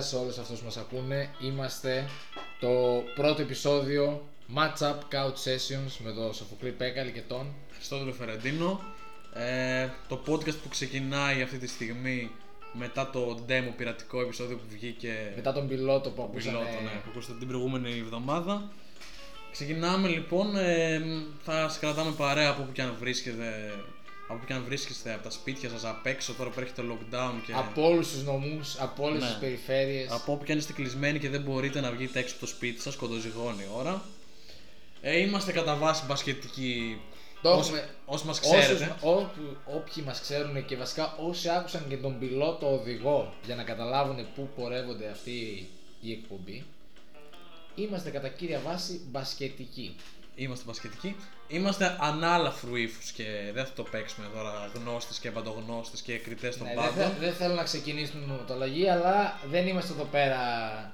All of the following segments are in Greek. σε όλους αυτούς που μας ακούνε. Είμαστε το πρώτο επεισόδιο Matchup Couch Sessions με τον Σοφοκλή Πέκαλη και τον. Χριστόδουλο Φερεντίνο. Ε, το podcast που ξεκινάει αυτή τη στιγμή μετά το demo πειρατικό επεισόδιο που βγήκε Μετά τον πιλότο που το Ε, πιλότο, ακούσαμε. ναι, που ακούσατε την προηγούμενη εβδομάδα. Ξεκινάμε λοιπόν, ε, θα σας κρατάμε παρέα από όπου και αν βρίσκετε, από όπου και αν βρίσκεστε, από τα σπίτια σας, απ' έξω, τώρα που έρχεται lockdown και Από όλους τους νομούς, από όλες Ναι. τις περιφέρειες. από όπου και αν είστε κλεισμένοι και δεν μπορείτε να βγείτε έξω από το σπίτι σας, κοντοζυγώνει η ώρα. Ε, είμαστε κατά βάση μπασκετικοί, Το όσοι, έχουμε- όσοι μας ξέρετε. Όσους, όποιοι, όποιοι μας ξέρουν και βασικά όσοι άκουσαν και τον πιλότο οδηγό για να καταλάβουν πού πορεύονται αυτή η εκπομπή Είμαστε κατά κύρια βάση μπασκετικοί Είμαστε μπασκετικοί. Είμαστε ανάλαφρου ύφους και δεν θα το παίξουμε τώρα γνώστες και παντογνώστε και κριτές των ναι, δεν, πάντων. θε- δεν θέλω να ξεκινήσουμε με νομοτολογία αλλά δεν είμαστε εδώ πέρα να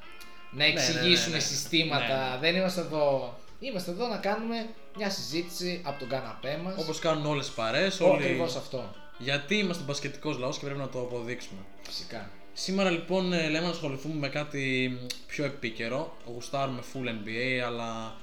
ναι, ναι, εξηγήσουμε ναι. συστήματα Ναι, ναι. Δεν είμαστε εδώ, είμαστε εδώ να κάνουμε μια συζήτηση από τον καναπέ μας Όπως κάνουν όλες τι παρέε. Ο, ακριβώς αυτό Γιατί είμαστε μπασκετικός λαός και πρέπει να το αποδείξουμε. φυσικά Σήμερα λοιπόν ε, λέμε να ασχοληθούμε με κάτι μ, πιο επίκαιρο. Γουστάρουμε full NBA, αλλά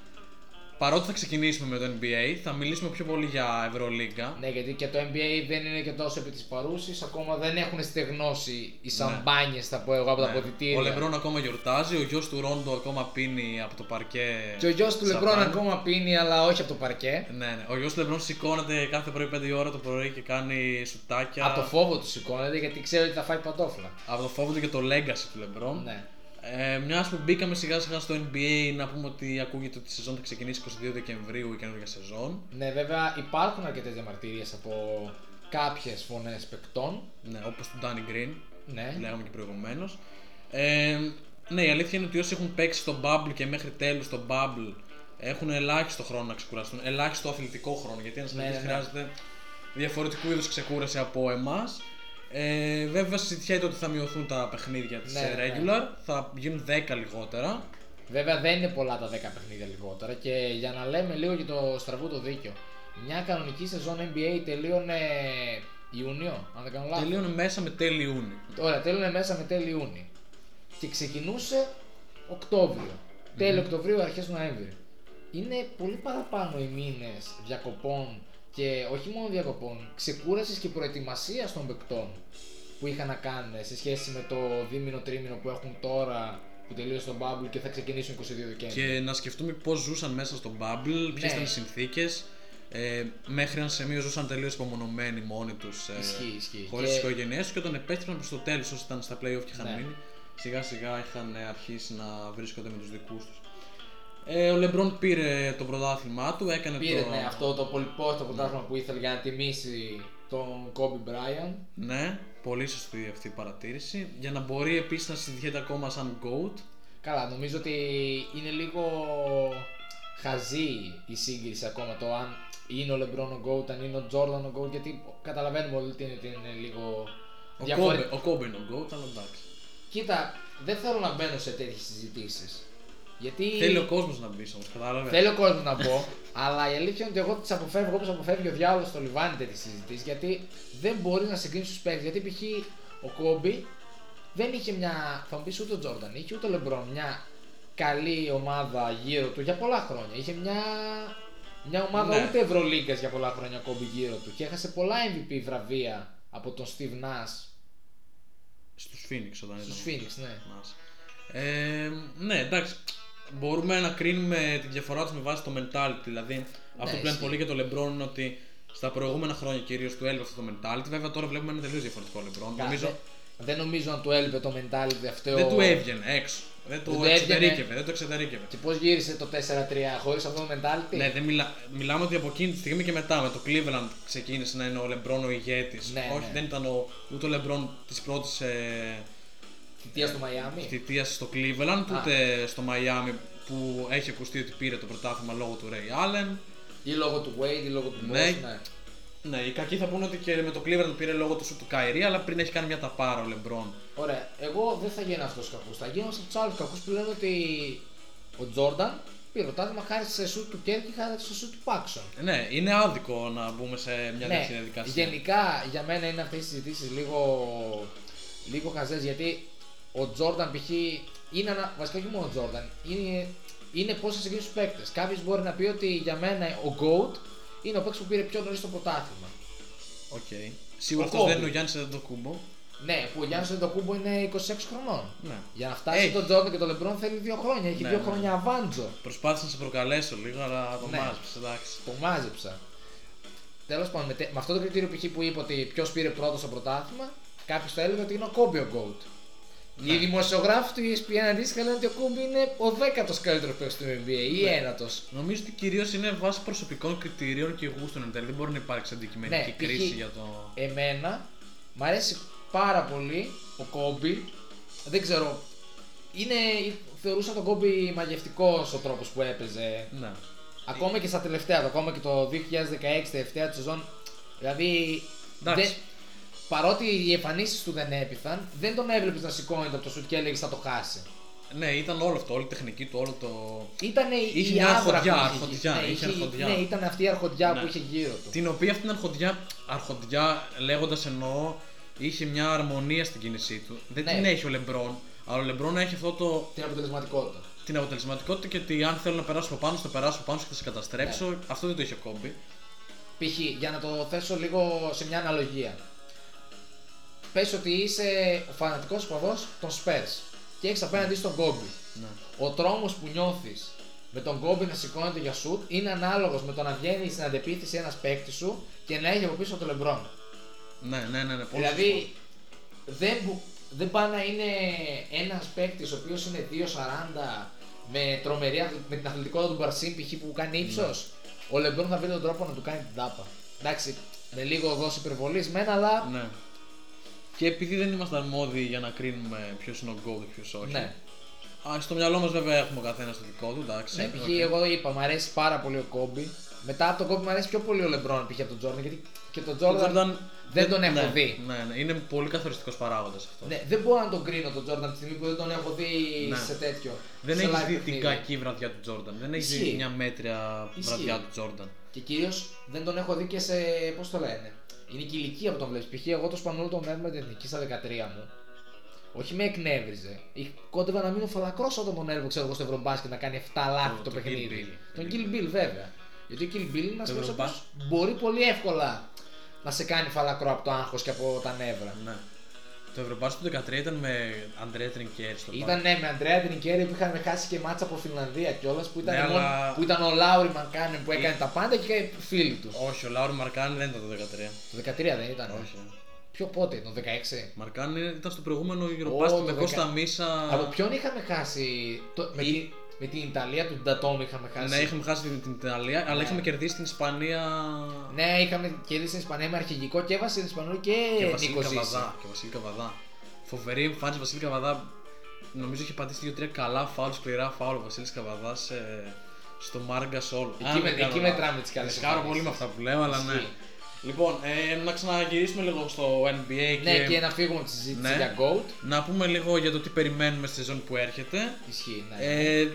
παρότι θα ξεκινήσουμε με το NBA, θα μιλήσουμε πιο πολύ για Ευρωλίγκα. Ναι, γιατί και το NBA δεν είναι και τόσο επί της παρούσης. Ακόμα δεν έχουν στεγνώσει οι σαμπάνιες, θα πω εγώ, από τα Ναι. Ο ποτητήρια. Λεμπρόν ακόμα γιορτάζει, ο γιος του Ρόντο ακόμα πίνει από το παρκέ. Και ο γιος του Λεμπρόν σαμπάνι. ακόμα πίνει, αλλά όχι από το παρκέ. Ναι, ναι. Ο γιος Λεμπρόν σηκώνεται κάθε πρωί 5 η ώρα το πρωί και κάνει σουτάκια. Από το φόβο του σηκώνεται γιατί ξέρει ότι θα φάει παντόφλα. από το φόβο του και το legacy του Λεμπρόν. Ναι. Ε, Μια που μπήκαμε σιγά σιγά στο NBA, να πούμε ότι ακούγεται ότι η σεζόν θα ξεκινήσει 22 Δεκεμβρίου η καινούργια σεζόν. ναι, βέβαια υπάρχουν αρκετές διαμαρτυρίες από κάποιες φωνές παικτών. Ναι, όπως του Danny Green, Ναι. που λέγαμε και προηγουμένως. Ε, ναι, η αλήθεια είναι ότι όσοι έχουν παίξει στο Bubble και μέχρι τέλους στο Bubble έχουν ελάχιστο χρόνο να ξεκουραστούν. Ελάχιστο αθλητικό χρόνο γιατί ένας Ναι, αθλητής ναι, ναι. χρειάζεται διαφορετικού είδους ξεκούραση από εμάς. Ε, βέβαια, συζητιέται ότι θα μειωθούν τα παιχνίδια της Ναι, ναι, ναι. regular, θα γίνουν 10 λιγότερα. Βέβαια δεν είναι πολλά τα 10 παιχνίδια λιγότερα και για να λέμε λίγο για το στραβό το δίκιο. Μια κανονική σεζόν NBA τελείωνε Ιούνιο, αν δεν κάνω λάθος. Τελείωνε μέσα με τέλη Ιούνιου. Ωραία, τέλειωνε μέσα με τέλη Ιούνιου. Και ξεκινούσε Οκτώβριο. Τέλειο Οκτωβρίου, αρχές Νοέμβρη. Είναι πολύ παραπάνω οι μήνες διακοπών και όχι μόνο διακοπών, ξεκούρασης και προετοιμασία των παικτών που είχαν να κάνουν σε σχέση με το δίμηνο-τρίμηνο που έχουν τώρα που τελείωσε τον Bubble και θα ξεκινήσουν 22 Δεκέμβρη. Και να σκεφτούμε πώς ζούσαν μέσα στο Bubble, ποιες Ναι. ήταν οι συνθήκες. Ε, μέχρι ένα σημείο ζούσαν τελείως απομονωμένοι μόνοι ε, του. Ισχύει, ισχύει. Χωρίς τι Και- οικογένειές τους και όταν επέστρεψαν προς το τέλος, όσοι ήταν στα playoff και είχαν Ναι. μείνει, σιγά σιγά είχαν ε, αρχίσει να βρίσκονται με τους δικούς τους. Ε, ο Λεμπρόν πήρε το πρωτάθλημά του, έκανε Πήρε το. ναι, αυτό το πολυπόστο πρωτάθλημα που ήθελε για να τιμήσει τον Κόμπι Μπράιαν. Ναι, πολύ σωστή αυτή η παρατήρηση. Για να μπορεί επίσης να συζητιέται ακόμα σαν GOAT. Καλά, νομίζω ότι είναι λίγο χαζή η σύγκριση ακόμα το αν είναι ο Λεμπρόν ο Γκόουτ, αν είναι ο Τζόρνταν ο Γκόουτ, γιατί καταλαβαίνουμε όλοι ότι είναι, ότι είναι λίγο Ο, διαφορε- Κόμπε, ο Κόμπε είναι ο GOAT, αλλά εντάξει. Κοίτα, δεν θέλω να μπαίνω σε τέτοιες συζητήσεις. Γιατί Θέλει ο κόσμος να μπει όμως, κατάλαβες. Θέλω κόσμος να πω, αλλά η αλήθεια είναι ότι εγώ τις αποφεύγω όπως αποφεύγει ο διάβολο στο λιβάνι τέτοιες συζητήσεις. Γιατί δεν μπορεί να συγκρίνεις τους παίκτες. Γιατί π.χ. ο Κόμπι δεν είχε μια. Θα μου πεις ούτε ο Τζόρνταν, είχε ούτε ο Λεμπρόν. Μια καλή ομάδα γύρω του για πολλά χρόνια. Είχε μια. Μια ομάδα Ναι. ούτε Ευρωλίγκας για πολλά χρόνια ο Κόμπι γύρω του. Και έχασε πολλά MVP βραβεία από τον Steve Nash Στου Phoenix όταν στους ήταν. Phoenix, ναι. μας. Ε, ναι, εντάξει. Μπορούμε να κρίνουμε τη διαφορά τους με βάση το mentality. Δηλαδή, αυτό που λένε Ναι, ισχύει. πολύ για το LeBron είναι ότι στα προηγούμενα χρόνια κυρίως του έλειπε αυτό το mentality. Βέβαια, τώρα βλέπουμε ένα τελείως διαφορετικό LeBron. Κα- Νομίζω Δεν, δεν νομίζω να του έλειπε το mentality αυτό. δεν του έβγαινε έξω. Δεν το Δεν έβγαινε. εξωτερήκευε. Δεν το εξωτερήκευε. Και πώς γύρισε το 4-3 χωρίς αυτό το mentality. Ναι, δεν μιλά... μιλάμε ότι από εκείνη τη στιγμή και μετά με το Cleveland ξεκίνησε να είναι ο LeBron ο ηγέτης. Ναι, Όχι, ναι. δεν ήταν ο... ούτε ο LeBron της πρώτης ε... Θητεία στο Μαϊάμι. θητεία στο Cleveland, Α. ούτε στο Miami που έχει ακουστεί ότι πήρε το πρωτάθλημα λόγω του Ray Allen. Ή λόγω του Wade ή λόγω του Bosch, Ναι. ναι. Ναι, οι κακοί θα πούνε ότι και με το Cleveland πήρε λόγω του σου του Kyrie, αλλά πριν έχει κάνει μια ταπάρα ο LeBron. Ωραία. Εγώ δεν θα γίνω αυτός ο κακός. Θα γίνω σαν τους άλλους κακούς που λένε ότι ο Τζόρνταν πήρε πρωτάθλημα χάρη σε σου του Κέρκ και χάρη σε σου του Πάξον. Ναι, Ναι, είναι άδικο να μπούμε σε μια τέτοια διαδικασία. γενικά για μένα είναι αυτές οι συζητήσεις λίγο, λίγο χαζές γιατί Ο Τζόρνταν π.χ. είναι ανα... βασικά όχι μόνο ο Τζόρνταν. Είναι, είναι πώ θα συγκρίνει τους παίκτες. Κάποιος μπορεί να πει ότι για μένα ο Goat είναι ο παίκτης που πήρε πιο νωρίς το πρωτάθλημα. Οκ. Σίγουρα Ο αυτός δεν Kobe. είναι ο Γιάννης Αντετοκούμπο. Ναι, που ο Γιάννης Αντοκούμπο είναι 26 χρονών. Ναι. Για να φτάσει Έχει. τον Τζόρνταν και τον Λεμπρόν θέλει δύο χρόνια. Έχει Ναι, δύο ναι. χρόνια αβάντζο. Προσπάθησα να σε προκαλέσω λίγο, αλλά το Ναι. μάζεψε, εντάξει. Το μάζεψα. Τέλος πάντων, με, τε- με αυτό το κριτήριο π.χ. που είπε ότι ποιος πήρε πρώτος στο πρωτάθλημα, κάποιος το έλεγε ότι είναι ο Κόμπι ο Goat. Ναι. Οι δημοσιογράφοι του E ESPN αντίστοιχα λένε ότι ο Κόμπι είναι ο δέκατος καλύτερος παίκτης του NBA Ναι. ή ένατος. Νομίζω ότι κυρίως είναι βάσει προσωπικών κριτηρίων και γούστων εν τέλει. Δεν μπορεί να υπάρξει αντικειμενική Ναι, π.χ. κρίση για το. Εμένα μ' αρέσει πάρα πολύ ο Κόμπι. Δεν ξέρω. Είναι, θεωρούσα τον Κόμπι μαγευτικός ο τρόπος που έπαιζε. Ναι. Ακόμα και στα τελευταία, του, ακόμα και το 2016, τελευταία του σεζόν. Δηλαδή. Εντάξει. δεν- παρότι οι εμφανίσεις του δεν έπιθαν, δεν τον έβλεπες να σηκώνεται από το σουτ και έλεγες θα το χάσει. Ναι, ήταν όλο αυτό, όλη η τεχνική του, όλο το. Ήταν η Είχε η μια άβρα αρχοντιά, που είχε γύρω- αρχοντιά, ναι, είχε είχε- αρχοντιά. Ναι, ήταν αυτή η αρχοντιά Ναι. που είχε γύρω του. Την οποία αυτή την αρχοντιά, αρχοντιά λέγοντας εννοώ, είχε μια αρμονία στην κίνησή του. Δεν Ναι. την έχει ο Λεμπρόν, αλλά ο Λεμπρόν έχει αυτό το. Την αποτελεσματικότητα. την αποτελεσματικότητα και ότι αν θέλω να περάσω από πάνω, στο περάσω από πάνω σου και θα σε καταστρέψω. Ναι. Αυτό δεν το είχε ο Κόμπι. Π.χ. για να το θέσω λίγο σε μια αναλογία. Πες ότι είσαι ο φανατικός οπαδός των Spurs και έχεις απέναντι στον Κόμπι. Ναι. Ο τρόμος που νιώθεις με τον Κόμπι να σηκώνεται για σουτ είναι ανάλογος με το να βγαίνει στην αντεπίθεση ένας παίκτης σου και να έχει από πίσω το λεμπρόν. Ναι, ναι, ναι, ναι. πολύ Δηλαδή δεν, μπο- δεν πάει να είναι ένας παίκτης ο οποίος είναι 2,40 με τρομερή αθλη- με την αθλητικότητα του Μπαρσίν π.χ. που Ναι. κάνει ύψος Ο Λεμπρόν θα βρει τον τρόπο να του κάνει την τάπα. Εντάξει, με λίγο δόση υπερβολής μένα, αλλά Ναι. Και επειδή δεν είμαστε αρμόδιοι για να κρίνουμε ποιος είναι ο Γκόμπι και ποιος όχι. ναι. Α, στο μυαλό μας βέβαια έχουμε ο καθένας το δικό του, εντάξει. Ναι, οκ. π.χ. εγώ είπα, μου αρέσει πάρα πολύ ο Κόμπι. Μετά από τον Κόμπι μου αρέσει πιο πολύ ο Λεμπρόν π.χ. από τον Τζόρνταν γιατί και τον Ο Τζόρνταν. Jordan- δεν τον έχω ναι, δει. Ναι, ναι, είναι πολύ καθοριστικός παράγοντας αυτός. Ναι, δεν μπορώ να τον κρίνω τον Τζόρνταν τη στιγμή που δεν τον έχω δει Ναι. σε τέτοιο. Δεν σε έχεις live δει την παιχνίδι. κακή βραδιά του Τζόρνταν. Δεν έχεις δει Ισχύει. μια μέτρια Ισχύει. βραδιά του Τζόρνταν. Και κυρίως δεν τον έχω δει και σε. Πώς το λένε. Είναι και η ηλικία που τον βλέπεις. Π.χ. εγώ το σπανούλο τον έβλεπα με την εθνική στα 13 μου. Όχι με εκνεύριζε. Ή- Κόντευα να μείνω φαλακρό όταν τον έβλεπα ξέρω εγώ στο ευρωμπάσκετ να κάνει 7 λάθη Το- το, το Kill παιχνίδι. Bill. Τον Kill Bill βέβαια. Γιατί ο Kill Bill είναι ένας Το παίκτη Ευρωμπά- μπορεί πολύ εύκολα να σε κάνει φαλακρό από το άγχος και από τα νεύρα. Ναι. Το Ευρωμπάσκετ του 2013 ήταν με Αντρέ Τρινκέρι στο Ήταν πάτο. ναι, με Αντρέα Τρινκέρι που είχαμε χάσει και μάτσα από Φινλανδία κιόλας που, ήταν Ναι, μόνο- αλλά- Ε- που ήταν ο Λάουρι Μανκάνεν που έκανε τα πάντα και οι φίλοι τους. Όχι, ο Λάουρ Μαρκάν δεν ήταν το 2013. Το 13 δεν ήταν. ε. Όχι. Ποιο πότε, το 16. Μαρκάν ήταν στο προηγούμενο Eurobasket Ω, με το Κώστα δεκα- Μίσα. Από ποιον είχαμε χάσει. Το, με, Η- την, με την Ιταλία του Ντατόμ είχαμε χάσει. Ναι, είχαμε χάσει την, την Ιταλία, αλλά Ναι. είχαμε κερδίσει την Ισπανία. Ναι, είχαμε κερδίσει την Ισπανία με αρχηγικό και Βασίλη Ισπανού και, και Βασίλη Νίκος Ζήση. Καβαδά. Και Βασίλη Καβαδά. Φοβερή εμφάνιση Βασίλη Καβαδά. Νομίζω είχε πατήσει δύο-τρία καλά φάουλ, σκληρά φάουλ ο Βασίλης Καβαδάς σε... στο Μάργκα Σόλ. Εκεί με- εκεί μετράμε τις καλές Σκάρω εμφανίσεις. πολύ με αυτά που λέω, αλλά ναι. Ισχύει. Λοιπόν, ε, να ξαναγυρίσουμε λίγο στο NBA Ναι, και να φύγουμε από τη συζήτηση Ναι. για Goat. να πούμε λίγο για το τι περιμένουμε στη σεζόν που έρχεται. Ισχύει, ναι. Ε,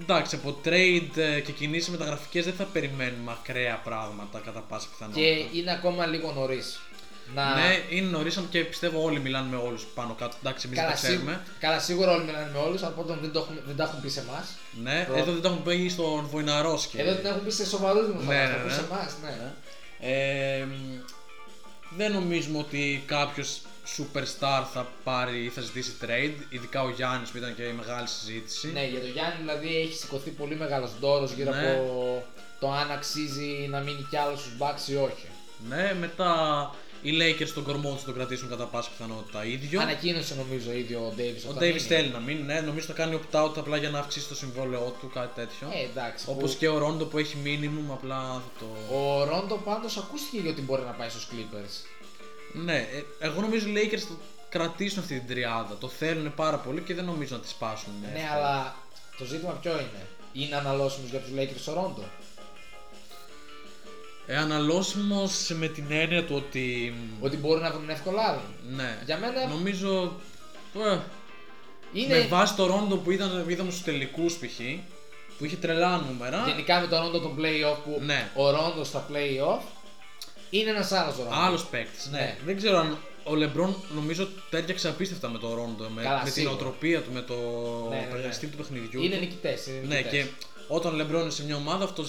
εντάξει, από trade ε, και κινήσεις μεταγραφικέ δεν θα περιμένουμε ακραία πράγματα κατά πάσα πιθανότητα. και είναι ακόμα λίγο νωρίς. Να... Ναι, είναι νωρίς, αν και πιστεύω όλοι μιλάνε με όλους πάνω κάτω. Εντάξει, εμείς δεν τα καλά, σίγου- ξέρουμε. καλά, σίγουρα όλοι μιλάνε με όλους, από όταν δεν, το έχουν- δεν τα έχουν πει σε εμάς. Ναι, Πρώτα. εδώ δεν τα έχουν πει στον Βοηναρόσκι. Εδώ την έχουν πει σε σοβαρούς μου Ναι, ναι, θα ναι. πει σε εμάς, ναι. Ε, μ, δεν νομίζουμε ότι κάποιος superstar θα πάρει ή θα ζητήσει trade, ειδικά ο Γιάννης που ήταν και η μεγάλη συζήτηση. Ναι, για τον Γιάννη δηλαδή έχει σηκωθεί πολύ μεγάλος δώρο γύρω Ναι. από το αν αξίζει να μείνει κι άλλος στους μπακς ή όχι. Ναι, μετά οι Lakers τον κορμό τους τον κρατήσουν κατά πάσα πιθανότητα ίδιο. Ανακοίνωσε νομίζω ίδιο ο Ντέιβι. Ο Ντέιβι θέλει να μείνει, ναι. Νομίζω θα κάνει opt-out απλά για να αυξήσει το συμβόλαιό του, κάτι τέτοιο. Ε, εντάξει. Όπως που- και ο Ρόντο που έχει minimum, απλά θα το. Ο Ρόντο πάντως ακούστηκε για ότι μπορεί να πάει στους Clippers. Ναι, ε, εγώ νομίζω οι Lakers θα κρατήσουν αυτή την τριάδα. Το θέλουν πάρα πολύ και δεν νομίζω να Ε, τη σπάσουν. Ναι, εύκολα. αλλά το ζήτημα ποιο είναι. Είναι αναλώσιμος για τους Lakers ο Ρόντο. Ε, αναλώσιμο με την έννοια του ότι. Ότι μπορούν να βρουν εύκολα άλλον. Ναι. Για μένα Νομίζω. ε, είναι. Με βάση το Ρόντο που ήταν, είδαμε στους τελικούς π.χ. που είχε τρελά νούμερα. Γενικά με τον Ρόντο τον playoff που Ναι. ο Ρόντος στα playoff Είναι ένας άλλος ο Ρόντος. Άλλος παίκτης. Ναι. Ναι. Δεν ξέρω αν ο Λεμπρόν νομίζω τέριαξε απίστευτα με τον Ρόντο. Με, Καλά, με την σίγουρα. οτροπία του, με το Ναι, ναι, ναι. στυλ του παιχνιδιού. Είναι του. νικητές. Ναι, και όταν ο Λεμπρόν είναι σε μια ομάδα, αυτός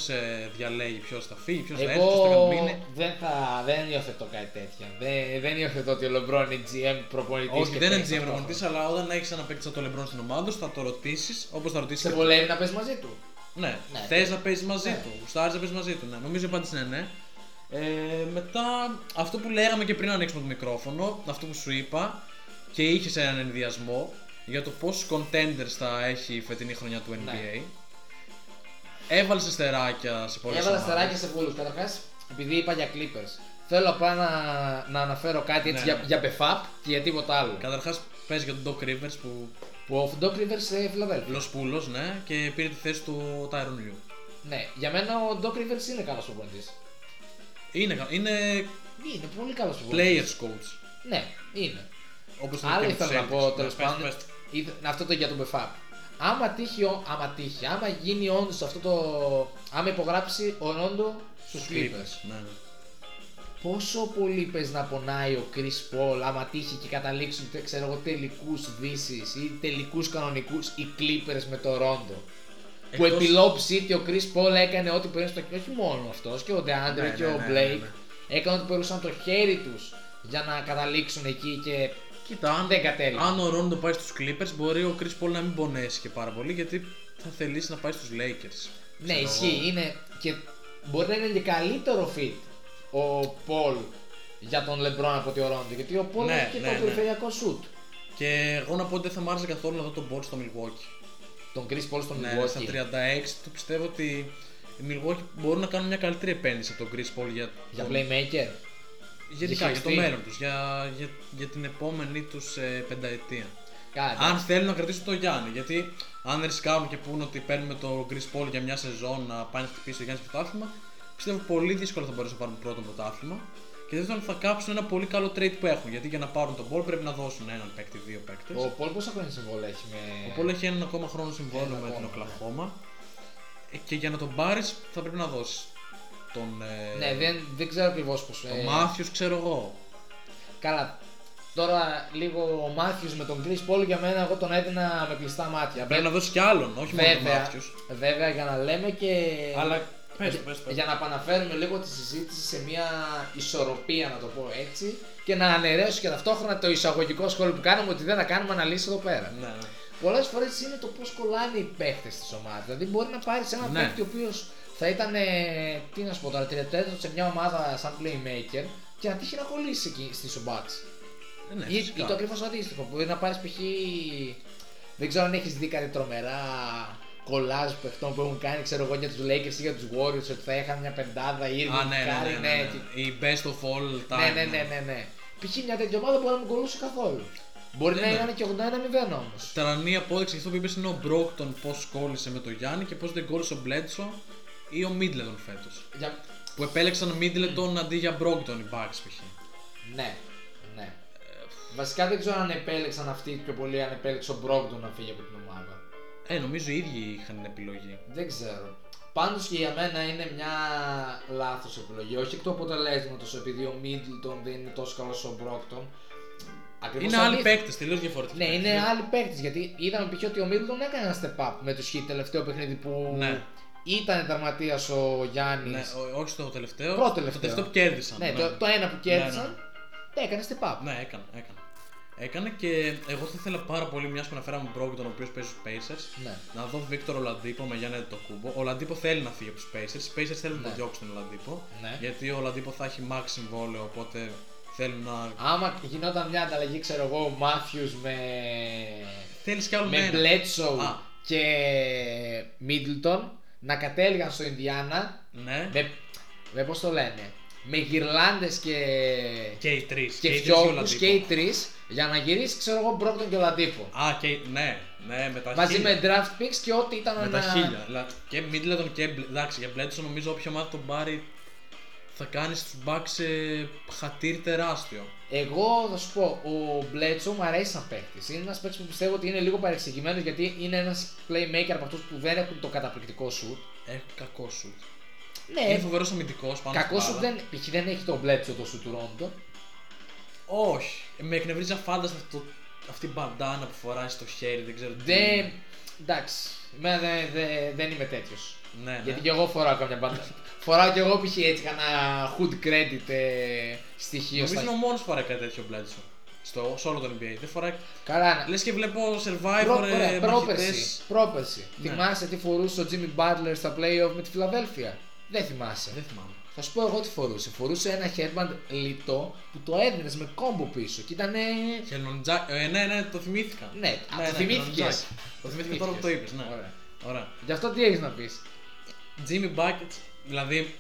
διαλέγει ποιος θα φύγει, ποιος θα έρθει, ποιος θα Εγώ μείνει. δεν, θα, δεν υιοθετώ κάτι τέτοια. Δεν, δεν υιοθετώ ότι ο Λεμπρόν είναι GM προπονητής. Όχι, δεν είναι GM προπονητής, αλλά όταν έχεις ένα παίκτη σαν τον Λεμπρόν στην ομάδα σου, θα το ρωτήσεις όπως θα ρωτήσεις. Σε βολεύει να πα μαζί του. Ναι, Ναι, θες ναι. να παίζει μαζί Ναι. του, γουστάρεις να παίζει μαζί του. Ναι. Νομίζω η απάντηση είναι ναι. Ε, μετά, αυτό που λέγαμε και πριν να ανοίξουμε το μικρόφωνο, αυτό που σου είπα και είχες έναν ενδιασμό για το πόσους contenders θα έχει η φετινή χρονιά του NBA. Ναι. Έβαλε στεράκια σε πολλές Έβαλα στεράκια σε πολλού. Καταρχάς, επειδή είπα για Clippers, θέλω απλά να, να αναφέρω κάτι έτσι Ναι, για, ναι. για Befab και για τίποτα άλλο. Καταρχάς, παίζει για τον Doc Rivers που Που ο Doc Rivers σε Φιλαδέλφια. Λο Πούλο, ναι, και πήρε τη θέση του Tyron Lue. Ναι, για μένα ο Doc Rivers είναι καλός προπονητή. Είναι, κα- είναι Είναι πολύ καλός προπονητή. players coach. Ναι, είναι. Όπως το Άλλο ήθελα να πω τέλος πάντων. ήθε- Αυτό το για τον Μπεφάπ. Άμα τύχει, ο- άμα τύχει, άμα γίνει όντως αυτό το. Άμα υπογράψει ο Ρόντο στους Clippers. Ναι, ναι. Πόσο πολύ πες να πονάει ο Chris Paul άμα τύχει και καταλήξουν τε- ξέρω εγώ, τελικούς δύσεις ή τελικούς κανονικούς οι Clippers με το Rondo. Που Εκτός- επί Lob City ο Chris Paul έκανε ό,τι περνούσε στο χέρι. Όχι μόνο αυτός και ο DeAndre Ναι, και ναι, ο ναι, Blake ναι, ναι. έκαναν ό,τι περνούσαν το χέρι τους για να καταλήξουν εκεί και Κοίτα, αν, Δεν κατέληγε. αν ο Ρόντο πάει στους Clippers, μπορεί ο Chris Paul να μην πονέσει και πάρα πολύ, γιατί θα θελήσει να πάει στους Lakers. Ναι, Ξέρω εγώ. ισχύει. Είναι και μπορεί να είναι και καλύτερο fit ο Πολ για τον Λεμπρόν από ότι ο Ρόντο. Γιατί ο Πολ Ναι, έχει και ναι, ναι. το περιφερειακό σουτ. Και εγώ να πω ότι δεν θα μ' άρεσε καθόλου να δω τον Ball στο Milwaukee. Τον Chris Paul στον Ναι, Milwaukee. στα 36 του πιστεύω ότι οι Milwaukee μπορούν να κάνουν μια καλύτερη επένδυση από τον Chris Paul για, Για τον- playmaker. γενικά, για το χειριστή. μέλλον τους, για, για, για την επόμενη τους ε, πενταετία. Κάτι. Αν θέλουν να κρατήσουν τον Γιάννη, γιατί αν ρισκάρουν και πούνε ότι παίρνουμε τον Chris Paul για μια σεζόν να πάει να χτυπήσει το Γιάννης στο πρωτάθλημα, πιστεύω πολύ δύσκολα θα μπορέσουν να πάρουν πρώτο πρωτάθλημα. Και δεύτερον, θα κάψουν ένα πολύ καλό trade που έχουν. Γιατί για να πάρουν τον Paul πρέπει να δώσουν έναν παίκτη, δύο παίκτες. Ο Πολ πόσα χρόνια συμβόλαια έχει με. Ο Paul έχει έναν ακόμα χρόνο συμβόλαιο Ένα με την ακόμα, ναι. Οκλαχώμα. Ε, Και για να τον πάρεις, θα πρέπει να δώσεις τον. ε, Ναι, ε, δεν, δεν ξέρω ακριβώς πώς. τον Matthews, ξέρω εγώ. Καλά. Τώρα λίγο ο Μάθιου με τον Chris Paul για μένα εγώ τον έδινα με κλειστά μάτια. Πρέπει να δώσεις κι άλλον, όχι μόνο τον βέβαια, Matthews. βέβαια για να λέμε και. Αλλά πες, το, πες, το, πες. το. για να επαναφέρουμε λίγο τη συζήτηση σε μια ισορροπία, να το πω έτσι, και να αναιρέσω και ταυτόχρονα το εισαγωγικό σχόλιο που κάνουμε ότι δεν θα κάνουμε αναλύσεις εδώ πέρα. Ναι, ναι. Πολλές φορές είναι το πώς κολλάνε οι παίχτε της ομάδας. Δηλαδή, μπορεί να πάρεις έναν Ναι. παίχτη ο οποίος θα ήταν, ε, τι να σου πω τώρα, 34 σε μια ομάδα σαν playmaker και να τύχει να κολλήσει εκεί στη Σουμπάτς. Ε, ναι, Ή, ή φυσικά. το ακριβώς αντίστοιχο. Μπορεί να πάρεις π.χ. Δεν ξέρω αν έχεις δει κάτι τρομερά κολλάζ παιχτών που έχουν κάνει ξέρω εγώ, για τους Lakers ή για τους Warriors ότι θα είχαν μια πεντάδα ή Α, ναι, ναι, ναι, ναι, ναι. και- Η best of all time. ναι, ναι, ναι, ναι, ναι. Π.χ. μια τέτοια ομάδα μπορεί να μην κολλούσε καθόλου. Μπορεί Ναι, να ναι. ήταν και 81-0 όμω. Τρανή απόδειξη για αυτό που είπες είναι ο Μπρόκτον πώς κόλλησε με τον Γιάννη και πώς δεν κόλλησε ο Μπλέτσο ή ο Μίτλετον φέτος. Για... Που επέλεξαν Mm. Μίτλετον αντί για Μπρόκτον οι Bucks π.χ. Ναι, ναι. Ε, Βασικά δεν ξέρω αν επέλεξαν αυτοί πιο πολύ, αν επέλεξε ο Brogdon να φύγει από την ομάδα. Ε, νομίζω οι ίδιοι είχαν την επιλογή. Δεν ξέρω. Πάντως και για μένα είναι μια λάθος επιλογή. Όχι εκ του αποτελέσματο επειδή ο Μίτλτον δεν είναι τόσο καλός όσο ο Μπρόκτον. Ακριβώς είναι άλλοι αντίθετα. παίκτες, τελείως διαφορετικοί. Ναι, παίκτες. είναι άλλοι παίκτες. Γιατί είδαμε π.χ. ότι ο Μίτλτον έκανε ένα step up με του Χιτ τελευταίο παιχνίδι που Ναι. ήταν τερματίας ο Γιάννης. Ναι, Ναι, ο- όχι στο τελευταίο. Πρώτο Το τελευταίο. Ναι, τελευταίο που κέρδισαν. το, το ένα που κέρδισαν. Ναι, ναι. Έκανε step up. Ναι, έκανε, έκανε. Έκανε και εγώ θα ήθελα πάρα πολύ, μιας που αναφέραμε Μπρόκτον, ο οποίος παίζει στους Pacers, Ναι. να δω Βίκτορ Ολαντίπο με Γιάννη το κούμπο. Ο Ολαντίπο θέλει να φύγει από τους Pacers. Οι Pacers θέλουν να Ναι. το διώξουν τον Ολαντίπο. Ναι. Γιατί ο Ολαντίπο θα έχει max συμβόλαιο, οπότε θέλουν να. Άμα γινόταν μια ανταλλαγή, ξέρω εγώ, ο Μάθιους με. Θέλεις κι άλλο με ένα. Μπλέτσοου Α. και Μίτλτον να κατέληγαν στο Ινδιάνα Ναι. με, με πώς το λένε, με γυρλάντες και, Και οι τρεις. και φιόγκους και οι τρεις για να γυρίσεις ξέρω εγώ Μπρόκτον και Λαντίπο. Α, και. Ναι, ναι, με τα Μαζί χίλια. με draft picks και ό,τι ήταν Με να... τα χίλια. Δηλαδή, και Μίτλετον και. Μπλε- Εντάξει, για Μπλέτσο νομίζω όποια ομάδα τον πάρει θα κάνεις στου Bucks ε, χατήρι τεράστιο. Εγώ θα σου πω, ο Μπλέτσο μου αρέσει σαν παίκτης. Είναι ένας παίκτης που πιστεύω ότι είναι λίγο παρεξηγημένος γιατί είναι ένας playmaker από αυτούς που δεν έχουν το καταπληκτικό σου. Έχει κακό Ε, σου. Ναι, Είναι φοβερός αμυντικός πάνω. στην κακό σου μπάλα. δεν, π.χ. δεν έχει τον μπλέτσο το σου του Ρόντο. Όχι. Ε, Με εκνευρίζει αφάνταστα αυτό, αυτή η μπαντάνα που φοράει στο χέρι, δεν ξέρω τι. Δεν. Εντάξει, εμένα δεν, δεν- δεν είμαι τέτοιος. Ναι, ναι. Γιατί και εγώ φοράω καμιά μπάντα. φοράω και εγώ π.χ. έτσι κανένα hood credit ε, στοιχείο Νομίζω στα είναι ο μόνος που φοράει κάτι τέτοιο μπλέτσο. Στο, σε όλο το NBA. Δεν φοράει. Καλά, ναι. Λες και βλέπω Προ- survivor, ωραία, ε, πρόπερση. μαχητές. πρόπερση. Ναι. Θυμάσαι τι φορούσε ο Jimmy Butler στα playoff με τη Φιλαδέλφια. Δεν θυμάσαι. Δεν θυμάμαι. Θα σου πω εγώ τι φορούσε. Φορούσε ένα headband λιτό που το έδινες με κόμπο πίσω. Και ήταν. Χελονιτζάκ. Ε, ναι, ναι, το θυμήθηκα. Ναι, α, το θυμήθηκες. χελονιτζάκι. Το θυμήθηκα τώρα που το είπες. Ναι. Ωραία. Ωραία. Γι' αυτό τι έχεις να πεις. Jimmy Bucket, δηλαδή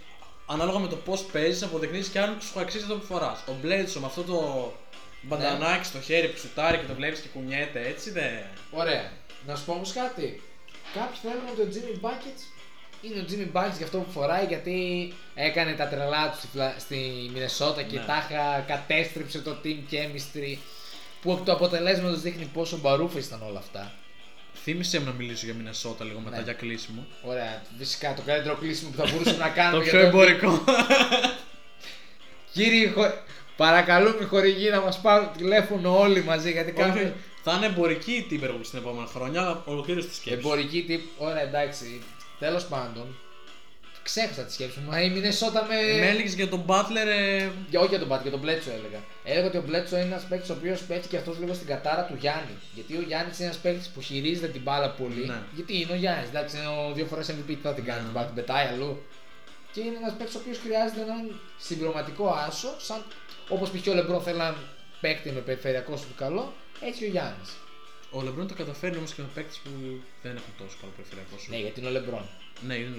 ανάλογα με το πώς παίζεις, αποδεικνύει και αν σου αξίζει αυτό που φοράς. Ο Μπλέτσο με αυτό το μπαντανάκι στο χέρι που σουτάρει και το βλέπεις και κουνιέται έτσι δεν. Ωραία. Να σου πω όμως κάτι. Κάποιοι θέλουν ότι ο Jimmy Buckets είναι ο Jimmy Buckets για αυτό που φοράει γιατί έκανε τα τρελά του στη, Φλα- στη Μινεσότα και Ναι. τάχα κατέστρεψε το team chemistry που το αποτελέσμα τους δείχνει πόσο μπαρούφες ήταν όλα αυτά. Θύμησε μου να μιλήσω για Μινεσότα λίγο μετά Ναι. για κλείσιμο. Ωραία, φυσικά το καλύτερο κλείσιμο που θα μπορούσαμε να κάνουμε. Το για πιο εμπορικό. Κύριοι, χο- παρακαλούμε οι χορηγοί να μας πάρουν τηλέφωνο όλοι μαζί γιατί Όχι, κάνουμε. θα είναι εμπορική η Timberwolves την επόμενη χρονιά, αλλά ολοκλήρωσε τη σκέψης. Εμπορική τύπη. Ωραία, εντάξει. Τέλος πάντων, ξέχασα τη σκέψη μου. Μα η Μινεσότα με. Ε, Με έλεγες για τον Butler. ε, Για, όχι για τον Μπάτ, για τον Μπλέτσο έλεγα. Έλεγα ότι ο Μπλέτσο είναι ένας παίκτης ο οποίος παίζει και αυτός λίγο στην κατάρα του Γιάννη. Γιατί ο Γιάννης είναι ένας παίκτης που χειρίζεται την μπάλα πολύ. Ναι. Γιατί είναι ο Γιάννης, εντάξει, είναι ο δύο φορές MVP, τι θα την κάνει, Ναι. την μπάλα, την πετάει αλλού. Και είναι ένας παίκτης ο οποίος χρειάζεται έναν συμπληρωματικό άσο, σαν όπως π.χ. ο Λεμπρό θέλει έναν παίκτη με περιφερειακό σου καλό, έτσι και ο Γιάννης. Ο Λεμπρόν τα καταφέρνει όμως και με παίκτες που δεν έχουν τόσο καλό περιφερειακό σου. Ναι, γιατί είναι ο Λεμπρόν. Ναι, είναι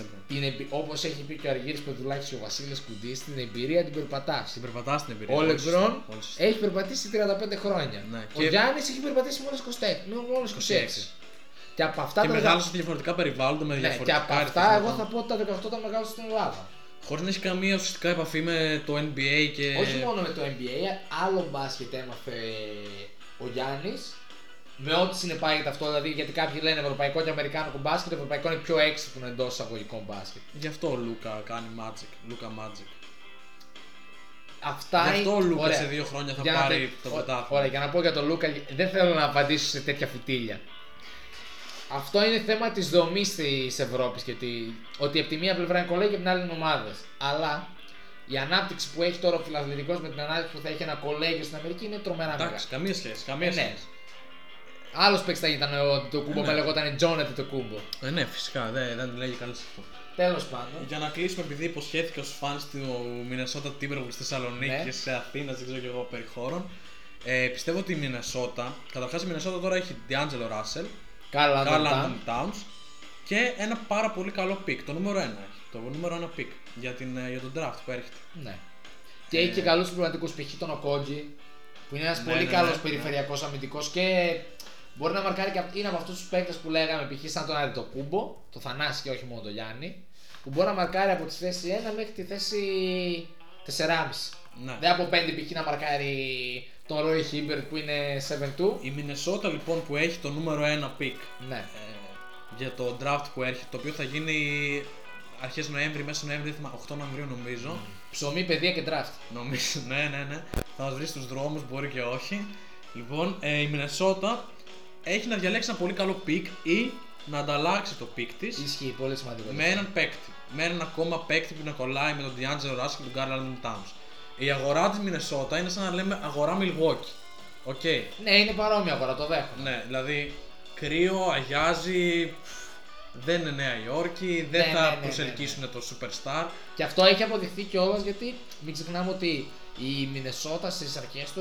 Λεμπρόν. Όπως έχει πει και ο Αργύρης Πεδουλάκη, ο Βασίλης Κουντής, την εμπειρία την περπατάς. Την περπατάς στην εμπειρία. Ο Πολύ σωστά, Λεμπρόν πολύ σωστά. έχει περπατήσει 35 χρόνια. Ναι, Ο και- Γιάννης έχει περπατήσει μόνο 26. νο- Μόνο 26. 26. Και από αυτά Και τα. μεγάλωσε σε διαφορετικά περιβάλλοντα με Ναι, διαφορετικά. και από αυτά, εγώ θα πω ότι τα 18 τα μεγάλωσε στην Ελλάδα. Χωρίς να έχει καμία ουσιαστικά επαφή με το NBA και. Όχι μόνο με το NBA, άλλο μπάσκετ έμαθε ο Γιάννης. Με ό,τι συνεπάγεται αυτό, δηλαδή γιατί κάποιοι λένε ευρωπαϊκό και αμερικάνικο μπάσκετ, το ευρωπαϊκό είναι πιο έξυπνο εντός εισαγωγικών μπάσκετ. Γι' αυτό ο Λούκα κάνει magic. Λούκα magic. Αυτά Γι' αυτό ο είναι- Λούκα Ωραία. σε δύο χρόνια θα Για να πάρει τε- το ω- πρωτάθλημα. Ωραία, για να πω για τον Λούκα, δεν θέλω να απαντήσω σε τέτοια φυτίλια. Αυτό είναι θέμα της δομής της Ευρώπης και τη... ότι από τη μία πλευρά είναι κολέγιο και από την άλλη είναι ομάδες. Αλλά η ανάπτυξη που έχει τώρα ο φιλαθλητικός με την ανάπτυξη που θα έχει ένα κολέγιο στην Αμερική είναι τρομερά μεγάλη. Εντάξει, καμία σχέση. Καμία Ε, ναι. σχέση. Άλλος παίκτης θα ήταν ο το κούμπο, Ναι. με λεγόταν Τζόνετ το κούμπο. Ε, ναι, φυσικά δεν, δεν λέγει κανείς αυτό. Τέλος πάντων. Ε, Για να κλείσουμε, επειδή υποσχέθηκα στους φαν του Μινεσότα Τίμπερβουλ στη Θεσσαλονίκη Ναι. και σε Αθήνα, δεν ξέρω και εγώ περί χώρων. Ε, πιστεύω ότι η Μινεσότα. Καταρχάς η Μινεσότα τώρα έχει Ντιάντζελο Ράσελ, Καλά, Garland Καλά and Towns και ένα πάρα πολύ καλό pick. Το νούμερο 1 έχει. Το νούμερο 1 pick για, την, ε, για τον draft που έρχεται. Ναι. Και έχει και καλούς συμπληρωματικού π.χ. τον Οκόγκι, που είναι ένας Ε. Ναι, πολύ ναι, καλός ναι, περιφερειακός αμυντικός και μπορεί να μαρκάρει και απ- είναι από αυτούς τους παίκτες που λέγαμε π.χ. σαν τον Αριτοκούμπο, το Θανάση και όχι μόνο τον Γιάννη, που μπορεί να μαρκάρει από τη θέση 1 μέχρι τη θέση 4,5. Ναι. Δεν από 5 π.χ. να μαρκάρει τον Ρόι Χίμπερτ που είναι 7-2. Η Μινεσότα λοιπόν που έχει το νούμερο 1 pick Ναι. ε, για το draft που έρχεται, το οποίο θα γίνει αρχές Νοέμβρη, μέσα Νοέμβρη, δεν θυμάμαι, 8 Νοεμβρίου νομίζω. Ψωμί, παιδεία και draft. Νομίζω, ναι, ναι, ναι. Θα μας βρει στους δρόμους, μπορεί και όχι. Λοιπόν, ε, η Μινεσότα έχει να διαλέξει ένα πολύ καλό pick ή να ανταλλάξει το pick της Ισχύει, πολύ σημαντικό. με έναν παίκτη. Με έναν ακόμα παίκτη που να κολλάει με τον D'Angelo Russell και τον Garland Towns. Η αγορά της Μινεσότα είναι σαν να λέμε αγορά Milwaukee. Οκ. Ναι, είναι παρόμοια αγορά, το δέχομαι. Ναι, δηλαδή κρύο, αγιάζει, δεν είναι Νέα Υόρκη, δεν Ναι, θα ναι, ναι, ναι, προσελκύσουν το Superstar. Και αυτό έχει αποδειχθεί κιόλας γιατί μην ξεχνάμε ότι η Μινεσότα στις αρχές του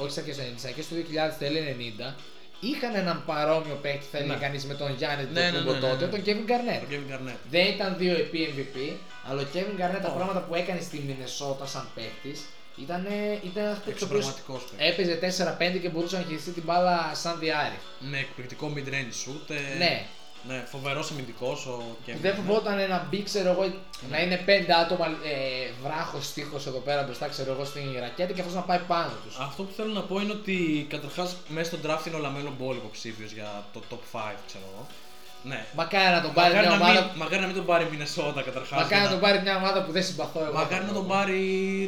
90, όχι στις αρχές του 90, στις αρχές του 2000, τέλη 90, είχαν έναν παρόμοιο παίκτη, θέλει Ναι. να κανείς με τον Γιάννη του Ναι, ναι, Κουμπο ναι, ναι, τότε, ναι. τον Kevin Garnett. Ο Kevin Garnett. Δεν ήταν δύο επί MVP, αλλά ο Kevin Garnett τα Όχι. πράγματα που έκανε στη Μινεσότα σαν παίκτης ήταν, ήταν ένα παίκτη ο οποίος Εξωπραγματικός παίκτης. έπαιζε 4-5 και μπορούσε να χειριστεί την μπάλα σαν διάρρη. Με εκπληκτικό mid-range shoot. ε, Ναι. ναι φοβερός αμυντικός ο Kevin. Δεν Garnett. φοβόταν ένα μπι, ξέρω εγώ, να είναι πέντε άτομα ε, βράχος τείχο εδώ πέρα μπροστά, ξέρω εγώ, στην ρακέτα και αυτός να πάει πάνω τους. Αυτό που θέλω να πω είναι ότι καταρχάς μέσα στον draft είναι ο Λαμέλο Μπόλ υποψήφιος για το top 5, ξέρω εγώ. Ναι. Μακάρι να τον πάρει Μακάρι μια να, ομάδα. μην, μακάρι να μην τον πάρει η Μινεσότα καταρχάς. Μακάρι να τον πάρει μια ομάδα που δεν συμπαθώ εγώ. Μακάρι να τον, πάρει,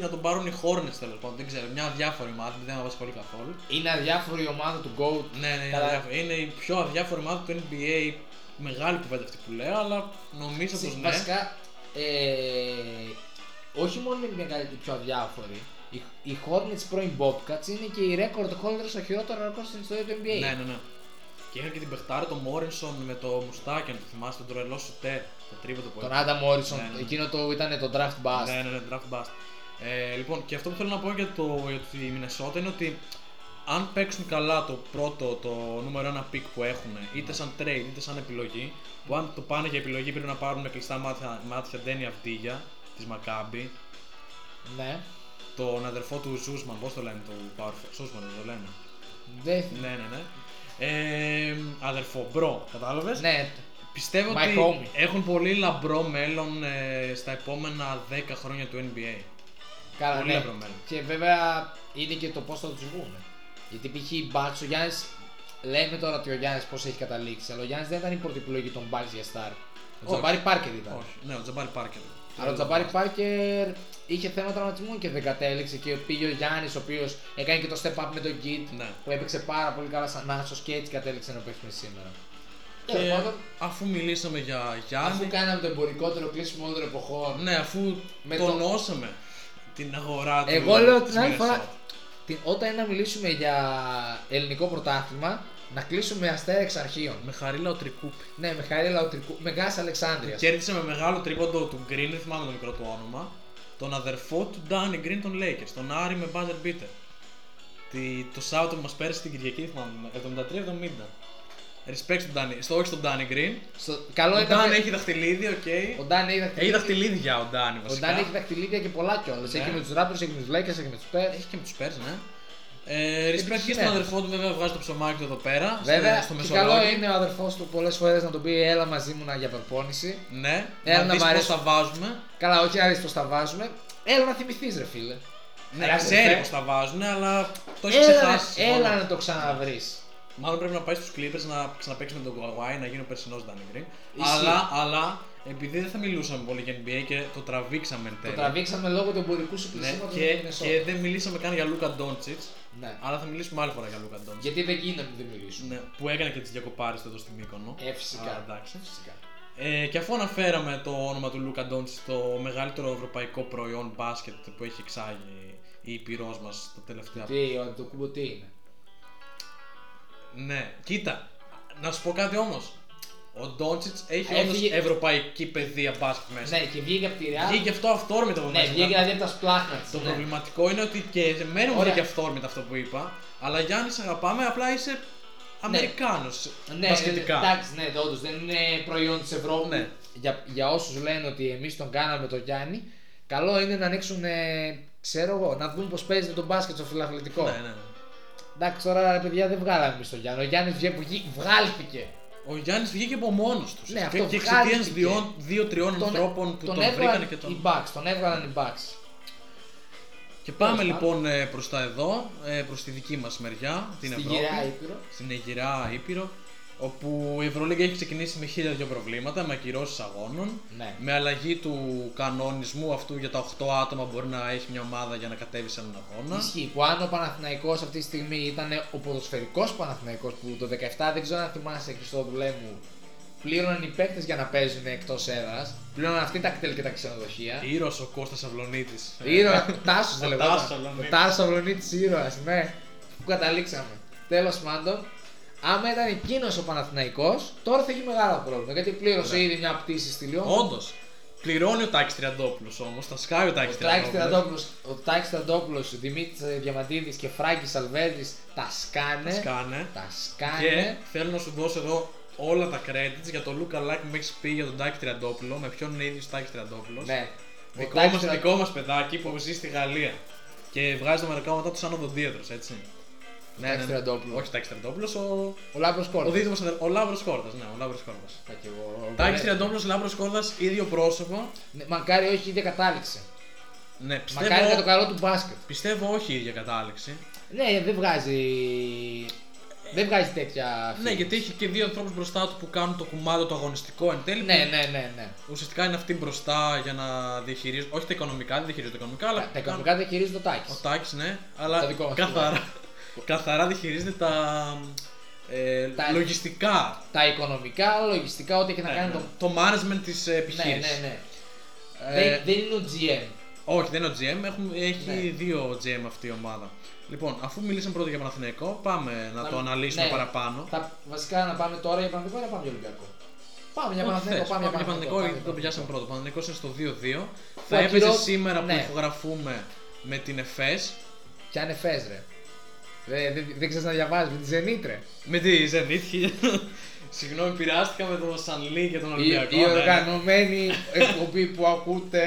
να τον πάρουν οι Χόρνε τέλος πάντων. Δεν ξέρω, μια διάφορη ομάδα που δεν μα πολύ καθόλου. Είναι αδιάφορη η ομάδα του GOAT. Ναι, ναι, είναι, Καλά. αδιάφορη. είναι η πιο αδιάφορη ομάδα του NBA. Μεγάλη κουβέντα αυτή που λέω, αλλά νομίζω πω Συ- ναι. Βασικά, ε, όχι μόνο είναι μεγάλη και πιο αδιάφορη. Οι, οι Hornets πρώην Bobcats είναι και οι record holder στο χειρότερο ρεκόρ στην ιστορία του NBA. Ναι, ναι, ναι. Και είχα και την παιχτάρα τον Μόρινσον με το μουστάκι, αν το θυμάστε, τον τρελό σουτέρ. Το τρίποντο που Τον έκανε. Adam Morrison, Ναι, ναι, ναι. εκείνο το ήταν το draft bust. Ναι, ναι, ναι, draft bust. Ε, λοιπόν, και αυτό που θέλω να πω για, το, για τη Μινεσότα είναι ότι αν παίξουν καλά το πρώτο, το νούμερο 1 pick που έχουν, είτε σαν trade είτε σαν επιλογή, που αν το πάνε για επιλογή πρέπει να πάρουν με κλειστά μάτια, μάτια Ντένι Αυδίγια τη Μακάμπη, ναι. τον αδερφό του Ζούσμαν, πώς το λένε το Power Forward, Ζούσμαν το λένε. Δεν- Ναι, ναι, ναι. Ε, αδερφό, μπρο, κατάλαβες. ναι. Πιστεύω My ότι homie. έχουν πολύ λαμπρό μέλλον ε, στα επόμενα 10 χρόνια του NBA. Καλά, Πολύ ναι. απρωμένο. Και βέβαια είναι και το πώς θα τους βγουν. Γιατί π.χ. οι Bucks, ο Γιάννης. Λέμε τώρα ότι ο Γιάννης πώς έχει καταλήξει, αλλά ο Γιάννης δεν ήταν η πρώτη επιλογή των Bucks για Star. Ο Όχι. Τζαμπάρι Πάρκερ ήταν. Όχι, Ε, ναι, ο Τζαμπάρι Πάρκερ. Αλλά ο Τζαμπάρι Πάρκερ είχε θέμα τραυματισμού και δεν κατέληξε και πήγε ο Γιάννης, ο οποίος έκανε και το step up με τον Git Ναι. που έπαιξε πάρα πολύ καλά σαν άσος και έτσι κατέληξε να παίξουμε σήμερα. Τέλο Και πάντων, αφού μιλήσαμε για αφού Γιάννη. κάναμε το εμπορικότερο κλείσιμο όλων των εποχών, Ναι, αφού Με το- τονώσαμε την αγορά του. Εγώ λέω της την άλλη φορά. Μινεσότα. την- Όταν είναι να μιλήσουμε για ελληνικό πρωτάθλημα, να κλείσουμε αστέρα εξ αρχείων. Με χαρίλα ο Τρικούπη. Ναι, Μιχαήλ Λαουτρικού, Μεγάς Αλεξάνδρειας. Κέρδισε με μεγάλο τρίποντο του Γκριν, δεν θυμάμαι το μικρό του όνομα. Τον αδερφό του Ντάνι Γκριν των Lakers, τον Άρη με buzzer beater. Τι, το Σάββατο που μας πέρασε την Κυριακή, θυμάμαι, 73-70. Respect στον Ντάνι, στο όχι στον Ντάνι Γκριν. Στο... Καλό Ο ήταν. Ντάνι και- έχει δαχτυλίδι, οκ. Ο Ντάν έχει Έχει δαχτυλίδια. δαχτυλίδια ο Ντάνι Ο βασικά. Ντάν έχει δαχτυλίδια και πολλά κιόλας. Ναι. Έχει με τους Raptors, έχει με τους Lakers, έχει με τους Πέρ. Έχει και με τους Πέρς, ναι. Ε, respect και στον Επιτυχημένος. αδερφό του, βέβαια, βγάζει το ψωμάκι του εδώ πέρα. Βέβαια, στο, και στο καλό Μεσολόγιο. είναι ο αδερφός του πολλές φορές να τον πει Έλα μαζί μου να για προπόνηση. Ναι, Έλα να να δεις βαρέσεις. πώς τα βάζουμε. Καλά, όχι να δεις πώς τα βάζουμε. Έλα να θυμηθείς, ρε φίλε. Ναι, Έλα, ξέρει αδερφέ. πώς τα βάζουν, αλλά το έχεις Έλα, ξεχάσει. έλα συγγνώμη. να το ξαναβρεις. Μάλλον πρέπει να πάει στους Clippers να ξαναπαίξει με τον Κawhi, να γίνει ο περσινός Danny Green. Ισχύει. Αλλά, αλλά, επειδή δεν θα μιλούσαμε πολύ για NBA και το τραβήξαμε εν Το τέλει. τραβήξαμε λόγω του εμπορικού σου ναι, κλεισίματο και, και δεν μιλήσαμε καν για Luka Doncic, Ναι. αλλά θα μιλήσουμε άλλη φορά για Luka Doncic. Γιατί δεν γίνεται να μην μιλήσουμε. Ναι, που έκανε και τις διακοπάρες του εδώ στην Μύκονο. Ε, φυσικά. Α, εντάξει. Φυσικά. Ε, και αφού αναφέραμε το όνομα του Λούκα Ντόντσι, το μεγαλύτερο ευρωπαϊκό προϊόν μπάσκετ που έχει εξάγει η Ήπειρός μας τα τελευταία Τι, ο Αντοκούμπο τι είναι. Ναι, κοίτα, να σου πω κάτι όμως. Ο Ντόντσιτ έχει Έφυγε- όντως ευρωπαϊκή παιδεία μπάσκετ μέσα. Ναι, και βγήκε από τη Real. Βγήκε αυτό αυτόρμητα από Ναι, μέσα. βγήκε δηλαδή από τα σπλάχνα της, Το ναι. προβληματικό είναι ότι και σε μένα μου Ωραία. βγήκε αυτόρμητα αυτό που είπα. Αλλά Γιάννης, σε αγαπάμε, απλά είσαι Αμερικάνος. Ναι, μπασκετικά. εντάξει, ναι, όντως δεν είναι προϊόν της Ευρώπης. Ναι. Για, για όσους λένε ότι εμείς τον κάναμε τον Γιάννη, καλό είναι να ανοίξουν, ε, ξέρω εγώ, να δουν πώ παίζει με τον μπάσκετ στο φιλαθλητικό. ναι, ναι. ναι. Εντάξει, τώρα ρε παιδιά δεν βγάλαμε εμείς τον Γιάννη. Ο Γιάννης βγάλθηκε. Ο Γιάννης βγήκε από μόνος τους. Ναι, αυτό και εξαιτία βγάλθηκε. δύο-τριών ανθρώπων που τον, βρήκαν και ε, οι τον. Bucks, τον έβγαλαν οι Bucks. Και πάμε Τέλος λοιπόν ε, προς τα εδώ, ε, προς τη δική μας μεριά, την Στην Ευρώπη. γυρά Ήπειρο. Στην Αιγυρά Ήπειρο. Όπου η Ευρωλίγκα έχει ξεκινήσει με χίλια δυο προβλήματα, με ακυρώσεις αγώνων. Ναι. Με αλλαγή του κανονισμού αυτού για τα 8 άτομα μπορεί να έχει μια ομάδα για να κατέβει σε έναν αγώνα. Ισχύει που αν ο Παναθηναϊκός αυτή τη στιγμή ήταν ο ποδοσφαιρικός Παναθηναϊκός που το 17 δεν ξέρω αν θυμάσαι Χριστόδουλέ μου πλήρωναν οι παίκτες για να παίζουν εκτός έδρας πλήρωναν αυτοί τα κτέλ και τα ξενοδοχεία Ήρωας ο Κώστας Αυλονίτης. Ήρωα, ο Τάσος δεν ε. Ο λεγόταν. Τάσος Αυλονίτης. Ο Τάσος Αυλονίτης ήρωας, ναι Που καταλήξαμε Τέλος πάντων Άμα ήταν εκείνος ο Παναθηναϊκός, τώρα θα έχει μεγάλο πρόβλημα. Γιατί πλήρωσε ήδη μια πτήση στη Λιόν. Ναι. Όντως, πληρώνει ο Τάκης Τριαντόπουλος όμως, τα σκάει ο Τάκης Τάκης Τριαντόπουλος. Τριαντόπουλος, ο Τάκης Τριαντόπουλος, ο Δημήτρης ε, Διαμαντίδης και Φράγκης Αλβέδης τα Τα σκάνε. σκάνε. Τα σκάνε. Και θέλω να σου δώσω εδώ όλα τα credits για το Luca Like που με έχεις πει για τον Τάκη Τριαντόπουλο, με ποιον είναι ίδιο ο Τάκης Τριαντόπουλος. Ναι. Δικό Ο μας, Τάκης- δικό μας παιδάκι που ζει στη Γαλλία. Και βγάζει το μερικά του σαν οδοντίατρος, έτσι. Ναι, Τάκης Τριαντόπουλος. Ναι, Όχι Τάκη Τριαντόπουλο, ο, Ο Λάμπρος ο Κόρτας. δίδυμος, αδερ- ο Λάβρος Κόρδας, ναι, ο Λάβρος Κόρδας. Τα κι εγώ. Τάκης Τριαντόπουλος, Λάβρος Κόρδας, ίδιο πρόσωπο. Ναι, Μακάρι όχι, ίδια κατάληξε. Ναι, πιστεύω, Μακάρι για το καλό του μπάσκετ. πιστεύω όχι η ίδια κατάληξη. Ναι, δεν βγάζει. Δεν βγάζει τέτοια. Ναι, feelings. γιατί έχει και δύο ανθρώπους μπροστά του που κάνουν το κουμάντο το αγωνιστικό εν τέλει. Ναι, ναι, ναι. ναι. Ουσιαστικά είναι αυτοί μπροστά για να διαχειρίζουν. Όχι τα οικονομικά, δεν διαχειρίζονται τα οικονομικά, αλλά. Τα κάνουν- οικονομικά δεν χειρίζεται ο Τάκης. Ο Τάκης, ναι, αλλά Το δικό μας καθαρά, καθαρά διαχειρίζεται τα. Ε, Τα- λογιστικά. Τα οικονομικά, λογιστικά, ό,τι έχει να Ναι, κάνει ναι. το. το management της Ναι, επιχείρησης. ναι, ναι. Ε, Δεν, δεν είναι ο GM. Όχι, δεν είναι ο GM, έχουν, έχει Ναι. δύο GM αυτή η ομάδα. Λοιπόν, αφού μιλήσαμε πρώτα για Παναθηναϊκό, πάμε να, Να- το αναλύσουμε ναι. παραπάνω. Θα, βασικά να πάμε τώρα για Παναθηναϊκό ή να πάμε για Ολυμπιακό. Πάμε για Ό,τι Παναθηναϊκό, θες. πάμε για Παναθηναϊκό. Παναθηναϊκό, πάμε γιατί για το πιάσαμε πρώτο. Παναθηναϊκός είναι στο 2-2. Θα ακυρώ- έπαιζε σήμερα που ναι. ηχογραφούμε με την ΕΦΕΣ. Κι αν εφές, ρε. Δεν, δεν, δεν ξέρεις να διαβάζεις, με τη Ζενήτρε. Με τη Ζενίτ. Συγγνώμη, πειράστηκα με τον Σανλή και τον Η, Ολυμπιακό. η ναι. οργανωμένη εκπομπή που ακούτε.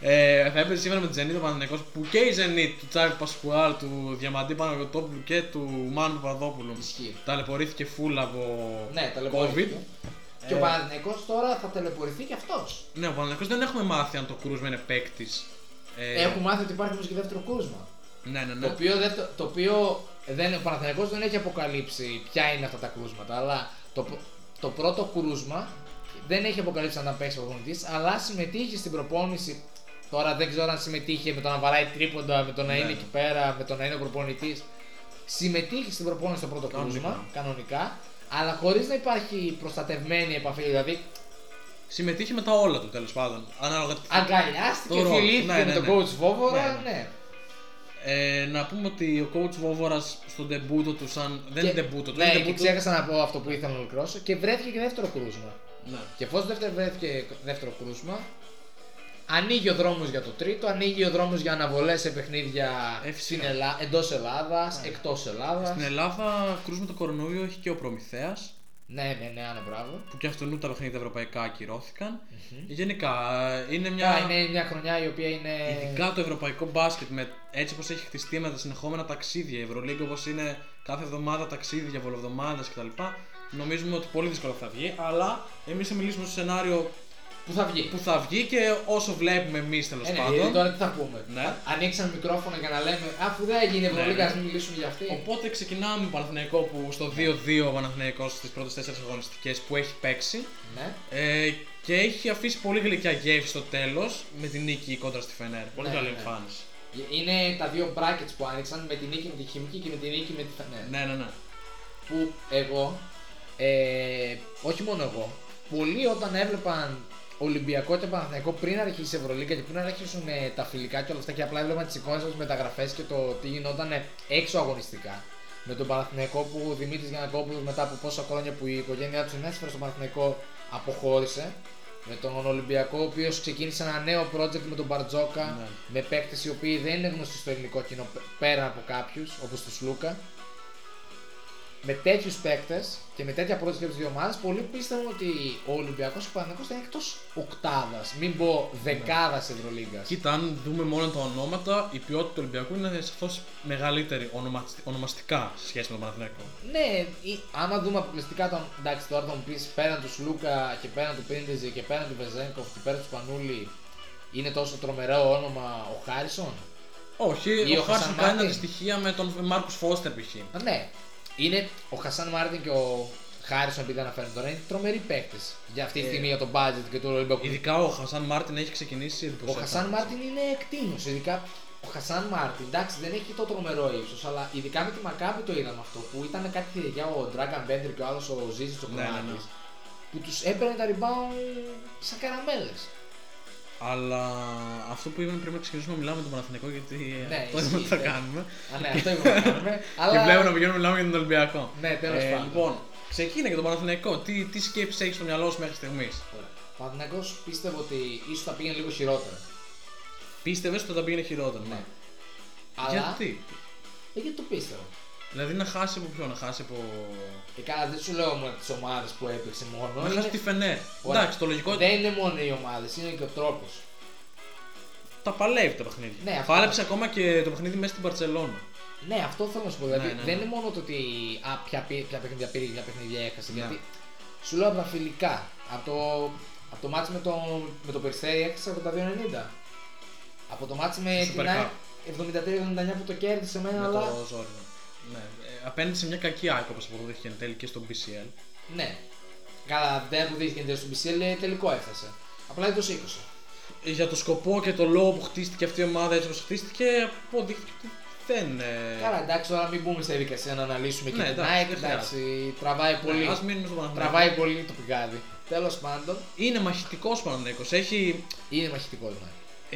Ε, θα έπαιζε σήμερα με τη Zenit ο Παναθηναϊκός που και η Zenit του Τσάβη Πασκουάλ, του Διαμαντή Παναγιωτόπουλου και του Μάνου Παπαδόπουλου Ισχύει. ταλαιπωρήθηκε φούλα από Ναι, COVID. ταλαιπωρήθηκε. Και ο Παναθηναϊκός τώρα θα ταλαιπωρηθεί κι αυτός. Ναι, ο Παναθηναϊκός δεν έχουμε μάθει αν το κρούσμα είναι παίκτης. Ε, Έχουν μάθει ότι υπάρχει όμως και δεύτερο κούσμα. Ναι, ναι, Το ναι. οποίο, δεν, το οποίο δεν, ο Παναθηναϊκός δεν έχει αποκαλύψει ποια είναι αυτά τα κρούσματα, αλλά το, π- το πρώτο κρούσμα δεν έχει αποκαλύψει αν ήταν παίξει προπονητής, αλλά συμμετείχε στην προπόνηση. Τώρα δεν ξέρω αν συμμετείχε με το να βαράει τρίποντα, με το να Ναι, είναι ναι. εκεί πέρα, με το να είναι ο προπονητής. Συμμετείχε στην προπόνηση στο πρώτο Κανονικά. κρούσμα, κανονικά, αλλά χωρίς να υπάρχει προστατευμένη επαφή. Δηλαδή Συμμετείχε με τα όλα του τέλος πάντων. Ανάλογα τι αγκαλιάστηκε, Το ρόλο. φιλήθηκε Ναι, με ναι, τον ναι. coach Βόβορα, Ναι, ναι. ναι. Ε, να πούμε ότι ο coach Βόβορας στον τεμπούτο του, σαν. Δεν Και- είναι τεμπούτο του, Ναι, είναι και debut του- ξέχασα να πω αυτό που ήθελα να ολοκληρώσω και βρέθηκε και δεύτερο κρούσμα. Ναι. Και εφόσον δεύτερο βρέθηκε δεύτερο κρούσμα, ανοίγει ο δρόμος για το τρίτο, ανοίγει ο δρόμος για αναβολές σε παιχνίδια Ε, φυσικά. Ναι. εντός Ελλάδας, εκτός Ελλάδας. Στην Ε- Ελλάδα, κρούσμα το κορονοϊό έχει και ο Προμηθέας, Ναι, ναι, ναι, άνω μπράβο. που και αυτόν τα παιχνίδια τα ευρωπαϊκά ακυρώθηκαν. Γενικά, ε, είναι μια. Μια... Είναι μια χρονιά η οποία είναι. Ειδικά το ευρωπαϊκό μπάσκετ, με, έτσι όπως έχει χτιστεί με τα συνεχόμενα ταξίδια, η Ευρωλίγκα όπως είναι κάθε εβδομάδα ταξίδια, βολοβδομάδες κτλ. Νομίζουμε ότι πολύ δύσκολα θα βγει, αλλά εμείς θα μιλήσουμε στο σενάριο Που θα βγει. που θα βγει και όσο βλέπουμε εμείς τέλος Ε, ναι, γιατί πάντων. τώρα τι θα πούμε. Ναι. Ανοίξαμε μικρόφωνο για να λέμε Αφού δεν γίνει η Ναι, Ευρωλίγκα, ναι. ας μην μιλήσουμε για αυτή. Οπότε ξεκινάμε με Παναθηναϊκό που στο 2-2 ο Παναθηναϊκός στις πρώτες τέσσερις αγωνιστικές που έχει παίξει Ναι. ε, και έχει αφήσει πολύ γλυκιά γεύση στο τέλος με την νίκη κόντρα στη Φενέρ. Πολύ Ναι, καλή ναι. εμφάνιση. Είναι τα δύο brackets που άνοιξαν με την νίκη με τη χημική και με την νίκη με τη Φενέρ. Ναι, ναι, ναι. που εγώ, ε, όχι μόνο εγώ, πολλοί όταν έβλεπαν Ολυμπιακό και Παναθηναϊκό πριν αρχίσει η Ευρωλίγκα και πριν αρχίσουν ε, τα φιλικά και όλα αυτά και απλά έβλεπαν τις εικόνες με μεταγραφές και το τι γινόταν ε, έξω αγωνιστικά. Με τον Παναθηναϊκό που ο Δημήτρης Γιανακόπουλος μετά από πόσα χρόνια που η οικογένειά του συνέσφερε στον Παναθηναϊκό αποχώρησε. Με τον Ολυμπιακό, ο οποίος ξεκίνησε ένα νέο project με τον Μπαρτζόκα, Ναι. με παίκτες οι οποίοι δεν είναι γνωστοί στο ελληνικό κοινό π- πέρα από κάποιους, όπως τους Λούκα με τέτοιους παίκτες και με τέτοια πρόταση από τις δύο ομάδες, πολλοί πίστευαν ότι ο Ολυμπιακός και ο Παναθηναϊκός ήταν εκτός οκτάδας. Μην πω δεκάδας Ευρωλίγκας. Κοίτα, αν δούμε μόνο τα ονόματα, η ποιότητα του Ολυμπιακού είναι σαφώς μεγαλύτερη ονοματι- ονομαστικά σε σχέση με τον Παναθηναϊκό. Ναι, ή- άμα δούμε αποκλειστικά τον. Εντάξει, τώρα θα μου πεις πέραν τους Σλούκα και πέραν του Πρίντεζη και πέραν του Βεζέγκοφ και πέραν του Πανούλη, είναι τόσο τρομερό όνομα ο Χάρισον. Όχι, Ή ο ο Χάρσον Χασαν κάνει Μάρτιν. αντιστοιχεία με τον Μάρκους Φώστερ π.χ. Α, ναι, είναι ο Χασάν Μάρτιν και ο Χάρισον, επειδή αναφέρουν τώρα, είναι τρομεροί παίκτες για αυτή τη στιγμή για τον budget και του Ολυμπιακού. Ειδικά ο Χασάν Μάρτιν έχει ξεκινήσει Ο εντυπωσιακά. Χασάν Μάρτιν είναι εκτείνος. Ειδικά ο Χασάν Μάρτιν, εντάξει, δεν έχει το τρομερό ύψος, αλλά ειδικά με τη Μακάβη το είδαμε αυτό που ήταν κάτι για ο Dragon Bender και ο άλλος ο Ζήση ο Ναι, ναι, ναι. Κομμάτι. Που τους έπαιρνε τα rebound σαν καραμέλες. Αλλά αυτό που είπαμε πριν να ξεκινήσουμε να μιλάμε για τον Παναθηναϊκό γιατί Ναι, αυτό ισχύει, είναι που θα ναι. κάνουμε. Α, ναι, αυτό είπαμε να κάνουμε. Και αλλά... βλέπω να πηγαίνουμε να μιλάμε για τον Ολυμπιακό. Ναι, τέλος πάντων. Λοιπόν, ξεκίνα για τον Παναθηναϊκό. Τι, τι σκέψεις έχεις στο μυαλό σου μέχρι στιγμής. Παναθυνακό πίστευε ότι ίσως θα πήγαινε λίγο χειρότερα. Πίστευες ότι θα τα πήγαινε χειρότερα. Ναι. Αλλά Γιατί. Ε, γιατί το πίστευα. Δηλαδή να χάσει από ποιο, να χάσει από. Ε, καλά, δεν σου λέω μόνο τις ομάδες που έπαιξε μόνο. να είναι- χάσει τη Φενέρ. Ωραία. Εντάξει, το λογικό είναι ότι Δεν είναι μόνο οι ομάδες, είναι και ο τρόπος. τα παλεύει τα παιχνίδια. Ναι, αυτό. Πάλεψε ακόμα και το παιχνίδι μέσα στην Παρσελόνα. Ναι, αυτό θέλω να σου πω. Δηλαδή, Ναι, ναι, δεν ναι. είναι μόνο το ότι α, ποια, πή- ποια παιχνίδια πήρε και ποια παιχνίδια έχασε. Ναι. Γιατί σου λέω από τα φιλικά. Από το, από το μάτς με το, με το Περιστέρι έχασε 82-90. Από το μάτς με Στο την Super Cup. ΑΕΚ 73-79 που το κέρδισε εμένα, Με Ε, αλλά το Ζόρι. Ναι. Ε, απέναντι σε μια κακή άκρη όπω αποδείχθηκε εν τέλει και στο BCL. Ναι. Καλά, δεν αποδείχθηκε εντελώ του BCL, ε, τελικό έφτασε. Απλά έδωσε 20. Ε, Για το σκοπό και το λόγο που χτίστηκε αυτή η ομάδα έτσι όπως χτίστηκε, αποδείχθηκε ότι δεν. ε, Καλά, εντάξει, τώρα μην μπούμε σε δικασία να αναλύσουμε και Ναι, την εντάξει, ΑΕΚ. δεν χρειάζεται. Ναι, Εντάξει, τραβάει πολύ. Ας μείνουμε στο Παναθηναϊκό. Τραβάει πολύ το πηγάδι. Τέλος πάντων, Είναι μαχητικός Παναθυναϊκό. Έχει. είναι μαχητικός ναι.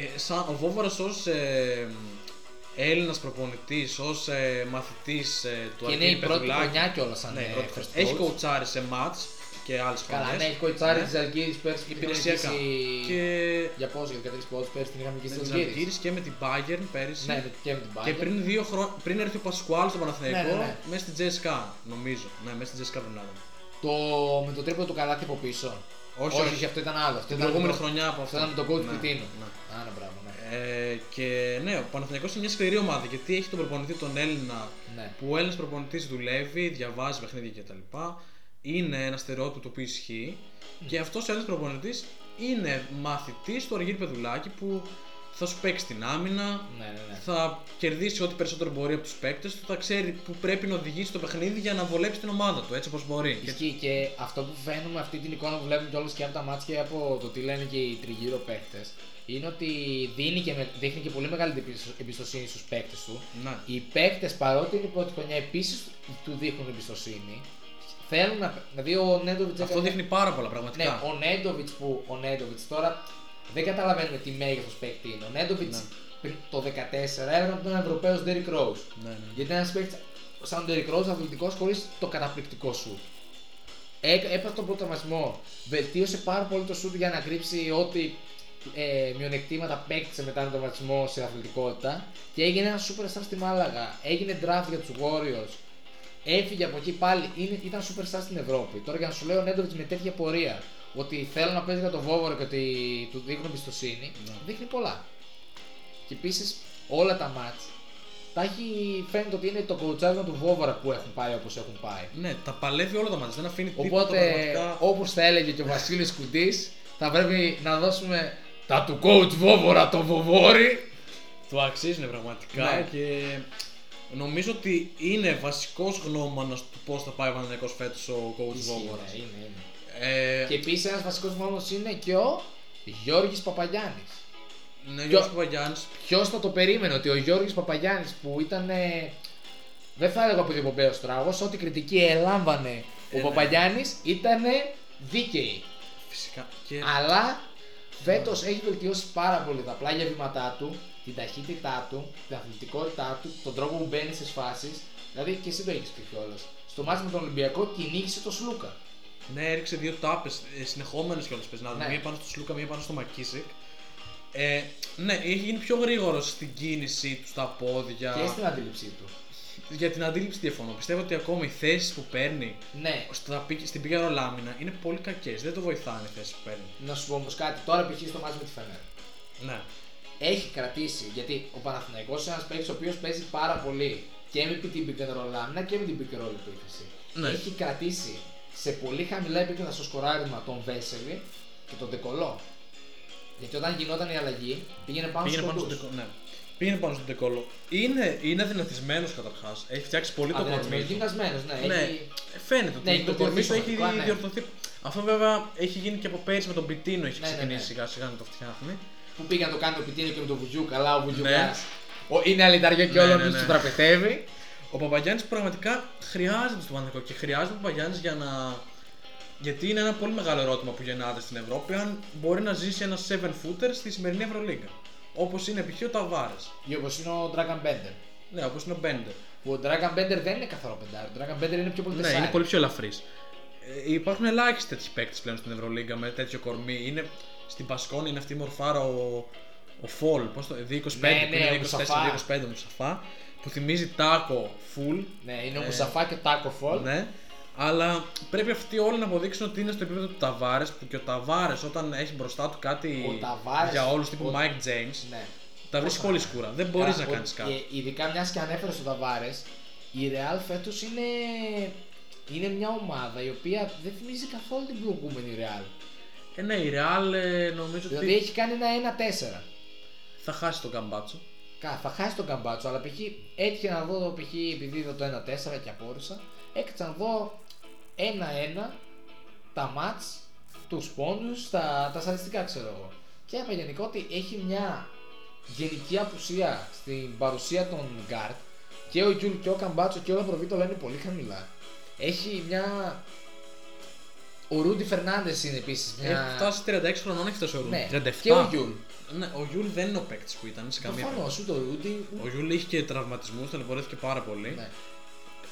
Ε, σαν, ο Βόβορα ως ε, Έλληνας προπονητής, ως ε, μαθητής ε, του Και είναι Αρχή η πρώτη Πετρουλάκη. χρονιά κιόλας σαν Ναι, ε, πρώτη first φορά. coach. Έχει κοουτσάρει σε μάτ και άλλες χρονιές. Καλά, ναι, έχει κοϊτσάρι Ναι. τη Αλγύρη πέρσι και πήρε Υπηρεσιακά. Και Για πόσο, για 13 πόντους πέρσι την είχαμε και με στην την Αλγύρη. Αλγύρης και με την Bayern πέρυσι. Ναι, με- και με την Bayern. Και πριν, δύο χρο... πριν έρθει ο Πασκουάλ στο Παναθηναϊκό, Ναι, ναι, ναι. μέσα στην Τζέσικα, νομίζω. Ναι, μέσα στην Τζέσικα Βερνάδο. Το, με το τρίπο του καλάθι από πίσω. Όχι, όχι. αυτό ήταν άλλο. Αυτό Την ήταν προηγούμενη το- χρονιά από Αυτό αυτό. ήταν με τον coach Ναι, Πιτίνο. ναι. Α, ναι, μπράβο, ναι. Ε, και ναι, ο Παναθηναϊκός είναι μια σκληρή ομάδα γιατί έχει τον προπονητή τον Έλληνα Ναι. που ο Έλληνας προπονητής δουλεύει, διαβάζει παιχνίδια κτλ. Είναι ένα στερεότυπο το οποίο ισχύει. Και αυτός ο Έλληνας προπονητής είναι μαθητής του Αργύρι Πεδουλάκη που θα σου παίξει την άμυνα, Ναι, ναι, ναι. θα κερδίσει ό,τι περισσότερο μπορεί από τους παίκτες του, θα ξέρει που πρέπει να οδηγήσει το παιχνίδι για να βολέψει την ομάδα του έτσι όπως μπορεί. Και- Ισχύει και αυτό που φαίνουμε, αυτή την εικόνα που βλέπουμε κιόλα και από τα μάτια και από το τι λένε και οι τριγύρω παίκτες, είναι ότι δίνει και με- δείχνει και πολύ μεγάλη εμπιστοσύνη στους παίκτες του. Ναι. Οι παίκτες, παρότι είναι η πρώτη χρονιά, επίσης του δείχνουν εμπιστοσύνη. Θέλουν να. Δηλαδή, ο Νέντοβιτ Αυτό δείχνει πάρα πολλά Ναι, πραγματικά. ο Νέντοβιτ που. Ο Νέντοβιτς τώρα δεν καταλαβαίνουμε τι μέγεθος παίκτη είναι. Ο Νέντοβιτ το 2014 έρευνα τον Ευρωπαίος Ντέρι Ρόου. Ναι, ναι. Γιατί ένας παίκτης σαν τον Derrick Rose αθλητικός χωρίς το καταπληκτικό σου. Έπαθε τον πρωτοβασμό. Βελτίωσε πάρα πολύ το σουτ για να κρύψει ό,τι ε, μειονεκτήματα παίκτησε μετά τον βαθμό σε αθλητικότητα. Και έγινε ένας σούπερ στη Μάλαγα. Έγινε draft για τους Warriors. Έφυγε από εκεί πάλι. Είναι, ήταν σούπερ στην Ευρώπη. Τώρα για να σου λέω ο Νέντοβιτ με τέτοια πορεία ότι θέλω να παίζει για τον Βόβορο και ότι του δείχνω εμπιστοσύνη. Ναι. Δείχνει πολλά. Και επίσης όλα τα μάτς τα έχει φαίνεται ότι είναι το κοουτσάρισμα του Βόβαρα που έχουν πάει όπως έχουν πάει. Ναι, τα παλεύει όλα τα μάτια. Δεν αφήνει τίποτα Οπότε, πραγματικά. όπως θα έλεγε και ο Βασίλης Κουντής, θα πρέπει να δώσουμε τα του coach Βόβορα το Βοβόρι. Του αξίζουν πραγματικά Ναι. και νομίζω ότι είναι βασικός γνώμονας του πώς θα πάει ο Παναθηναϊκός φέτος ο coach Βόβορα. ναι, Είναι, είναι, είναι. Ε, Και επίσης ένας βασικός μόνος είναι και ο Γιώργης Παπαγιάννης. Ναι, Ποιο- Γιώργο Παπαγιάννης. Ποιος θα το περίμενε ότι ο Γιώργης Παπαγιάννης που ήταν. ε, Δεν θα έλεγα αποδιοπομπαίο τράγο, ό,τι κριτική ελάμβανε ο Ε, ναι. Παπαγιάννης ήταν δίκαιη. Φυσικά. Και... Αλλά φέτος έχει βελτιώσει πάρα πολύ τα πλάγια βήματά του, την ταχύτητά του, την αθλητικότητά του, τον τρόπο που μπαίνει στις φάσεις. Δηλαδή και εσύ το έχεις πει κιόλας. Στο μάτι με τον Ολυμπιακό κυνήγησε τον Σλούκα. Ναι, έριξε δύο ε, τάπε συνεχόμενες κιόλας πεζνάδε. Ναι. Μία πάνω στο Σλούκα, μία πάνω στο Μακίσικ. Ε, ναι, έχει γίνει πιο γρήγορο στην κίνησή του, στα πόδια. Και στην αντίληψή του. Για την αντίληψη διαφωνώ. Πιστεύω ότι ακόμα οι θέσεις που παίρνει Ναι, στα, πι- στην πήγα ρολάμινα είναι πολύ κακές. Δεν το βοηθάνε οι θέσεις που παίρνει. να σου πω όμως κάτι. Τώρα π.χ. στο μάτι με τη Φενέρ. Ναι. Έχει κρατήσει γιατί ο Παναθηναϊκός είναι ένας παίκτης ο οποίος παίζει πάρα πολύ και με την pick and roll άμυνα και με την pick and roll επίθεση. Ναι. Έχει κρατήσει σε πολύ χαμηλά επίπεδα στο σκοράρισμα τον Βέσελη και τον Ντεκολό. Γιατί όταν γινόταν η αλλαγή πήγαινε πάνω Πήγαινε στο πάνω, στον κοντούς. τεκο... ναι. Πήγαινε πάνω στον τεκόλο. Είναι, είναι αδυνατισμένο καταρχάς. Έχει φτιάξει πολύ το κορμί. του. Αδυνατισμένος, ναι. Ναι, δηλαδή, Έχει... φαίνεται ότι Ναι, έχει το κορμί βελτιωθεί σου έχει σωματικά, ναι. διορθωθεί. Αυτό βέβαια έχει γίνει και από πέρυσι με τον Πιτίνο. Έχει Ναι, ναι, ξεκινήσει ναι. σιγά σιγά να το φτιάχνει. Που πήγε να το κάνει το Πιτίνο και με τον Βουγιούκ, αλλά ο Βουγιούκ Ναι. είναι αλυταριό και Ναι, όλο ναι, τους ναι. του τραπετεύει. Ο Παπαγιάννης πραγματικά χρειάζεται στο Παναθηναϊκό και χρειάζεται ο Παπαγιάννης για να. Γιατί είναι ένα πολύ μεγάλο ερώτημα που γεννάται στην Ευρώπη αν μπορεί να ζήσει ένας 7 footer στη σημερινή Ευρωλίγκα. Όπως είναι π.χ. ο Ταβάρες. Ή όπως είναι ο Dragon Bender. Ναι, όπως είναι ο Μπέντερ. Που ο Dragon Bender δεν είναι καθαρό πεντάρι. Ο Dragon Bender είναι πιο πολύ Ναι, τεσάρι. είναι πολύ πιο ελαφρύς. Ε, υπάρχουν ελάχιστοι τέτοιοι παίκτες πλέον στην Ευρωλίγκα με τέτοιο κορμί. Είναι, στην Πασκόνη είναι αυτή η μορφάρα ο, ο Φολ. Πώς το. 2,25 Ναι, που ναι, ο είναι 24, Μουσαφά. 25 ο Μουσαφά. Που θυμίζει τάκο φουλ. Ναι, είναι ο Μουσαφά και ο Τάκοφολ. Ε, Ναι. Αλλά πρέπει αυτοί όλοι να αποδείξουν ότι είναι στο επίπεδο του Ταβάρες που και ο Ταβάρες όταν έχει μπροστά του κάτι Ο Ταβάρες- για όλους τύπου ο- Mike James. Ναι. Τα βρίσκει πολύ σκούρα. Δεν μπορείς να Καλά, κάνει ο- κάτι. Και ειδικά μιας και ανέφερες στον Ταβάρες, η Real φέτος είναι... είναι μια ομάδα η οποία δεν θυμίζει καθόλου την προηγούμενη Real. Ε, ναι, η Real ε, νομίζω Δηλαδή ότι έχει κάνει ένα 1-4. θα χάσει τον Καμπάτσο. Κα- Θα χάσει τον καμπάτσο, αλλά π.χ. έτυχε να δω, π.χ. επειδή είδα το 1-4 και απόρρισα, έκατσα να δω 1-1 τα μάτς, τους πόντους, τα, τα στατιστικά ξέρω εγώ. Και είπα γενικό ότι έχει μια γενική απουσία στην παρουσία των Γκάρτ και ο Γιούλ και ο Καμπάτσο και όλα τα προβίτολα είναι πολύ χαμηλά. Έχει μια... Ο Ρούντι Φερνάνδες είναι επίσης μια... Έχει φτάσει 36 χρονών, έχει φτάσει ο Ρούλ. Ναι, 37. και ο Γιούλ. Ναι, ο Γιούλ δεν είναι ο παίκτης που ήταν σε καμία περίπτωση. Προφανώς, ούτε ο Ρούντι, Ο Γιούλ είχε και τραυματισμούς, ταλαιπωρήθηκε πάρα πολύ. Ναι.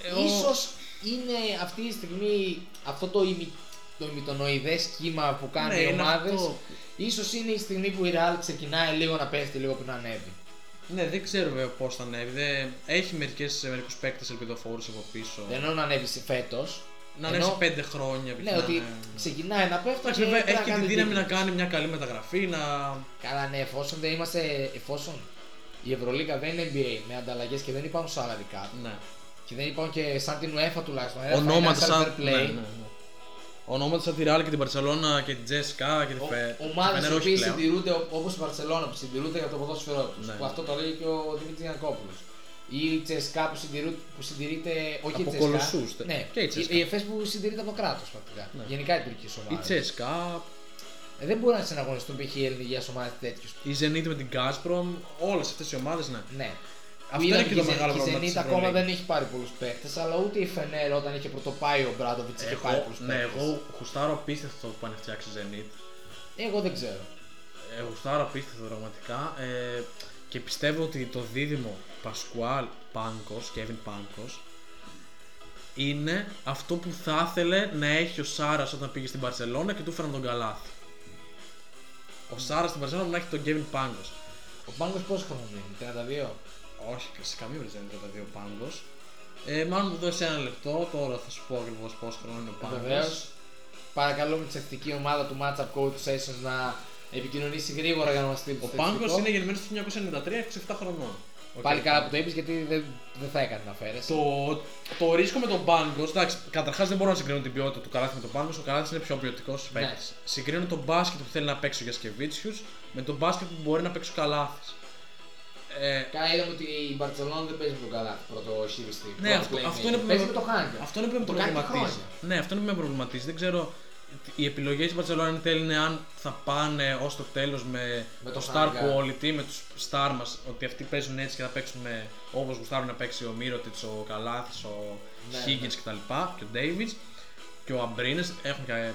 Ε, ο- Ίσως είναι αυτή τη στιγμή αυτό το, ημι, το ημιτονοειδές κύμα που κάνει Ναι, οι είναι ομάδες. αυτό. Ίσως είναι η στιγμή που η Real ξεκινάει λίγο να πέφτει, λίγο που να ανέβει. Ναι, δεν ξέρω βέβαια πώς θα ανέβει. Δεν... Έχει ε, μερικούς παίκτες ελπιδοφόρους από πίσω. Δεν εννοώ να ανέβει φέτος. Να ανέβει σε πέντε χρόνια. Ναι, να ότι είναι- ξεκινάει να πέφτει. Εντάξει, και βέβαια πρέπει έχει και τη κάνει δύναμη να δίκτυο. κάνει μια καλή μεταγραφή, να. Καλά, ναι, εφόσον δεν είμαστε. Εφόσον η Ευρωλίγα δεν είναι NBA με ανταλλαγές και δεν υπάρχουν salary cap Ναι. και δεν υπάρχουν και σαν την UEFA τουλάχιστον. ένα Ονόματα financial σαν. fair Ναι, ναι, play, ναι. Ονόματα σαν τη Ρεάλ και την Παρσελώνα και την Τζέσικα και την Φε. Ο- Ομάδε οι Φενέρ όχι οποίε πλέον. συντηρούνται όπως η Βαρκελόνη που συντηρούνται για το ποδόσφαιρό τους. Ναι. Που αυτό το λέει και ο Δημήτρης Γιανακόπουλο. Ή η Τσεσκά που, συντηρού, που συντηρείται. Όχι Από η Τσεσκά. κολοσσούς, τε- Ναι. και η Τσεσκά. Η, η ΕΦΕΣ που συντηρείται από το κράτος πρακτικά. Ναι. Γενικά οι τουρκικέ Η ομάδε. Τσέσκα, Δεν μπορούν να συναγωνιστούν π.χ. οι ελληνικέ ομάδε τέτοιους. η Zenit με την Gazprom, όλες αυτές οι ομάδες ναι. Ναι. Αυτό είναι και το μεγάλο πρόβλημα Η της Zenit ακόμα Ευρωλίγας. δεν έχει πάρει πολλούς παίχτε, αλλά ούτε η Φενέρ όταν είχε πρωτοπάει ο Μπράντοβιτ είχε πάρει Εγώ, πολλού παίχτε. ναι, εγώ χουστάρω απίστευτο που πάνε φτιάξει η Zenit. εγώ δεν ξέρω. Ε, γουστάρω απίστευτο πραγματικά. Ε, και πιστεύω ότι το δίδυμο Πασκουάλ Πάνκος, Κέβιν Πάνκος, είναι αυτό που θα ήθελε να έχει ο Σάρας όταν πήγε στην Παρσελώνα και του έφεραν τον Καλάθι. Ο Σάρας στην Παρσελώνα να έχει τον Κέβιν Πάνκος. Ο Πάγκο πόσο χρόνο είναι, 32. Όχι, σε καμία περίπτωση δεν είναι 32 Πάνκος. Ε, μάλλον μου δώσει ένα λεπτό, τώρα θα σου πω ακριβώς πόσο χρόνο είναι ο Βεβαίω. Πάνκο. Παρακαλούμε τη τεχνική ομάδα του Matchup Coach Sessions να επικοινωνήσεις γρήγορα για να μας στείλεις το Ο Πάνκο στατιστικό. είναι γεννημένο το 1993, 27 χρονών. Οκ. Πάλι καλά που το είπες γιατί δεν, δεν θα έκανε να φέρει. Το, το ρίσκο με τον Πάγκο, εντάξει, καταρχάς δεν μπορώ να συγκρίνω την ποιότητα του Καλάθι με τον Πάγκο. Ο Καλάθι είναι πιο ποιοτικός Ναι. παίκτης. Συγκρίνω τον μπάσκετ που θέλει να παίξει ο Γιασκεβίτσιου με τον μπάσκετ που μπορεί να παίξει ο Καλάθι. Ε, Καλά είδαμε ότι η Μπαρτσελόνα δεν παίζει με τον καλά πρώτο χειριστή. Ναι, πρώτο playmaker. αυτό- αυτό είναι που με- Παίζει με το Χάγκερ. αυτό είναι που με Το κάνει και προβληματίζει. χρόνια. Ναι, αυτό είναι που με προβληματίζει. Δεν ξέρω. Οι επιλογές της Μπαρσελόνα είναι αν θα πάνε ως το τέλος με, Με το το star Στάνγκα. quality, με τους star μας. Ότι αυτοί παίζουν έτσι και θα παίξουμε όπως γουστάρουν να παίξει ο Μύρωτιτ, ο Καλάθης, ο Ναι, Higgins ναι. κτλ. Και ο Davids και ο Αμπρίνε. Έχουν και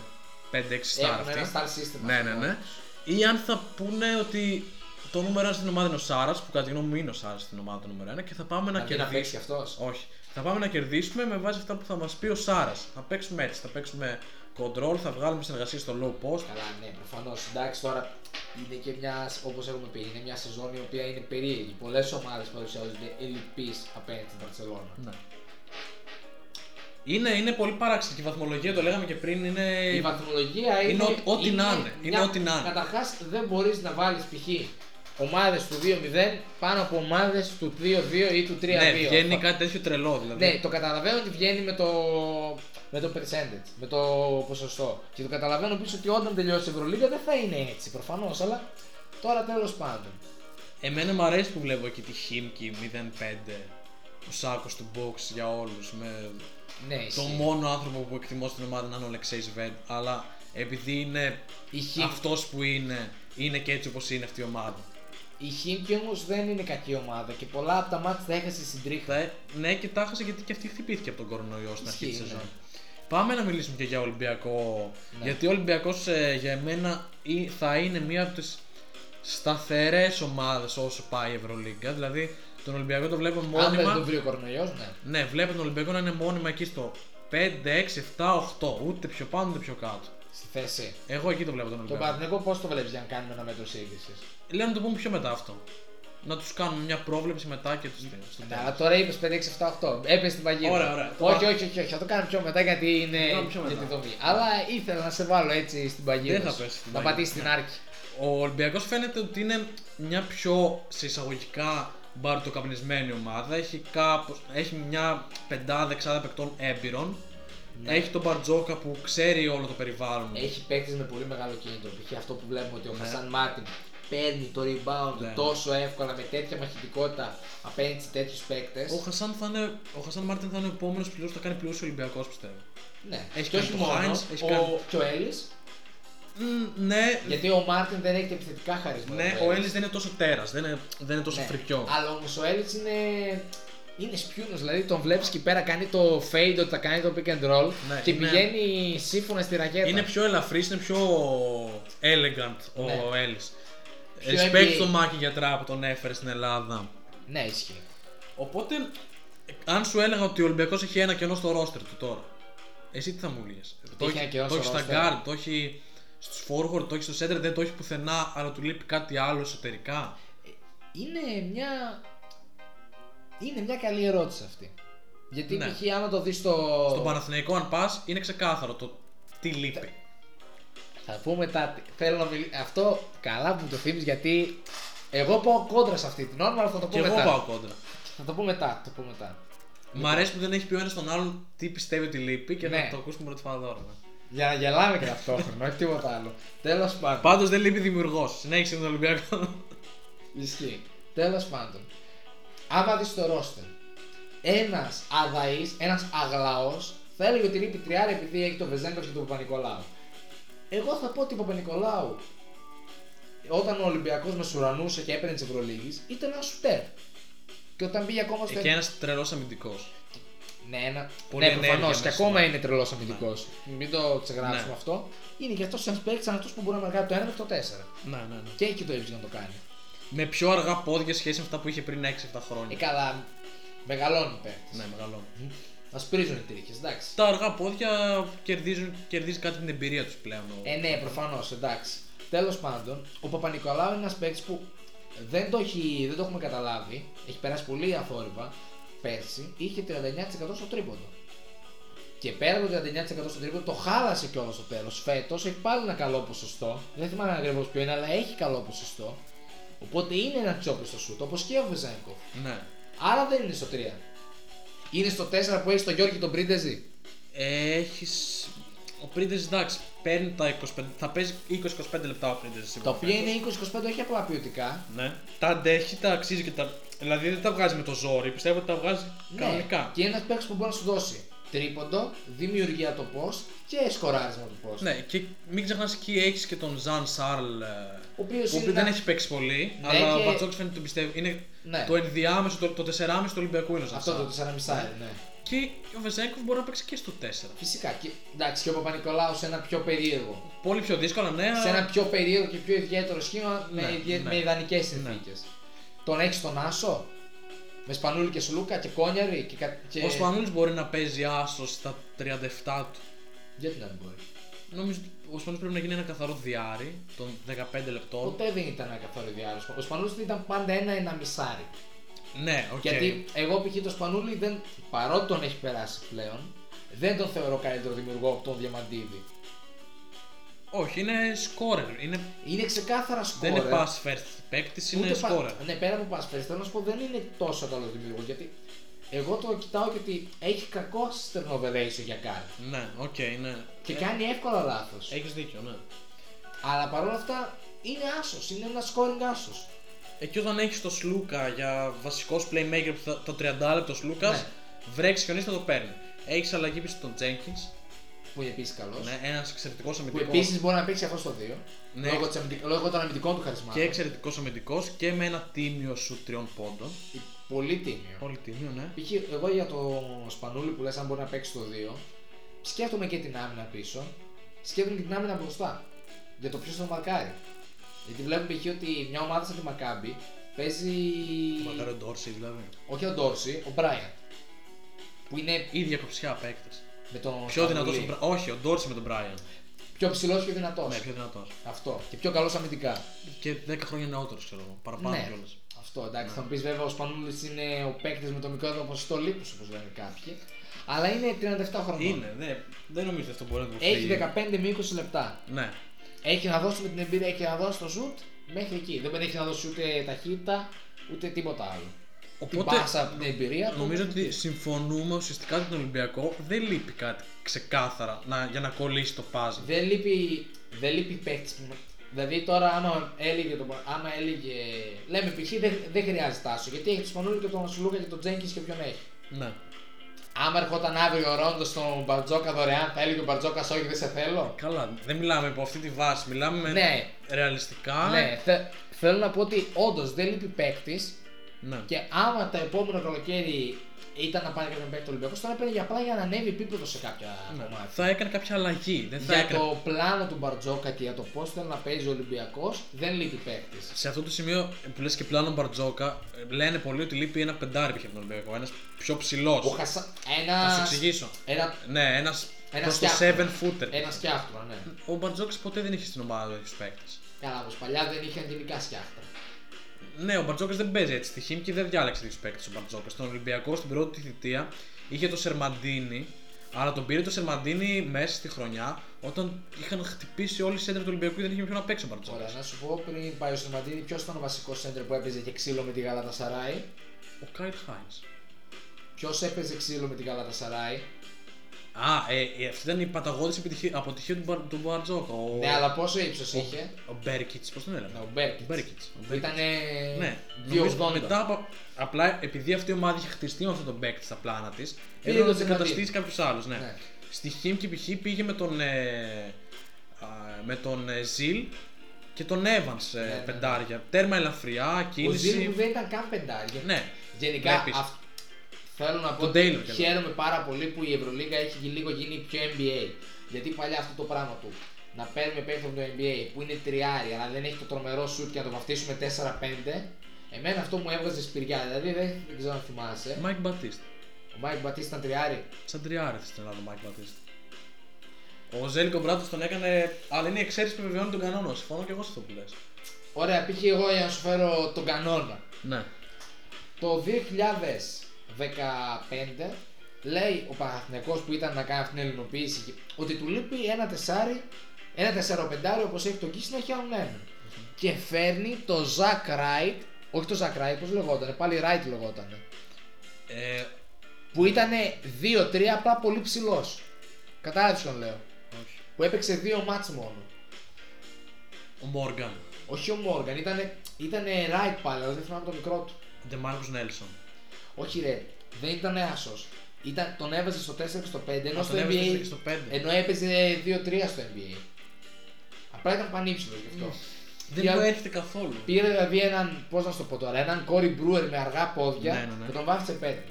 5-6 star Έχουν αυτοί. ένα star system. Ναι, ας ναι, πούμε. ναι. Ή αν θα πούνε ότι το νούμερο 1 στην ομάδα είναι ο Σάρας, που κατά τη γνώμη μου είναι ο Σάρας στην ομάδα το νούμερο 1 και θα πάμε να, Να βγει να κερδίσουμε. παίξει κι αυτός. Όχι. Θα πάμε να κερδίσουμε με βάση αυτά που θα μας πει ο Σάρας. Θα παίξουμε έτσι. Θα παίξουμε control, θα βγάλουμε συνεργασία στο low post. Καλά, ναι, προφανώς. Εντάξει, τώρα είναι και μια, όπως έχουμε πει, είναι μια σεζόν η οποία είναι περίεργη. Πολλές ομάδες παρουσιάζονται ελλειπεί απέναντι στην Μπαρσελόνα. Ναι. Είναι, είναι πολύ παράξενη και η βαθμολογία, το λέγαμε και πριν, είναι. Η βαθμολογία είναι. Ε, Είναι ό- ό,τι να είναι. Είναι ό,τι να είναι. Καταρχάς, δεν μπορείς να βάλεις π.χ. ομάδες του 2-0 πάνω από ομάδες του 2-2 ή του 3-2. ναι, βγαίνει Αυτό. κάτι τέτοιο τρελό δηλαδή. Ναι, το καταλαβαίνω ότι βγαίνει με το, με το percentage, με το ποσοστό. Και το καταλαβαίνω επίσης ότι όταν τελειώσει η Ευρωλίγα δεν θα είναι έτσι προφανώς, αλλά τώρα τέλος πάντων. Εμένα μου αρέσει που βλέπω εκεί τη Χίμκι 05, ο σάκος του box για όλους. Με... Ναι, Το ισχύει. μόνο άνθρωπο που εκτιμώ στην ομάδα να είναι ο Αλεξέη Βέντ, αλλά επειδή είναι Η Χίμ- αυτός που είναι, είναι και έτσι όπως είναι αυτή η ομάδα. Η Χίμκι όμως δεν είναι κακή ομάδα και πολλά από τα μάτια τα έχασε στην τρίχα. Τα- Ναι, και τα έχασε γιατί και αυτή χτυπήθηκε από τον κορονοϊό στην αρχή τη Ισχύει, σεζόν. ναι. Πάμε να μιλήσουμε και για Ολυμπιακό. Ναι. Γιατί ο Ολυμπιακός για μένα ή- θα είναι μία από τις σταθερές ομάδες όσο πάει η Ευρωλίγκα. Δηλαδή τον Ολυμπιακό το βλέπω Αν δεν τον μόνιμα. βρει ο κορονοϊό, ναι. Ναι, βλέπω τον Ολυμπιακό να είναι μόνιμα εκεί στο 5, 6, 7, 8. Ούτε πιο πάνω ούτε πιο κάτω. Στη θέση. Εγώ εκεί το βλέπω τον Τον Ολυμπιακό. Παναθηναϊκό πώς το βλέπεις για να κάνουμε ένα μέτρο σύγκριση. Λέω να το πούμε πιο μετά αυτό. Να τους κάνουμε μια πρόβλεψη μετά και τους Ναι, αλλά τώρα είπες 5, 6, 7, 8. Έπεσε την παγίδα. Ωραία, ωραία. Το Όχι, πα- όχι, όχι, όχι. Θα το κάνουμε πιο μετά γιατί είναι κάνουμε πιο για τη μετά. δομή. Αλλά ήθελα να σε βάλω έτσι στην παγίδα. Δεν θα σου. πέσει στην Να παγίδα. πατήσεις την άρκη. Ο Ολυμπιακός φαίνεται ότι είναι μια πιο σε εισαγωγικά μπαρτοκαπνισμένη ομάδα. Έχει, κάπως, έχει μια πεντάδα εξάδα παικτών έμπειρων. Ναι. Έχει τον Μπαρτζόκα που ξέρει όλο το περιβάλλον. Έχει παίκτες με πολύ μεγάλο κίνητρο. Π.χ. αυτό που βλέπουμε ότι ο Χασάν Μάρτιν παίρνει το rebound Ναι. τόσο εύκολα με τέτοια μαχητικότητα απέναντι σε τέτοιους παίκτες. Ο Χασάν, θα είναι, ο Χασάν Μάρτιν θα είναι ο επόμενος πλούσιο που θα κάνει πλούσιο Ολυμπιακός, πιστεύω. Ναι, Έχει και κάνει όχι το μόνο. Hines, έχει ο... κάνει- Και ο Έλλης. Μμ, ναι, Γιατί ο Μάρτιν δεν έχει τα επιθετικά χαρίσματα. ναι, που ο έχει. Έλλης δεν είναι τόσο τέρας, δεν είναι, δεν είναι τόσο Ναι. φρικιό. Αλλά όμως ο Έλλης είναι. Είναι σπιούνος, δηλαδή τον βλέπεις εκεί πέρα κάνει το fade, ότι θα κάνει το pick and roll Ναι, και είναι- πηγαίνει σύμφωνα στη ρακέτα. Είναι πιο ελαφρύς, είναι πιο elegant ο Ναι. Έλλης. Πιο Respect NBA. στο Μάκη γιατρά που τον έφερε στην Ελλάδα. Ναι, ισχύει. Οπότε, ε, αν σου έλεγα ότι ο Ολυμπιακός έχει ένα κενό στο ρόστερ του τώρα, εσύ τι θα μου έλεγες. Το ένα κενό το στο έχει στα roster. guard, το έχει στους forward, το έχει στο center, δεν το έχει πουθενά, αλλά του λείπει κάτι άλλο εσωτερικά. Είναι μια. Είναι μια καλή ερώτηση αυτή. Γιατί Ναι. π.χ. άμα το δεις στο. Στον Παναθηναϊκό, αν πας, είναι ξεκάθαρο το τι λείπει. Θα πω μετά. τι- Θέλω να μιλήσω. Αυτό καλά που μου το θύμεις γιατί. Εγώ πάω κόντρα σε αυτή την όρμα, αλλά θα το πω Και εγώ μετά. πάω κόντρα. Θα το πω μετά. Θα το πω μετά. Μ' αρέσει που δεν έχει πει ο ένας τον άλλον τι πιστεύει ότι λείπει και Λοιπόν. Ναι. να το ακούσουμε πρώτη φορά τώρα. ναι. Για να γελάμε και ταυτόχρονα, όχι τίποτα άλλο. Τέλος πάντων. Πάντως δεν λείπει δημιουργός. Συνέχισε με τον Ολυμπιακό. Ισχύει. Τέλος πάντων. Άμα δεις το ρόστερ, ένας αδαής, ένας αγλαός, θα έλεγε ότι λείπει τριάρι επειδή έχει τον Βεζέγκοφ και τον Παπα-Νικολάου. Εγώ θα πω ότι ο Παπα-Νικολάου, όταν ο Ολυμπιακός μεσουρανούσε και έπαιρνε της Ευρωλίγης, ήταν ένα σουτέρ. Και όταν πήγε ακόμα στο. και ένας τρελός αμυντικός. Ναι, ένα... Πολύ ναι ενέργεια προφανώς. Και μέσα, ακόμα ναι. είναι τρελός αμυντικός. Μην το ξεγράψουμε Ναι. αυτό. Είναι και αυτός ένας παίκτης, αυτό που μπορεί να μαρκάρει το 1 μέχρι το 4. Ναι, ναι, ναι. Και έχει και το ύψιλο να το κάνει. Με πιο αργά πόδια σχέση με αυτά που είχε πριν 6-7 Ε, χρόνια. καλά, μεγαλώνει παίκτης. Ναι, μεγάλο. Μα πρίζουν οι τρίχες, εντάξει. Τα αργά πόδια κερδίζουν, κερδίζει κάτι την εμπειρία τους πλέον. ο- Ε, ναι, προφανώς, εντάξει. Τέλος πάντων, ο Παπα-Νικολάου είναι ένας παίκτης που δεν το, έχει, δεν το έχουμε καταλάβει. Έχει περάσει πολύ αθόρυβα. Πέρσι είχε 39% στο τρίποντο. Και πέρα από το 39% στο τρίποντο, το χάλασε κιόλας στο τέλος. Φέτος έχει πάλι ένα καλό ποσοστό. Δεν θυμάμαι ακριβώς ποιο είναι, αλλά έχει καλό ποσοστό. Οπότε είναι ένας αξιόπιστο σουτ, όπως και ο Βεζένκοφ. ναι. Άρα δεν είναι στο 3. Είναι στο 4 που έχει τον Γιώργη τον Πρίντεζη. Έχεις. Ο Πρίντε εντάξει, παίρνει τα 25. Θα παίζει 20-25 λεπτά ο Πρίντε. Τα οποία είναι 20-25, όχι απλά ποιοτικά. Ναι. Τα αντέχει, τα αξίζει και τα. Δηλαδή δεν τα βγάζει με το ζόρι, πιστεύω ότι τα βγάζει κανονικά. Ναι. Και ένας παίκτης που μπορεί να σου δώσει τρίποντο, δημιουργία το πώ και σκοράρισμα το πώ. Ναι, και μην ξεχνάς εκεί έχεις και τον Ζαν Σάρλ. ε, Ο οποίο Ο οποίο δεν έχει παίξει πολύ, Ναι, αλλά και- ο Μπατσόκης φαίνεται ότι πιστεύει. Είναι Ναι. το ενδιάμεσο, το, το 4,5 του Ολυμπιακού είναι ο Ζαν Αυτό Σάρλ. το 4,5 ναι. Και ο Βεζέγκοφ μπορεί να παίξει και στο 4. Φυσικά. Και, εντάξει, και ο Παπα-Νικολάου σε ένα πιο περίεργο. Πολύ πιο δύσκολα, ναι. Σε αλλά- ένα πιο περίεργο και πιο ιδιαίτερο σχήμα με, Ναι, ιδια... ναι. με ιδανικές συνθήκες. Τον έχεις τον Άσο, με Σπανούλη και Σλούκα και Κόνιαρη και. κα- και... Ο Σπανούλης μπορεί να παίζει άσος στα 37 του. Γιατί να μην μπορεί. Νομίζω ότι ο Σπανούλης πρέπει να γίνει ένα καθαρό διάρρη των 15 λεπτών. Ποτέ δεν ήταν ένα καθόλου διάρρησμα. Ο Σπανούλης ήταν πάντα ένα-ένα μισάρι. Ναι, οκ. Γιατί εγώ π.χ. το Σπανούλη δεν, παρότι τον έχει περάσει πλέον, δεν τον θεωρώ καλύτερο δημιουργό από τον Διαμαντίδη. Όχι, είναι σκόρερ. Είναι... Είναι ξεκάθαρα σκόρερ. Δεν είναι pass first παίκτης, είναι Ούτε πα- σκόρερ. Ναι, πέρα από pass first, θέλω να σου πω δεν είναι τόσο καλό δημιουργό. Γιατί εγώ το κοιτάω και ότι έχει κακό turnover ratio για κάτι. Ναι, οκ, ναι. Και κάνει εύκολα λάθος. Έχεις δίκιο, ναι. Αλλά παρόλα αυτά είναι άσος. Είναι ένα scoring άσος. Εκεί όταν έχεις το Σλούκα για βασικός playmaker που θα- το 30 λεπτό Σλούκας, Ναι. βρέξεις χιονί θα το παίρνει. Έχεις αλλαγή πίσω στον Τζένκιν. Που είναι επίσης καλός. Ναι, ένας εξαιρετικός Που αμυντικό. επίσης μπορεί να παίξει αυτό στο 2. Ναι. Λόγω, της αμυντικ- λόγω των αμυντικών του χαρισμάτων. Και εξαιρετικός αμυντικός και με ένα τίμιο σου τριών πόντων. Πολύ τίμιο. Πολύ τίμιο, ναι. Π.χ. εγώ για το Σπανούλη που λες αν μπορεί να παίξει το 2, σκέφτομαι και την άμυνα πίσω, σκέφτομαι και την άμυνα μπροστά. Για το ποιος θα μαρκάρει. Γιατί βλέπουμε π.χ. ότι μια ομάδα σαν τη Μακάμπη παίζει. Μακάρι ο Ντόρση δηλαδή. Όχι ο Ντόρση, ο Μπράιαν. Που είναι Ίδια κοψιά παίκτες. με τον. Πιο Σπανούλη. δυνατό. Όχι, ο Ντόρση με τον Μπράιαν. Πιο ψηλός και δυνατός. Ναι, πιο δυνατός. Αυτό. Και πιο καλός αμυντικά. Και 10 χρόνια νεότερος, ξέρω εγώ. Παραπάνω ναι. κιόλας. Αυτό εντάξει. Θα μου πεις βέβαια ο Σπανούλης είναι ο παίκτης με το μικρότερο ποσοστό λίπους, όπως λένε κάποιοι. Αλλά είναι 37 χρονών. Είναι, ναι. Δεν νομίζω ότι αυτό μπορεί να το Έχει φύγει. 15 με 20 λεπτά. Ναι. Έχει να δώσει με την εμπειρία, έχει να δώσει το σουτ μέχρι εκεί. Δεν έχει να δώσει ούτε ταχύτητα, ούτε τίποτα άλλο. Την Οπότε πάσα από την εμπειρία του. νομίζω ότι συμφωνούμε ουσιαστικά ότι τον Ολυμπιακό δεν λείπει κάτι ξεκάθαρα να, για να κολλήσει το puzzle. Δεν λείπει, δεν λείπει παίκτη που Δηλαδή τώρα, άμα έλεγε. Το, άμα έλεγε λέμε π.χ. δεν, δεν χρειάζεται τάσο γιατί έχει του Σπανούλη και τον Σουλούκα και τον Τζέγκης και ποιον έχει. Ναι. Άμα ερχόταν αύριο ο Ρόντος στον Μπαρτζόκα δωρεάν, θα έλεγε ο Μπαρτζόκας Όχι, δεν σε θέλω. Καλά, δεν μιλάμε από αυτή τη βάση. Μιλάμε Ναι. ρεαλιστικά. Ναι, θε, θέλω να πω ότι όντως δεν λείπει παίκτης Ναι. και άμα το επόμενο καλοκαίρι ήταν να πάρει κάποιον παίκτη του Ολυμπιακού, τώρα παίρνει για απλά για να ανέβει επίπεδος σε κάποια Ναι. κομμάτια. Θα έκανε κάποια αλλαγή. Δεν θα Για έκανε. το πλάνο του Μπαρτζόκα και για το πώς θέλει να παίζει ο Ολυμπιακός, δεν λείπει παίκτης. Σε αυτό το σημείο που λες και πλάνο Μπαρτζόκα, ε, λένε πολλοί ότι λείπει ένα πεντάρι π.χ. από τον Ολυμπιακό. Ένας πιο ψηλός. Ο Χασα... Ένας. Θα σου εξηγήσω. Ένα, Ναι, ένας Ένας προς το φτιάχτης. 7 footer. ένα σκιάχτρο, ναι. Ο Μπαρτζόκας ποτέ δεν είχε στην ομάδα του τέτοιου παίκτες. Καλά, όπως παλιά δεν είχε γενικά σκιάχτρα. Ναι, ο Μπαρτζόκας δεν παίζει έτσι. Στη Χίμκι δεν διάλεξε τέτοιου παίκτες ο Μπαρτζόκας. Στον Ολυμπιακό στην πρώτη θητεία είχε το Σερμαντίνη, αλλά τον πήρε το Σερμαντίνη μέσα στη χρονιά όταν είχαν χτυπήσει όλοι οι σέντρε του Ολυμπιακού και δεν είχε με ποιον να παίξει ο Μπαρτζόκας. Ωραία, να σου πω πριν πάει ο Σταματίνη, ποιος ήταν ο βασικός σέντρε που έπαιζε και ξύλο με τη Γαλάτα Σαράι. Ο Κάιλ Χάιν. Ποιος έπαιζε ξύλο με τη Γαλάτα Σαράι. Α, ε, ε, αυτή ήταν η παταγώδης αποτυχία του, Μπαρ- του Μπαρτζόκα. Ο, Ναι, αλλά πόσο ύψος είχε. ο Μπέρκιτ, πώς τον Ναι, έλεγα. ο Μπέρκιτ. Ο Μπέρκιτ. Ήταν. Ναι, νομίζω 2,80. μετά από. Απλά επειδή αυτή η ομάδα είχε χτιστεί με αυτόν τον παίκτη στα πλάνα της, Πήρε έπρεπε να τον την Τερματίδη. καταστήσει κάποιο άλλο. Ναι. Ναι. Στη Χίμκι π.χ. πήγε με τον, ε, α, με τον ε, Ζιλ και τον Evans ε, Ναι, ναι, ναι. πεντάρια. Τέρμα ελαφριά, Ο Ζήλου κίνηση. δεν ήταν καν πεντάρια. Ναι, Γενικά, Βλέπεις. αυ- θέλω να πω Τον ότι Taylor και χαίρομαι πάρα πολύ που η Ευρωλίγα έχει γι- λίγο γίνει πιο NBA. Γιατί παλιά αυτό το πράγμα του να παίρνουμε παίκτη από το NBA που είναι τριάρι, αλλά δεν έχει το τρομερό σουτ και να το βαφτίσουμε 4-5, εμένα αυτό μου έβγαζε σπηριά. Δηλαδή δεν, δεν ξέρω αν θυμάσαι. Μάικ Μπατίστ. Ο Μάικ Μπατίστα ήταν τριάρι. Σαν τριάρι στην Ελλάδα ο Μάικ Μπατίστ. Ο Ζέλικο Μπράτος τον έκανε, αλλά είναι η εξαίρεση που επιβεβαιώνει τον κανόνα. Συμφωνώ και εγώ σε αυτό που λες. Ωραία, π.χ. εγώ για να σου φέρω τον κανόνα. Ναι. Το 2015 λέει ο Παναθηναϊκός που ήταν να κάνει αυτήν την ελληνοποίηση και- ότι του λείπει ένα τεσάρι, ένα τεσσαροπεντάρι όπως έχει το Κίσι να έχει άλλον έναν. Και φέρνει το Ζακ Ράιτ, όχι το Ζακ Ράιτ, πώς λεγότανε, πάλι Ράιτ λεγότανε, Ε, που ήταν 2-3 απλά πολύ ψηλός. Κατάλαβες τον λέω. όχι. Που έπαιξε δύο μάτς μόνο. Ο Μόργαν. Όχι ο Μόργαν, ήτανε, ήτανε Ράιτ πάλι, αλλά δεν θυμάμαι το μικρό του. Ο Ντεμάρκο Νέλσον. Όχι ρε, δεν ήταν άσος. Ήταν, τον έβαζε στο 4 και στο 5, ενώ Α, στο τον έβαζε NBA στο πέντε. Ενώ έπαιζε 2-3 στο NBA. Απλά ήταν πανύψηλος γι' αυτό. Δεν Για- μου έρχεται καθόλου. Πήρε δηλαδή έναν, πώς να σου το πω τώρα, έναν κόρη μπρούερ με αργά πόδια Ναι, ναι, ναι. και τον βάφτισε πέντε.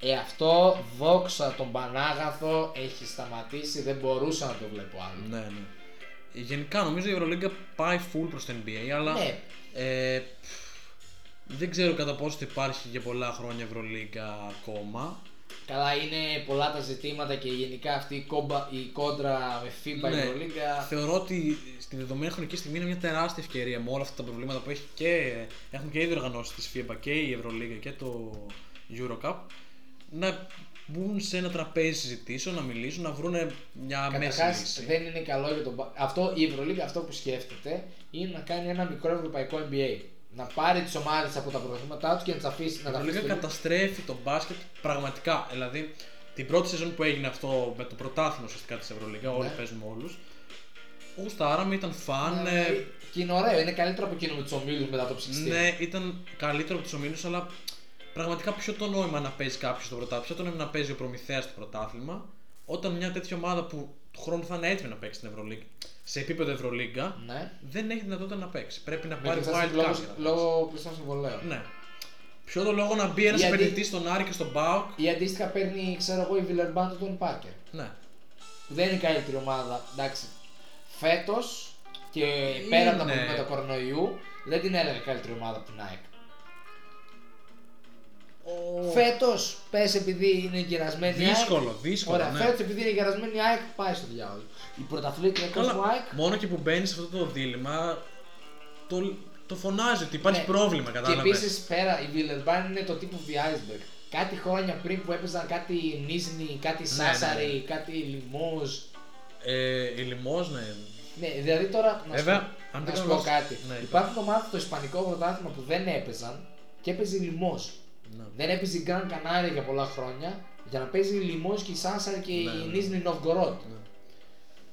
Ε, αυτό δόξα τον Πανάγαθο έχει σταματήσει, δεν μπορούσα να το βλέπω άλλο. Ναι, ναι. Γενικά νομίζω η Ευρωλίγκα πάει full προς το NBA, αλλά Ναι. ε, πφ, δεν ξέρω κατά πόσο θα υπάρχει για πολλά χρόνια Ευρωλίγκα ακόμα. Καλά, είναι πολλά τα ζητήματα και γενικά αυτή η, κόμπα, η κόντρα με FIBA Ναι. η Ευρωλίγκα. Θεωρώ ότι στη δεδομένη χρονική στιγμή είναι μια τεράστια ευκαιρία με όλα αυτά τα προβλήματα που έχει και έχουν και οι διοργανώσει τη FIBA και η Ευρωλίγα και το Eurocup να μπουν σε ένα τραπέζι συζητήσεων, να μιλήσουν, να βρουν μια μέση Καταρχάς, λύση. δεν είναι καλό για τον. Πα- Αυτό, η Ευρωλίγκα αυτό που σκέφτεται είναι να κάνει ένα μικρό ευρωπαϊκό NBA. Να πάρει τις ομάδες από τα προβλήματά τους και να τις αφήσει να τα Η Ευρωλίγα αφήσει. καταστρέφει το μπάσκετ πραγματικά. Δηλαδή, την πρώτη σεζόν που έγινε αυτό με το πρωτάθλημα ουσιαστικά της Ευρωλίγα, όλοι Ναι. παίζουμε όλους. Γουστάραμε, ήταν φαν. ε, Και είναι ωραίο, είναι καλύτερο από εκείνο με τους ομίλους μετά το ψυχιστή. ναι, ήταν καλύτερο από τους ομίλους, αλλά πραγματικά ποιο το νόημα να παίζει κάποιος στο πρωτάθλημα. Ποιο το νόημα να παίζει ο προμηθέας στο πρωτάθλημα, όταν μια τέτοια ομάδα που του χρόνου θα είναι έτοιμη να παίξει στην Ευρωλίγα, σε επίπεδο Ευρωλίγα, ναι. δεν έχει δυνατότητα να παίξει. Πρέπει να Με πάρει εξετάσεις wild card. λόγω, για να παίξει. λόγο κλειστών συμβολέων. Ναι. Ποιο το λόγο να μπει ένα Γιατί- επενδυτής στον Άρη και στον Μπάουκ. Ή αντίστοιχα παίρνει, ξέρω εγώ, η Βιλερμπάν τον Πάρκερ. Ναι. Που δεν είναι η καλύτερη ομάδα, εντάξει. Φέτος και πέρα από τα Είναι. προβλήματα κορονοϊού, δεν την έλεγα καλύτερη ομάδα από την ΑΕΚ. Ο... Φέτος, πες επειδή είναι γερασμένη η ΑΕΚ. Δύσκολο, δύσκολο, Ωραία, ναι. φέτος επειδή είναι γερασμένη η ΑΕΚ, πάει στο διάβολο. Η πρωταθλήτρια Καλά, του ΑΕΚ μόνο και που μπαίνεις σε αυτό το δίλημα, το, το φωνάζει ότι υπάρχει Ναι. πρόβλημα, Και κατάλαβες. επίσης πέρα, η Βιλερμπάν είναι το τύπο The Iceberg. Κάτι χρόνια πριν που έπαιζαν κάτι Νίζνη, κάτι ναι, ναι. Σάσαρη, κάτι Λιμόζ. Ε, η λιμός, ναι. Ναι, δηλαδή τώρα να Βέβαια, σου, αν να δεν σου πω κάνω λάθος- κάτι. Ναι, υπάρχει. Υπάρχουν ομάδε στο Ισπανικό πρωτάθλημα που δεν έπαιζαν και έπαιζε λιμός. Ναι. Δεν έπαιζε η Γκραν Κανάρια για πολλά χρόνια για να παίζει λιμός και η Σάσαρη και Ναι, η ναι. Νίζνη Νοβγκορότ.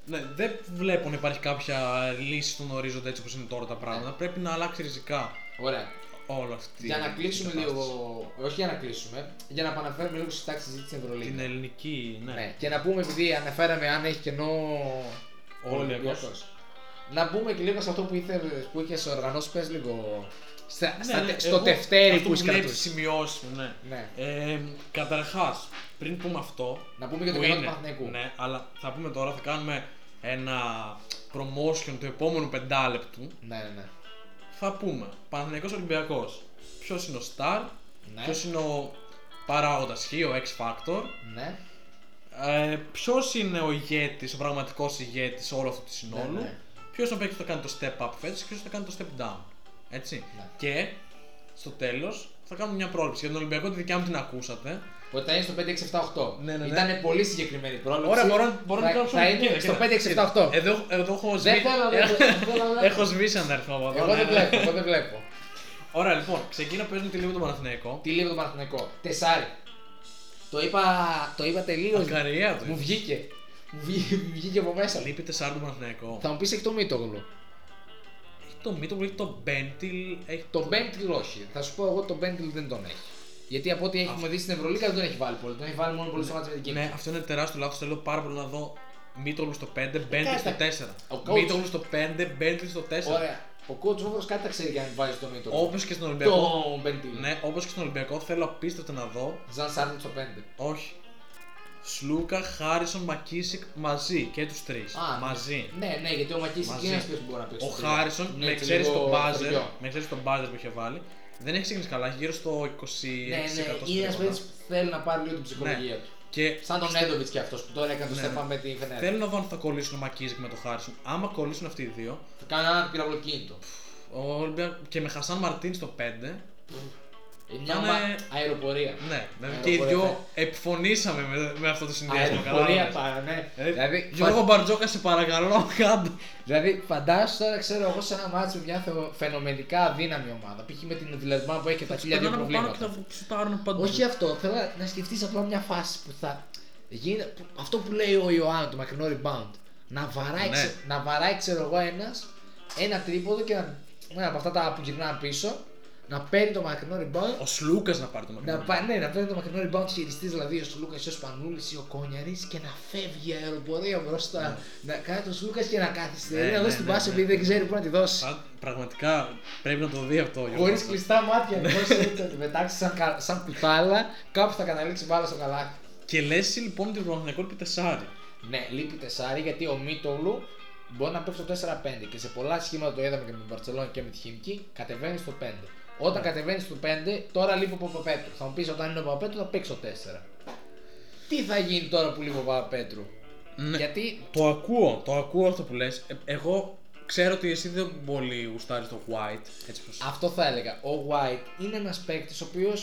Ναι, δεν βλέπω να υπάρχει κάποια λύση στον ορίζοντα έτσι όπως είναι τώρα τα πράγματα. Πρέπει να αλλάξει ριζικά Ωραία. όλο αυτή Ναι. για να η κλείσουμε λίγο. κατάσταση. Όχι για να κλείσουμε, για να επαναφέρουμε λίγο στη τάξη συζήτηση στην Ευρωλίγας. Την ελληνική, ναι. Ναι. Και να πούμε, επειδή αναφέραμε αν έχει κενό Ο Ολυμπιακός. Ολυμπιακός. Να μπούμε και λίγο σε αυτό που, ήθελες, που είχες οργανώσει, πες λίγο στα, Ναι, στα, ναι, τε- στο εγώ- τευτέρι αυτό που είσαι βλέπεις σημειώσεις μου, ναι. Ναι. Ε, Καταρχάς, πριν πούμε αυτό. Να πούμε για το που κενό του είναι- Παναθηναϊκού. Ναι, αλλά θα πούμε τώρα, θα κάνουμε ένα promotion του επόμενου πεντάλεπτου. Ναι, ναι, ναι. Θα πούμε Παναθηναϊκός Ολυμπιακός. Ποιος είναι ο Star, Ναι. ποιος είναι ο παράγοντας Χ, ο X Factor. Ναι. Ε, ποιος είναι ο ηγέτης, ο πραγματικός ηγέτης όλου αυτού του συνόλου. Ναι, ναι. Ποιος θα παίξει θα κάνει το step up φέτο και ποιος θα κάνει το step down. Έτσι. Ναι. Και στο τέλος θα κάνουμε μια πρόληψη. Για τον Ολυμπιακό τη δικιά μου την ακούσατε. Που θα είναι στο 5-6-7-8. Ναι, ναι, ναι. Ήταν πολύ συγκεκριμένη η πρόληψη. Ωραία, μπορώ, μπορώ θα, να κάνω θα είναι στο 5-6-7-8. Εδώ, εδώ έχω Δεν σβήσει. θέλω να βλέπω. δεν θέλω να βλέπω. Έχω σβήσει ένα αριθμό από εδώ. Εγώ δεν ναι, ναι. βλέπω. Εγώ δεν βλέπω. Ωραία, λοιπόν, ξεκινώ παίζουμε τη λίγο τον Παναθηναϊκό. Τι λίγο το Παναθηναϊκό. Τεσάρι. Το είπα, το είπα τελείως. Μακαριά Μου του. βγήκε. Μου βγή- μου βγήκε από μέσα. Λείπει 4 του Παναθηναϊκό. Θα μου πεις έχει το Μίτογλου. Έχει το Μίτο, έχει το Μπέντιλ, έχει Το Μπέντιλ όχι. Θα σου πω εγώ το Μπέντιλ δεν τον έχει. Γιατί από ό,τι έχουμε δει στην Ευρωλίγα δεν τον έχει βάλει πολύ. Τον έχει βάλει μόνο πολύ στο μάτι με την Κύπρο. Ναι, αυτό είναι τεράστιο λάθος. Θέλω πάρα πολύ να δω Μίτογλου στο 5, Μπέντλ στο Ε, κάτσε. 4. Ο coach- Μίτογλου στο 5, Μπέντλ στο 4. Ωραία. Ο κότσο όμως κάτι τα ξέρει για να βάζει το Μίτογλου. Όπως και στον Ολυμπιακό. Το Μπέντιλ. Ναι, όπως και στον Ολυμπιακό θέλω απίστευτα να δω. Ζαν Σάρντ στο 5. Όχι. Σλούκα, Χάρισον, Μακίσικ μαζί και τους τρεις. Α, Μαζί. Ναι, ναι, γιατί ο Μακή Μαζί. είναι ένας που μπορεί να παίξει. Ο στο Ναι, τρίτο. Χάρισον, Είναι με έτσι ξέρεις λίγο Ναι, τον μπάζερ, χωριό. με ξέρεις τον μπάζερ που είχε βάλει, δεν έχει ξεκινήσει καλά, έχει γύρω στο 26% Ναι, ναι, στο Ναι. είναι ένας τρίποντα. παίκτης που θέλει να πάρει λίγο την ψυχολογία του. Και Σαν τον Νέντοβιτ και αυτός που τώρα έκανε το Ναι, step ναι. up με την Φενέρ. θέλω να δω αν θα κολλήσουν ο Μακίσικ με τον Χάρισον. Άμα κολλήσουν αυτοί οι δύο, Θα κάνω ένα πυραυλοκίνητο. ο Ολυμπιακ- και με Χασάν Μαρτίν στο 5, Ε, Μια Κάνε- μα- αεροπορία. Ναι, δηλαδή Αεροπορία και οι δυο θα- επιφωνήσαμε με, με αυτό Ναι, το συνδυασμό. καλά Αεροπορία είπες. πάρα, ναι. Ε, Δηλαδή, Γιώργο Μπαρτζόκα, σε παρακαλώ, κάτω. Δηλαδή, φαντάσου τώρα, ξέρω εγώ, σε ένα μάτσο με μια θεο- φαινομενικά αδύναμη ομάδα. Π.χ. με την Βιλερμπάν που έχει και τα χίλια δύο προβλήματα. σουτάρουν παντού. Όχι αυτό, θέλω να- να σκεφτείς απλά μια φάση που θα γίνει. που- Αυτό που λέει ο Ιωάννη, το μακρινό rebound. Να βαράει, Ναι. ξε- να βαράει ξέρω εγώ, ένας ένα τρίποδο και να, ένα από αυτά τα που γυρνάνε πίσω να παίρνει το μακρινό rebound Ο Σλούκας να πάρει το Να, μακρινό. πα, ναι, να παίρνει το μακρινό rebound χειριστής, δηλαδή ο Σλούκας ή ο Σπανούλης ή ο Κόνιαρης και να φεύγει η αεροπορία μπροστά. Να κάνει τον Σλούκας και να καθυστερεί, Ναι, να ναι, δώσει την ναι, πάση ναι. επειδή δεν ξέρει πού να τη δώσει. Α, Πραγματικά πρέπει να το δει αυτό. ο Γιώργος Χωρίς Μπαρτζόκας. κλειστά μάτια, να θα τη πετάξει σαν, κα- σαν κουτάλα, κάπου θα καταλήξει μπάλα στο καλάθι. Και λες λοιπόν ότι ο Παναθηναϊκός λείπει τεσσάρι. Ναι, λείπει τεσάρι γιατί ο Μίτογλου μπορεί να παίξει το 4-5 και σε πολλά σχήματα το είδαμε και με την Μπαρσελόνη και με τη Χίμκι, κατεβαίνει στο 5. Όταν κατεβαίνεις στο 5, τώρα λείπει ο Παπαπέτρου. Θα μου πεις όταν είναι ο Παπαπέτρου θα παίξει το 4. Τι θα γίνει τώρα που λείπει ο Παπαπέτρου. Ναι. Γιατί Το ακούω, το ακούω αυτό που λες. εγώ ξέρω ότι εσύ δεν πολύ γουστάρεις το White. Έτσι πως... αυτό θα έλεγα. Ο White είναι ένας παίκτης ο οποίος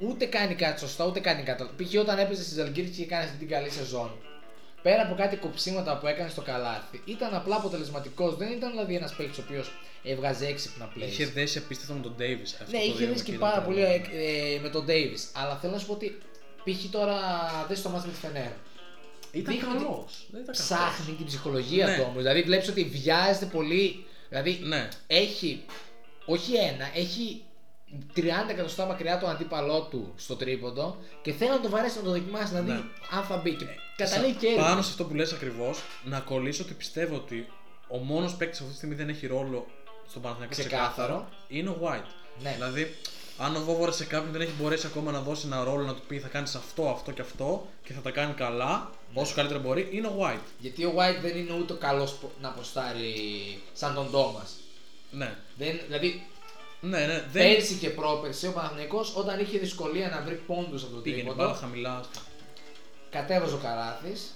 ούτε κάνει κάτι σωστά ούτε κάνει κάτι. άλλο. Π.χ. όταν έπαιζε στη Ζαλγκύρη και έκανες αυτή την καλή σεζόν. Πέρα από κάτι κοψίματα που έκανες στο καλάθι, ήταν απλά αποτελεσματικός. Δεν ήταν δηλαδή ένας παίκτης ο οποίος έβγαζε έξυπνα plays. Είχε δέσει απίστευτα με τον Davis. αυτό Ναι, το είχε είδαμε δει και ήταν πάρα πολύ τρομερό. ε, ε, με τον Davis. Αλλά θέλω να σου πω ότι π.χ. τώρα δεν το μάτς με τη Φενέρ. Ήταν δείχνει ότι καλός, δεν ήταν κακός. Ψάχνει την ψυχολογία Ναι. του όμως. Δηλαδή βλέπεις ότι βιάζεται πολύ. Δηλαδή Ναι. έχει όχι ένα, έχει 30 εκατοστά μακριά το αντίπαλό του στο τρίποντο και θέλει να το βαρέσει να το δοκιμάσει. Δηλαδή Ναι. αν θα μπει. Και καταλήγει και έρευνα. Πάνω σε αυτό που λες ακριβώς, να κολλήσω ότι πιστεύω ότι ο μόνος παίκτης αυτή τη στιγμή δεν έχει ρόλο στον Παναθηναϊκό Ξεκάθαρο. είναι ο White. Ναι. Δηλαδή, αν ο Βόβορα σε κάποιον δεν έχει μπορέσει ακόμα να δώσει ένα ρόλο να του πει θα κάνεις αυτό, αυτό και αυτό και θα τα κάνει καλά, Ναι. όσο καλύτερα μπορεί, είναι ο White. Γιατί ο White δεν είναι ούτε καλό να αποστάρει σαν τον Τόμας. Ναι. Δηλαδή Ναι, ναι. Δεν Πέρσι και πρόπερσι ο Παναθηναϊκός όταν είχε δυσκολία να βρει πόντους από το πήγαινε πάρα τρίποντο, χαμηλά. κατέβαζε ο Καράθης.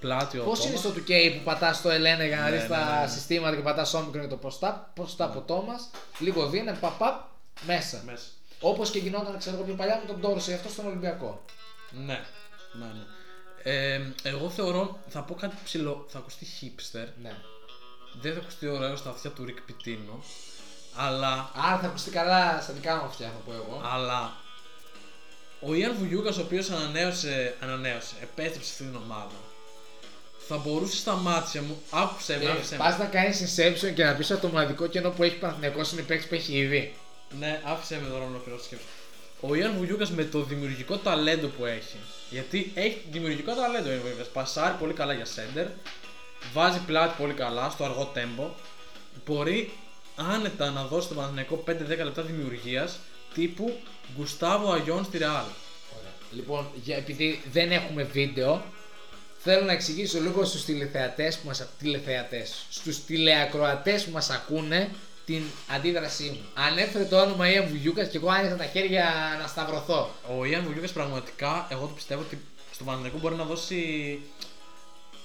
Πλάτιο. Πώς είναι στο 2K που πατάς το Ελένα για να Ναι, δεις ναι, τα ναι, ναι. συστήματα και πατάς όμικρον και το post up, post up ο Τόμας, λίγο δίνε, παπ παπ, μέσα. Μέσα. Όπως και γινόταν ξέρω εγώ πιο παλιά με τον Τόρσεϊ, αυτό στον Ολυμπιακό. Ναι, ναι, ναι. Ε, εγώ θεωρώ, θα πω κάτι ψηλό, θα ακουστεί hipster, Ναι. δεν θα ακουστεί ωραίο στα αυτιά του Ρικ Πιτίνο, αλλά, Άρα θα ακουστεί καλά στα δικά μου αυτιά θα πω εγώ. αλλά ο Ιαν Βουγιούκα, ο οποίος ανανέωσε, ανανέωσε, επέστρεψε στην ομάδα, θα μπορούσε στα μάτια μου. Άκουσε με, άφησε με. Πας Ε, να κάνεις inception και να πεις ότι το μοναδικό κενό που έχει ο Παναθυνιακό είναι παίκτης που έχει ήδη. Ναι, άφησε με τώρα να ολοκληρώσω τη σκέψη. Ο Ιαν Βουγιούκα με το δημιουργικό ταλέντο που έχει. Γιατί έχει δημιουργικό ταλέντο ο Ιαν Βουγιούκα. Πασάρει πολύ καλά για σέντερ. Βάζει πλάτη πολύ καλά στο αργό τέμπο. Μπορεί άνετα να δώσει στον Παναθηναϊκό 5-10 λεπτά δημιουργίας τύπου Γκουστάβο Αγιών στη Ρεάλ. Λοιπόν, για, επειδή δεν έχουμε βίντεο, θέλω να εξηγήσω λίγο στους τηλεθεατές που μας, τηλεθεατές, στους τηλεακροατές που μας ακούνε την αντίδρασή μου. Ανέφερε το όνομα Ιαν Βουγιούκας και εγώ άνοιξα τα χέρια να σταυρωθώ. Ο Ιαν Βουγιούκας πραγματικά, εγώ το πιστεύω ότι στον Παναθηναϊκό μπορεί να δώσει.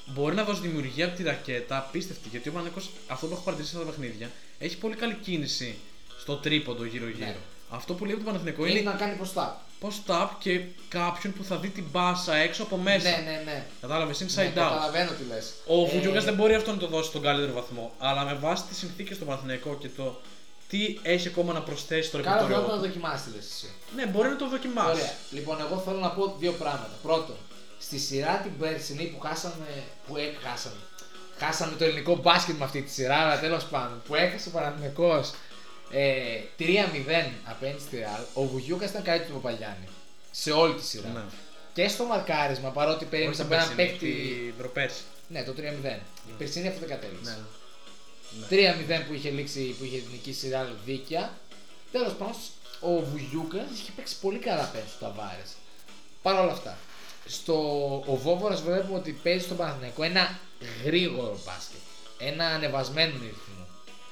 Μπορεί να δώσει δημιουργία από τη ρακέτα, απίστευτη. Γιατί ο Παναθηναϊκός, αυτό που έχω παρατηρήσει σε αυτά τα παιχνίδια, έχει πολύ καλή κίνηση στο τρίποντο γύρω-γύρω. Ναι. Αυτό που λέει από τον Παναθηναϊκό Είναι είναι να κάνει ποστά. post up και κάποιον που θα δει την μπάσα έξω από μέσα. Ναι, ναι, ναι. Κατάλαβες, είναι Ναι, side out. Καταλαβαίνω τι λες. Ο Ε, Βουγιούκα δεν μπορεί αυτό να το δώσει στον καλύτερο βαθμό. Αλλά με βάση τις συνθήκες στο Παναθηναϊκό και το τι έχει ακόμα να προσθέσει στο Κάνω ρεπερτόριό πρώτα να του. δοκιμάσεις λες εσύ. Ναι, μπορεί να το δοκιμάσεις. Ωραία. Λοιπόν, εγώ θέλω να πω δύο πράγματα. Πρώτον, στη σειρά την περσινή που χάσαμε. που έχασαμε. Χάσαμε το ελληνικό μπάσκετ με αυτή τη σειρά, αλλά τέλος πάντων. Που έχασε ο Παναθυνικό ε, 3-0 απέναντι στη Ρεάλ. Ο Βουγιούκα ήταν καλύτερο του Παπαγιάννη. Σε όλη τη σειρά. Ναι. Και στο μαρκάρισμα, παρότι Όχι περίμεσα την από έναν περσινή, παίκτη. την προπέρσι. Ναι, το 3-0. Η περσινή αυτό δεν κατέληξε. Ναι. 3-0 που είχε λήξει, που είχε νικήσει η Real δίκαια. Τέλος πάντων, ο Βουγιούκα είχε παίξει πολύ καλά πέρσι του Ταβάρες. Παρ' όλα αυτά, στο, ο Βόβορας βλέπουμε ότι παίζει στον Παναθηναϊκό ένα γρήγορο μπάσκετ. Ένα ανεβασμένο ρυθμό.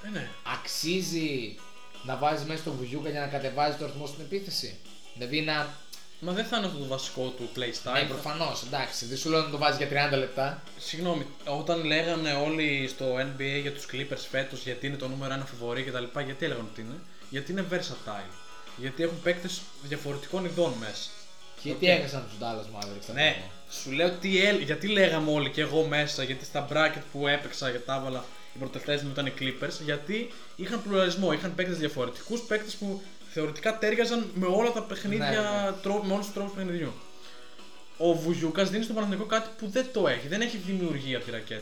Ε, ναι. Αξίζει να βάζεις μέσα τον Βουγιούκα για να κατεβάζει το ρυθμό στην επίθεση. Δηλαδή να. Μα δεν θα είναι αυτό το βασικό του playstyle. Ναι, προφανώς, εντάξει, δεν σου λέω να το βάζεις για 30 λεπτά. Συγγνώμη, όταν λέγανε όλοι στο NBA για τους Clippers φέτος γιατί είναι το νούμερο ένα φοβορή κτλ. Γιατί έλεγαν ότι είναι. Γιατί είναι versatile. Γιατί έχουν παίκτες διαφορετικών ειδών μέσα. Και Οκ. τι έχασαν τους Dallas Mavericks. Ναι, σου λέω τι έλ... γιατί λέγαμε όλοι και εγώ μέσα, γιατί στα bracket που έπαιξα για τα έβαλα οι πρωτευτέ μου ήταν οι Clippers, γιατί είχαν πλουραλισμό, είχαν παίκτες διαφορετικούς, παίκτες που θεωρητικά τέριαζαν με όλα τα παιχνίδια, Ναι, τρο- με όλους τους τρόπους παιχνιδιού. Ο Βουγιούκας δίνει στον Παναθηναϊκό κάτι που δεν το έχει, δεν έχει δημιουργία από τη ρακέτα.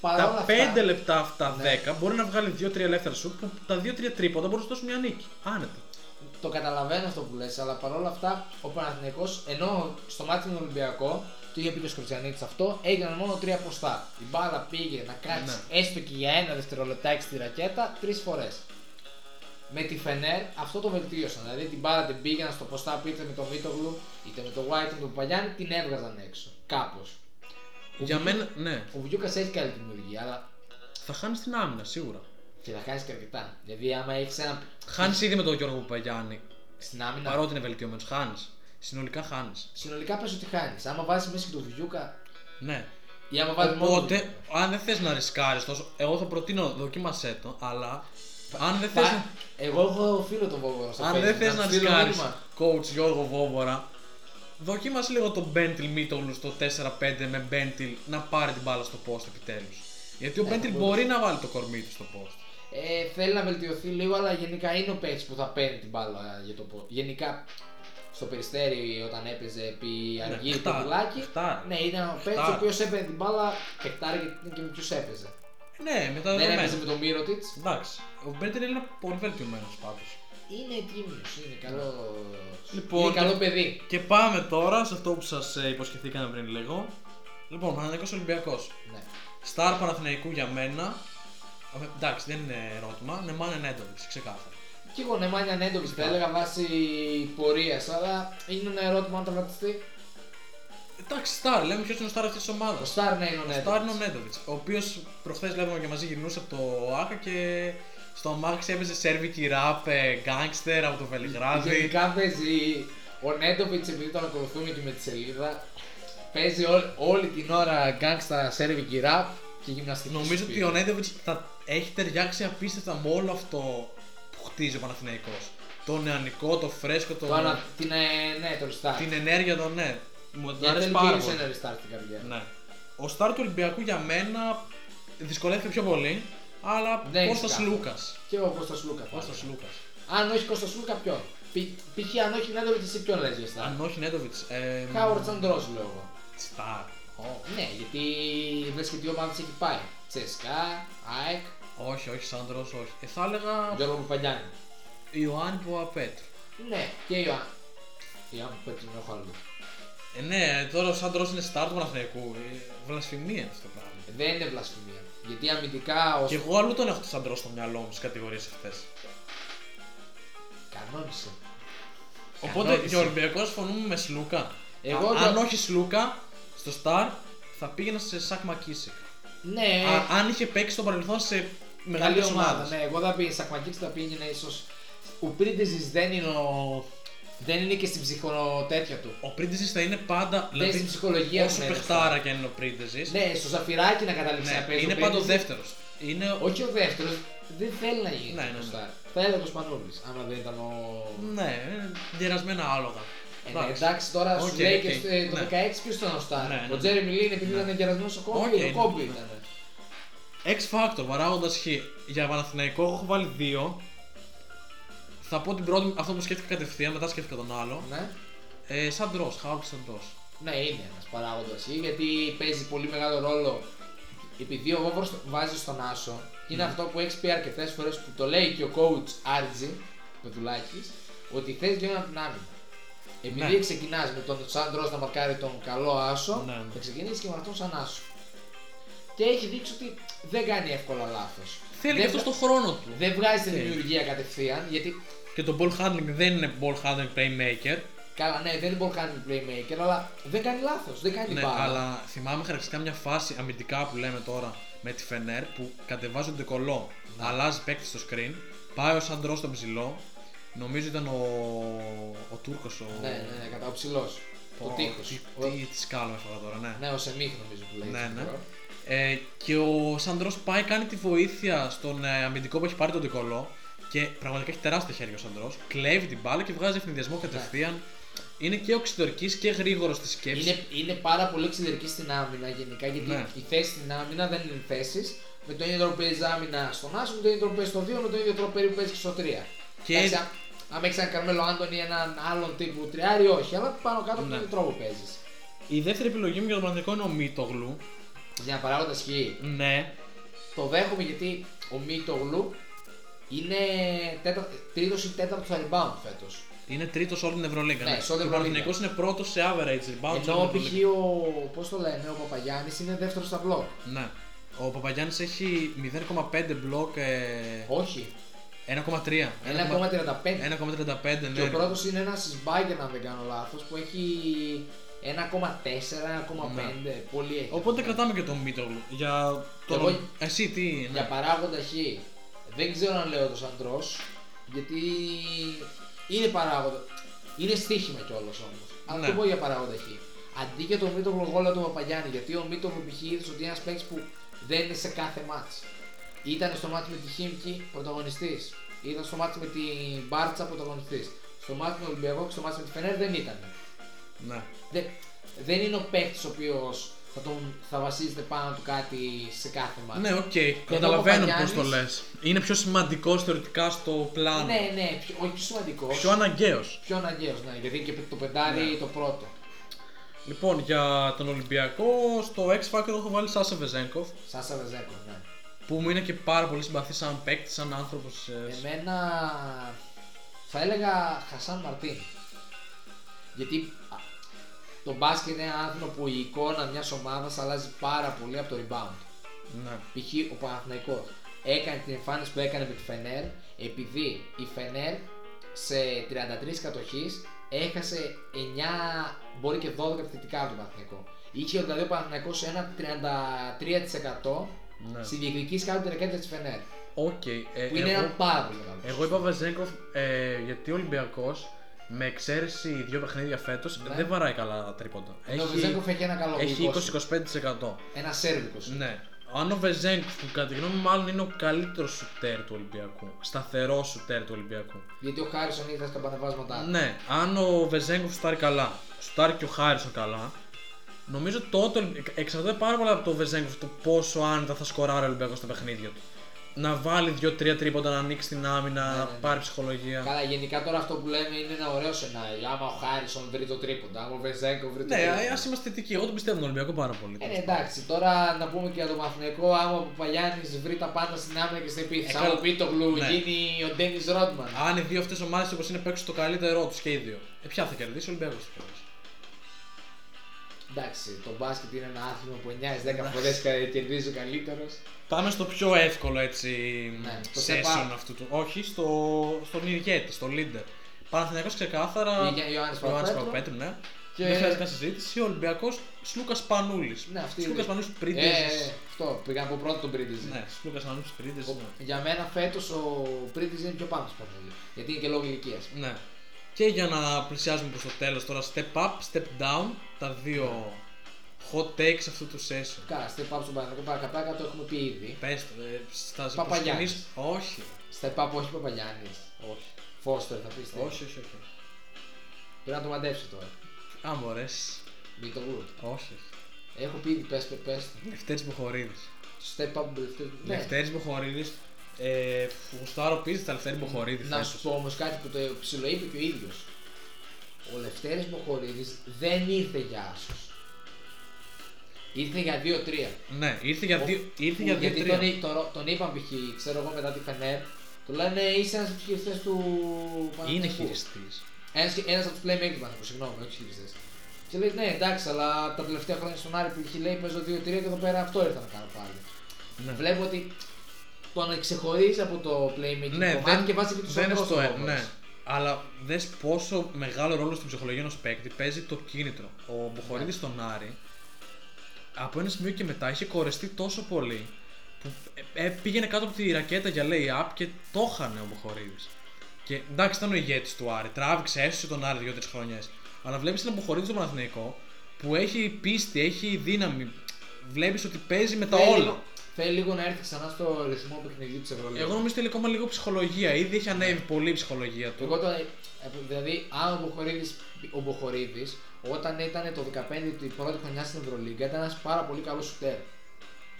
Παρά όλα τα αυτά- 5 λεπτά αυτά, Ναι. 10 μπορεί να βγάλει 2-3 ελεύθερα σου που τα 2-3 τρίποτα μπορούν να σου δώσουν μια νίκη. Άνετα. Το καταλαβαίνω αυτό που λες, αλλά παρόλα αυτά ο Παναθηναϊκός ενώ στο μάτι με τον Ολυμπιακό, το είχε πει και ο Σκορτζιανίτης αυτό, έγιναν μόνο τρία ποστά. Η μπάλα πήγε να κάτσει έστω και για ένα δευτερολεπτάκι στη ρακέτα τρεις φορές. Με τη Φενέρ αυτό το βελτίωσαν. Δηλαδή την μπάλα την πήγαιναν στο ποστά είτε με τον Μίτογλου, είτε με τον White, είτε με τον Παγιάννη, την έβγαζαν έξω. Κάπως. Για μένα, ναι, Ο Βιούκα έχει καλή δημιουργία, αλλά θα χάνεις την άμυνα σίγουρα. και θα χάσει και αρκετά. Δηλαδή άμα έχεις ένα. Χάνεις ήδη με τον Γιώργο Παπαγιάννη. Στην άμυνα. Παρότι είναι βελτιωμένος, χάνεις. Συνολικά χάνεις. Συνολικά πα ότι χάνεις. Άμα βάζεις μέσα και τον Βιούκα, Ναι. Ή άμα βάλει μόνο. Οπότε, αν δεν θες να ρισκάρεις τόσο, εγώ θα προτείνω δοκίμασέ το, αλλά αν δεν θε. Πα- Εγώ έχω φίλο τον Βόβορα στο Αν Facebook, δεν θες του να στείλω ρισκάρεις, μήνυμα. coach Γιώργο Βόβορα, δοκίμασε λίγο τον Μπέντιλ Μίτογλου στο 4-5 με Μπέντιλ να πάρει την μπάλα στο post επιτέλους. Γιατί ο Ναι, Μπέντιλ μπορεί. μπορεί να βάλει το κορμί του στο post. Ε, θέλει να βελτιωθεί λίγο, αλλά γενικά είναι ο παίκτης που θα παίρνει την μπάλα για το πω. Γενικά στο περιστέρι όταν έπαιζε Ναι, επί αργή το χτάρι, πουλάκι. χτάρι. Ναι, ήταν ο παίκτης ο Χτάρι. οποίος έπαιρνε την μπάλα και χτάρει γιατί ήταν και με ποιους έπαιζε. Ναι, μετά Δεν έπαιζε δεδομένα. με τον Μύρωτιτ. Εντάξει. Ο Μπέντιλ είναι πολύ βελτιωμένος πάντως. Είναι τίμιος, είναι καλό. Λοιπόν, είναι καλό και- παιδί. Και πάμε τώρα σε αυτό που σας υποσχεθήκαμε πριν λίγο. Λοιπόν, Παναθηναϊκός Ολυμπιακός. Ναι. Σταρ Παναθηναϊκού για μένα. Α, με- Εντάξει, δεν είναι ερώτημα, Ναι, είναι Μάνε Νέντοβιτ, ξεκάθαρα. Και εγώ ναι, Μάνια Νέντοβιτ θα έλεγα βάσει πορείας, αλλά είναι ένα ερώτημα αν θα βαπτιστεί. Εντάξει, Σταρ, λέμε ποιος είναι ο Σταρ αυτής της ομάδας. Ο Στάρ να είναι ο Ο Σταρ είναι ο Νέντοβιτ. Νέντοβιτ, ο οποίος προχθές λέγαμε και μαζί γυρνούσε από το ΟΑΚΑ και στο αμάξι έπαιζε σερβικη ραπ, ε, γκάγκστερ από το Βελιγράδι. Γενικά παίζει ο Νέντοβιτ επειδή τον ακολουθούμε και με τη σελίδα. Παίζει ό- όλη την ώρα γκάγκστα σερβικη ραπ και γυμναστική. Νομίζω στο ότι σπίτι. ο Νέντοβιτ θα έχει ταιριάξει απίστευτα με όλο αυτό που χτίζει ο Παναθηναϊκός. Το νεανικό, το φρέσκο, το... Το ανα... την, ε, ναι, τον Στάρ. την ενέργεια των ναι. Μου Γιατί αρέσει δεν πάρα πήρε πολύ. ένα restart την καριέρα. Ναι. Ο στάρ του Ολυμπιακού για μένα δυσκολεύτηκε πιο πολύ, αλλά Δεν Κώστας έχει Λούκας. Και ο Κώστας Λούκας. πάλι. Κώστας Λούκας. Αν όχι Κώστας Λούκας, ποιον. Π- Π.χ. αν όχι Νέντοβιτ, εσύ ποιον λες για Στάρ. Αν όχι Νέντοβιτς, ε, Χάουαρτ Αντρό λέω εγώ. Στάρ. Ω, Ναι, γιατί βλέπει και τι ομάδε έχει πάει. Τσεσκά, ΑΕΚ, Όχι, όχι, Σάντρο, όχι. Ε, θα έλεγα Γιώργο Παπαγιάννη. Ιωάννη Παπαπέτρου. Ναι, και Ιωάννη. Ιωάννη που παίρνει έχω άλλο. Ε, ναι, τώρα ο Σάντρο είναι στάρ του Παναθηναϊκού. Ε, βλασφημία είναι αυτό το πράγμα. Δεν είναι βλασφημία. Γιατί αμυντικά ο Και εγώ αλλού τον έχω τον Σάντρο στο μυαλό μου στις κατηγορίες αυτές. Κανόνισε. Οπότε Κανόνισε. για Ολυμπιακός φωνούμε με Σλούκα. Εγώ Α, αν το- όχι Σλούκα, στο Σταρ θα πήγαινα σε Σακ Μακίσικ. Ναι, Α, αν είχε παίξει στο παρελθόν σε μεγάλη καλή ομάδα. ομάδα. Ναι, εγώ θα πήγαινα. Σακμακίτσι θα πήγαινε ίσως. Ο Πρίντεζης δεν είναι ο... Δεν είναι και στην ψυχοτέτοια του. Ο Πρίντεζης θα είναι πάντα. δηλαδή, Δεν στην ψυχολογία όσο του είναι, παιχτάρα και αν είναι ο Πρίντεζης. Ναι, στο ζαφυράκι να καταλήξει να παίζει. Ναι, ο είναι πάντα ο Πρίντεζης. δεύτερος. Είναι ο- Όχι ο δεύτερος, δεν θέλει να γίνει. Ναι, ναι, ναι. star. Θα έλεγα ο Σπανούλης, άμα δεν ήταν ο. Ναι, είναι γερασμένα άλογα. Ε, ναι, εντάξει τώρα Οκ, σου λέει και οκ, στο- ε, το ναι. 16 ποιος ήταν ο Στάρ. Ναι, ναι, Ο ναι. Τζέρι Μιλίν επειδή Ναι. ήταν κερασμένο ο Οκ, Κόμπι. ναι, Ο Κόμπι ναι. ήταν. X Factor, παράγοντα Χ. Για Παναθηναϊκό έχω βάλει δύο. Θα πω την πρώτη, μου- αυτό που σκέφτηκα κατευθείαν, μετά σκέφτηκα τον άλλο. Ναι. Ε, σαν τρό, Χάουλ σαν τρό. Ναι, είναι ένας παράγοντας γιατί παίζει πολύ μεγάλο ρόλο. Επειδή ο Όβρο βάζει στον Άσο, είναι Ναι. αυτό που έχει πει αρκετές φορές που το λέει και ο coach Άρτζι, Πετουλάκη, ότι θες λίγο από την άμυνα. Επειδή Ναι. ξεκινάς με τον Σάντρο να μαρκάρει τον καλό Άσο, Ναι, ναι. θα ξεκινήσεις και με αυτόν σαν Άσο. Και έχει δείξει ότι δεν κάνει εύκολα λάθος. Θέλει και αυτό τον χρόνο του. Δεν βγάζει τη Θέλει. δημιουργία κατευθείαν, γιατί Και το ball handling δεν είναι ball handling playmaker. καλά, ναι, δεν μπορεί να κάνει playmaker, αλλά δεν κάνει λάθος. Δεν κάνει Ναι, μπάλα. αλλά θυμάμαι χαρακτηριστικά μια φάση αμυντικά που λέμε τώρα με τη Φενέρ που κατεβάζει τον Ντεκολό, αλλάζει παίκτη στο screen, πάει ο Σαντρό στον ψηλό, νομίζω ήταν ο, ο Τούρκος. Ο... Ναι, ναι, ναι, κατά ο ψηλός. Το ο- τείχο. Τι, τι, τι σκάλο έφαγα τώρα, ναι. Ναι, ο Σεμίχ νομίζω που λέει. Ναι, έτσι, ναι. τώρα. Ε, και ο Σαντρό πάει, κάνει τη βοήθεια στον ε, αμυντικό που έχει πάρει τον Ντικολό και πραγματικά έχει τεράστια χέρια ο Σαντρό. Κλέβει την μπάλα και βγάζει Ναι. ευνηδιασμό κατευθείαν. Είναι και οξυδορκής και γρήγορος στη σκέψη. Είναι, είναι πάρα πολύ εξειδερική στην άμυνα γενικά γιατί Ε, Ναι. οι θέσει στην άμυνα δεν είναι θέσεις. Με τον ίδιο τρόπο που παίζει άμυνα στον Άσο, με τον ίδιο τρόπο που παίζει στο 2, με τον ίδιο τρόπο περίπου παίζει και στο 3. Και- Εντάξει, αν- αν έχεις έναν Καρμέλο Άντων ή έναν άλλον τύπου τριάρι, όχι, αλλά πάνω κάτω με τον Ναι. ίδιο τρόπο παίζεις. Η δεύτερη επιλογή μου για τον Παναθηναϊκό είναι ο Μίτογλου. Για να παράγοντα χ. Ναι, Το δέχομαι γιατί ο Μίτογλου είναι τέτα... τρίτος ή τέταρτος rebound φέτος. είναι τρίτος όλη την Ευρωλίγκα. Ναι, σε όλη την Και Ο Παναθηναϊκός είναι πρώτος σε average rebound. σε όλη Ενώ την Ευρωλίγκα. π.χ. ο, πώς το λένε, ο Παπαγιάννης είναι δεύτερος στα μπλοκ. Ναι. Ο Παπαγιάννης έχει 0,5 μπλοκ. Ε, Όχι, 1,3. 1,35. 1,35 Και ο ναι. πρώτος είναι ένας Σμπάγκερ, αν δεν κάνω λάθος, που έχει 1,4-1,5. Πολύ έχει. Ναι. Οπότε κρατάμε και τον Μίτογλου. Για Και τον... εγώ- Εσύ τι είναι. Για παράγοντα χ. Δεν ξέρω αν λέω το Σαντρός, γιατί είναι παράγοντα. Είναι στοίχημα κιόλας όμως. Αλλά Ναι. το πω για παράγοντα χ. Αντί για τον Μίτογλου, εγώ λέω τον Παπαγιάννη. Γιατί ο Μίτογλου π.χ. είδες ότι είναι ένας παίκτης που δεν είναι σε κάθε μάτ. Ήταν στο μάτι με τη Χίμκι πρωταγωνιστής. Ήταν στο μάτι με την Μπάρτσα πρωταγωνιστής. Στο μάτι με τον Ολυμπιακό και στο μάτι με τη Φενέρ δεν ήταν. Ναι. Δεν, δεν είναι ο παίκτης ο οποίος θα, τον- θα βασίζεται πάνω του κάτι σε κάθε μάτ. Ναι, οκ, ο καταλαβαίνω Παπαγιάννης- πώς το λες. Είναι πιο σημαντικό θεωρητικά στο πλάνο. Ναι, ναι, πιο, όχι σημαντικός. Πιο αναγκαίος. Πιο αναγκαίος, ναι, γιατί και το πεντάρι το πρώτο. Λοιπόν, για τον Ολυμπιακό, στο X Factor έχω βάλει Σάσα Βεζέγκοφ, Σάσα Βεζέκο, ναι. που μου είναι και πάρα πολύ συμπαθή σαν παίκτη, σαν ε, άνθρωπο. Εμένα θα έλεγα Χασάν Μαρτίν. Γιατί α, το μπάσκετ είναι ένα άθλημα που η εικόνα μιας ομάδας αλλάζει πάρα πολύ από το rebound. Ναι. Π.χ. ο Παναθηναϊκός έκανε την εμφάνιση που έκανε με τη Φενέρ επειδή η Φενέρ σε 33 κατοχής έχασε 9, μπορεί και 12 επιθετικά από τον Παναθηναϊκό. Είχε δηλαδή ο Παναθηναϊκός ένα 33% Ναι. στη διεκδική κάτω την ρακέτα της Φενέρ. Οκ. ε, Που είναι εγώ, ένα πάρα πολύ μεγάλο. εγώ είπα Βεζέγκοφ ε, γιατί ο Ολυμπιακός με εξαίρεση δύο παιχνίδια φέτος Ναι. δεν βαράει καλά τρίποντα. Ενώ ο Βεζέγκοφ έχει ένα καλό έχει γλυκό σου. 20-25%. Ένα σέρβικο. σου. Ναι. Αν ο Βεζέγκοφ, που κατά τη γνώμη μου μάλλον είναι ο καλύτερος σουτέρ του Ολυμπιακού. Σταθερό σουτέρ του Ολυμπιακού. Γιατί ο Χάρισον ήρθε στα πανεβάσματά του. Ναι, αν ο Βεζέγκοφ σουτάρει καλά, σουτάρει και ο Χάρισον καλά, νομίζω ε, τότε ο Ολυμπ- εξαρτάται πάρα πολύ από το Βεζέγκοφ το πόσο άνετα θα σκοράρει ο Ολυμπιακός στα παιχνίδια του. να βάλει 2-3 τρίποντα, να ανοίξει την άμυνα, Ναι, να ναι, ναι. πάρει ψυχολογία. Καλά, γενικά τώρα αυτό που λέμε είναι ένα ωραίο σενάριο. Άμα ο Χάρισον βρει το τρίποντα, άμα ο Βεζέγκο βρει το Ναι, τρίποντα. ας είμαστε θετικοί. Εγώ τον πιστεύω τον Ολυμπιακό πάρα πολύ. Ε, ναι, εντάξει, τώρα να πούμε και για τον Παθηνικό, άμα ο Παπαγιάννης βρει τα πάντα στην άμυνα και στην επίθεση. Ε, άμα καλά. ο Πίτογλου Ναι. γίνει ο Ντένις Ρότμαν. Αν οι δύο αυτές ομάδες όπως είναι παίξουν το καλύτερό του και οι δύο, ε, ποια θα κερδίσει ο Ολυμπιακός θα κερδίσει. Εντάξει, το μπάσκετ είναι ένα άθλημα που 9-10 Ναι. φορέ κερδίζει ο καλύτερος. Πάμε στο πιο εύκολο έτσι Ναι, στο session step up. αυτού του. Όχι, στο, στον ηγέτη, στον leader. Παναθηναϊκός ξεκάθαρα. Ήγε- Ιωάννης Ιωάννης Παπαπέτρου. Παπαπέτρου, ναι. Και- Δεν χρειάζεται καν συζήτηση. Ο Ολυμπιακός Σλούκας Πανούλης. Ναι, αυτή Σλούκας είναι. Πανούλη πριν. Ε, ε, αυτό, πήγα από πρώτο τον Πρίντιζη. Ναι, Σλούκας Πανούλης πριν. Ο- Για μένα φέτος ο Πρίντιζη είναι πιο πάνω στο Παπαγιάννη. Γιατί είναι και λόγω ηλικίας. Ναι. Και για να πλησιάζουμε προς το τέλος τώρα, step up, step down, τα δύο hot takes αυτού του session. Καλά, step up στον Παναγιώτο Παρακαπάκα το έχουμε πει ήδη. Πες το, ε, στα Παπαγιάννης. προσκυνήσεις- Όχι. Step up όχι Παπαγιάννης. Όχι. Φώστερ θα πεις. Όχι, όχι, όχι. Πρέπει να το μαντέψω τώρα. Αν μπορέσεις. Μην το γουρ. Όχι. Έχω πει ήδη πες πες πες. Λευτέρης Μποχορίδης. Step up τελευταίο. Ναι. Λευτέρης Μποχορίδης. Ε, γουστάρω πίστη τα Λευτέρη Μποχορίδης. Να φέτος. σου πω όμως κάτι που το ψηλοείπε και ο ίδιος. Ο Λευτέρης Μποχορίδης δεν ήρθε για άσος. Ήρθε για 2-3. Ναι, ήρθε για Ο- δύο, ήρθε που- για δύο γιατί τρία. τον, εί- τον, τον είπαν π.χ. ξέρω εγώ μετά τη Φενέρ, του λένε είσαι ένας από τους χειριστές του Είναι Παναθηναϊκού. χειριστής. Ένας, ένας από τους playmaker του Παναθηναϊκού, συγγνώμη, όχι τους χειριστές. Και λέει ναι εντάξει, αλλά τα τελευταία χρόνια στον Άρη που είχε λέει παίζω 2-3 και εδώ πέρα αυτό ήρθα να κάνω πάλι. Ναι. Βλέπω ότι τον ξεχωρίζει από το playmaking Ναι, κομμάτι δεν, Λοιπόν, και βάζεις και τους δεν είναι οχτώ στο ε, στόχους. ναι. Αλλά δες πόσο μεγάλο ρόλο στην ψυχολογία ενός παίκτη παίζει το κίνητρο. Ο Μποχορίδη Ναι. στον Άρη από ένα σημείο και μετά είχε κορεστεί τόσο πολύ που ε, ε, πήγαινε κάτω από τη ρακέτα για lay-up και το χάνε ο Μποχορίδη. Και εντάξει, ήταν ο ηγέτης του Άρη. Τράβηξε, έσωσε τον Άρη δύο-τρει χρονιές. Αλλά βλέπεις έναν Μποχορίδη στον Παναθηναϊκό που έχει πίστη, έχει δύναμη. Βλέπεις ότι παίζει με τα Θέλει όλα. λίγο- Θέλει λίγο να έρθει ξανά στο ρυθμό παιχνιδιού της Ευρωλίγας. Εγώ νομίζω ότι είναι ακόμα λίγο ψυχολογία. Ήδη έχει Ναι. ανέβει πολύ η ψυχολογία του. Εγώ το, ε, δηλαδή, αν ο Μποχορίδης, ο Μποχορίδης, όταν ήταν το 15 του η πρώτη χρονιά στην Ευρωλίγκα, ήταν ένας πάρα πολύ καλός σουτέρ.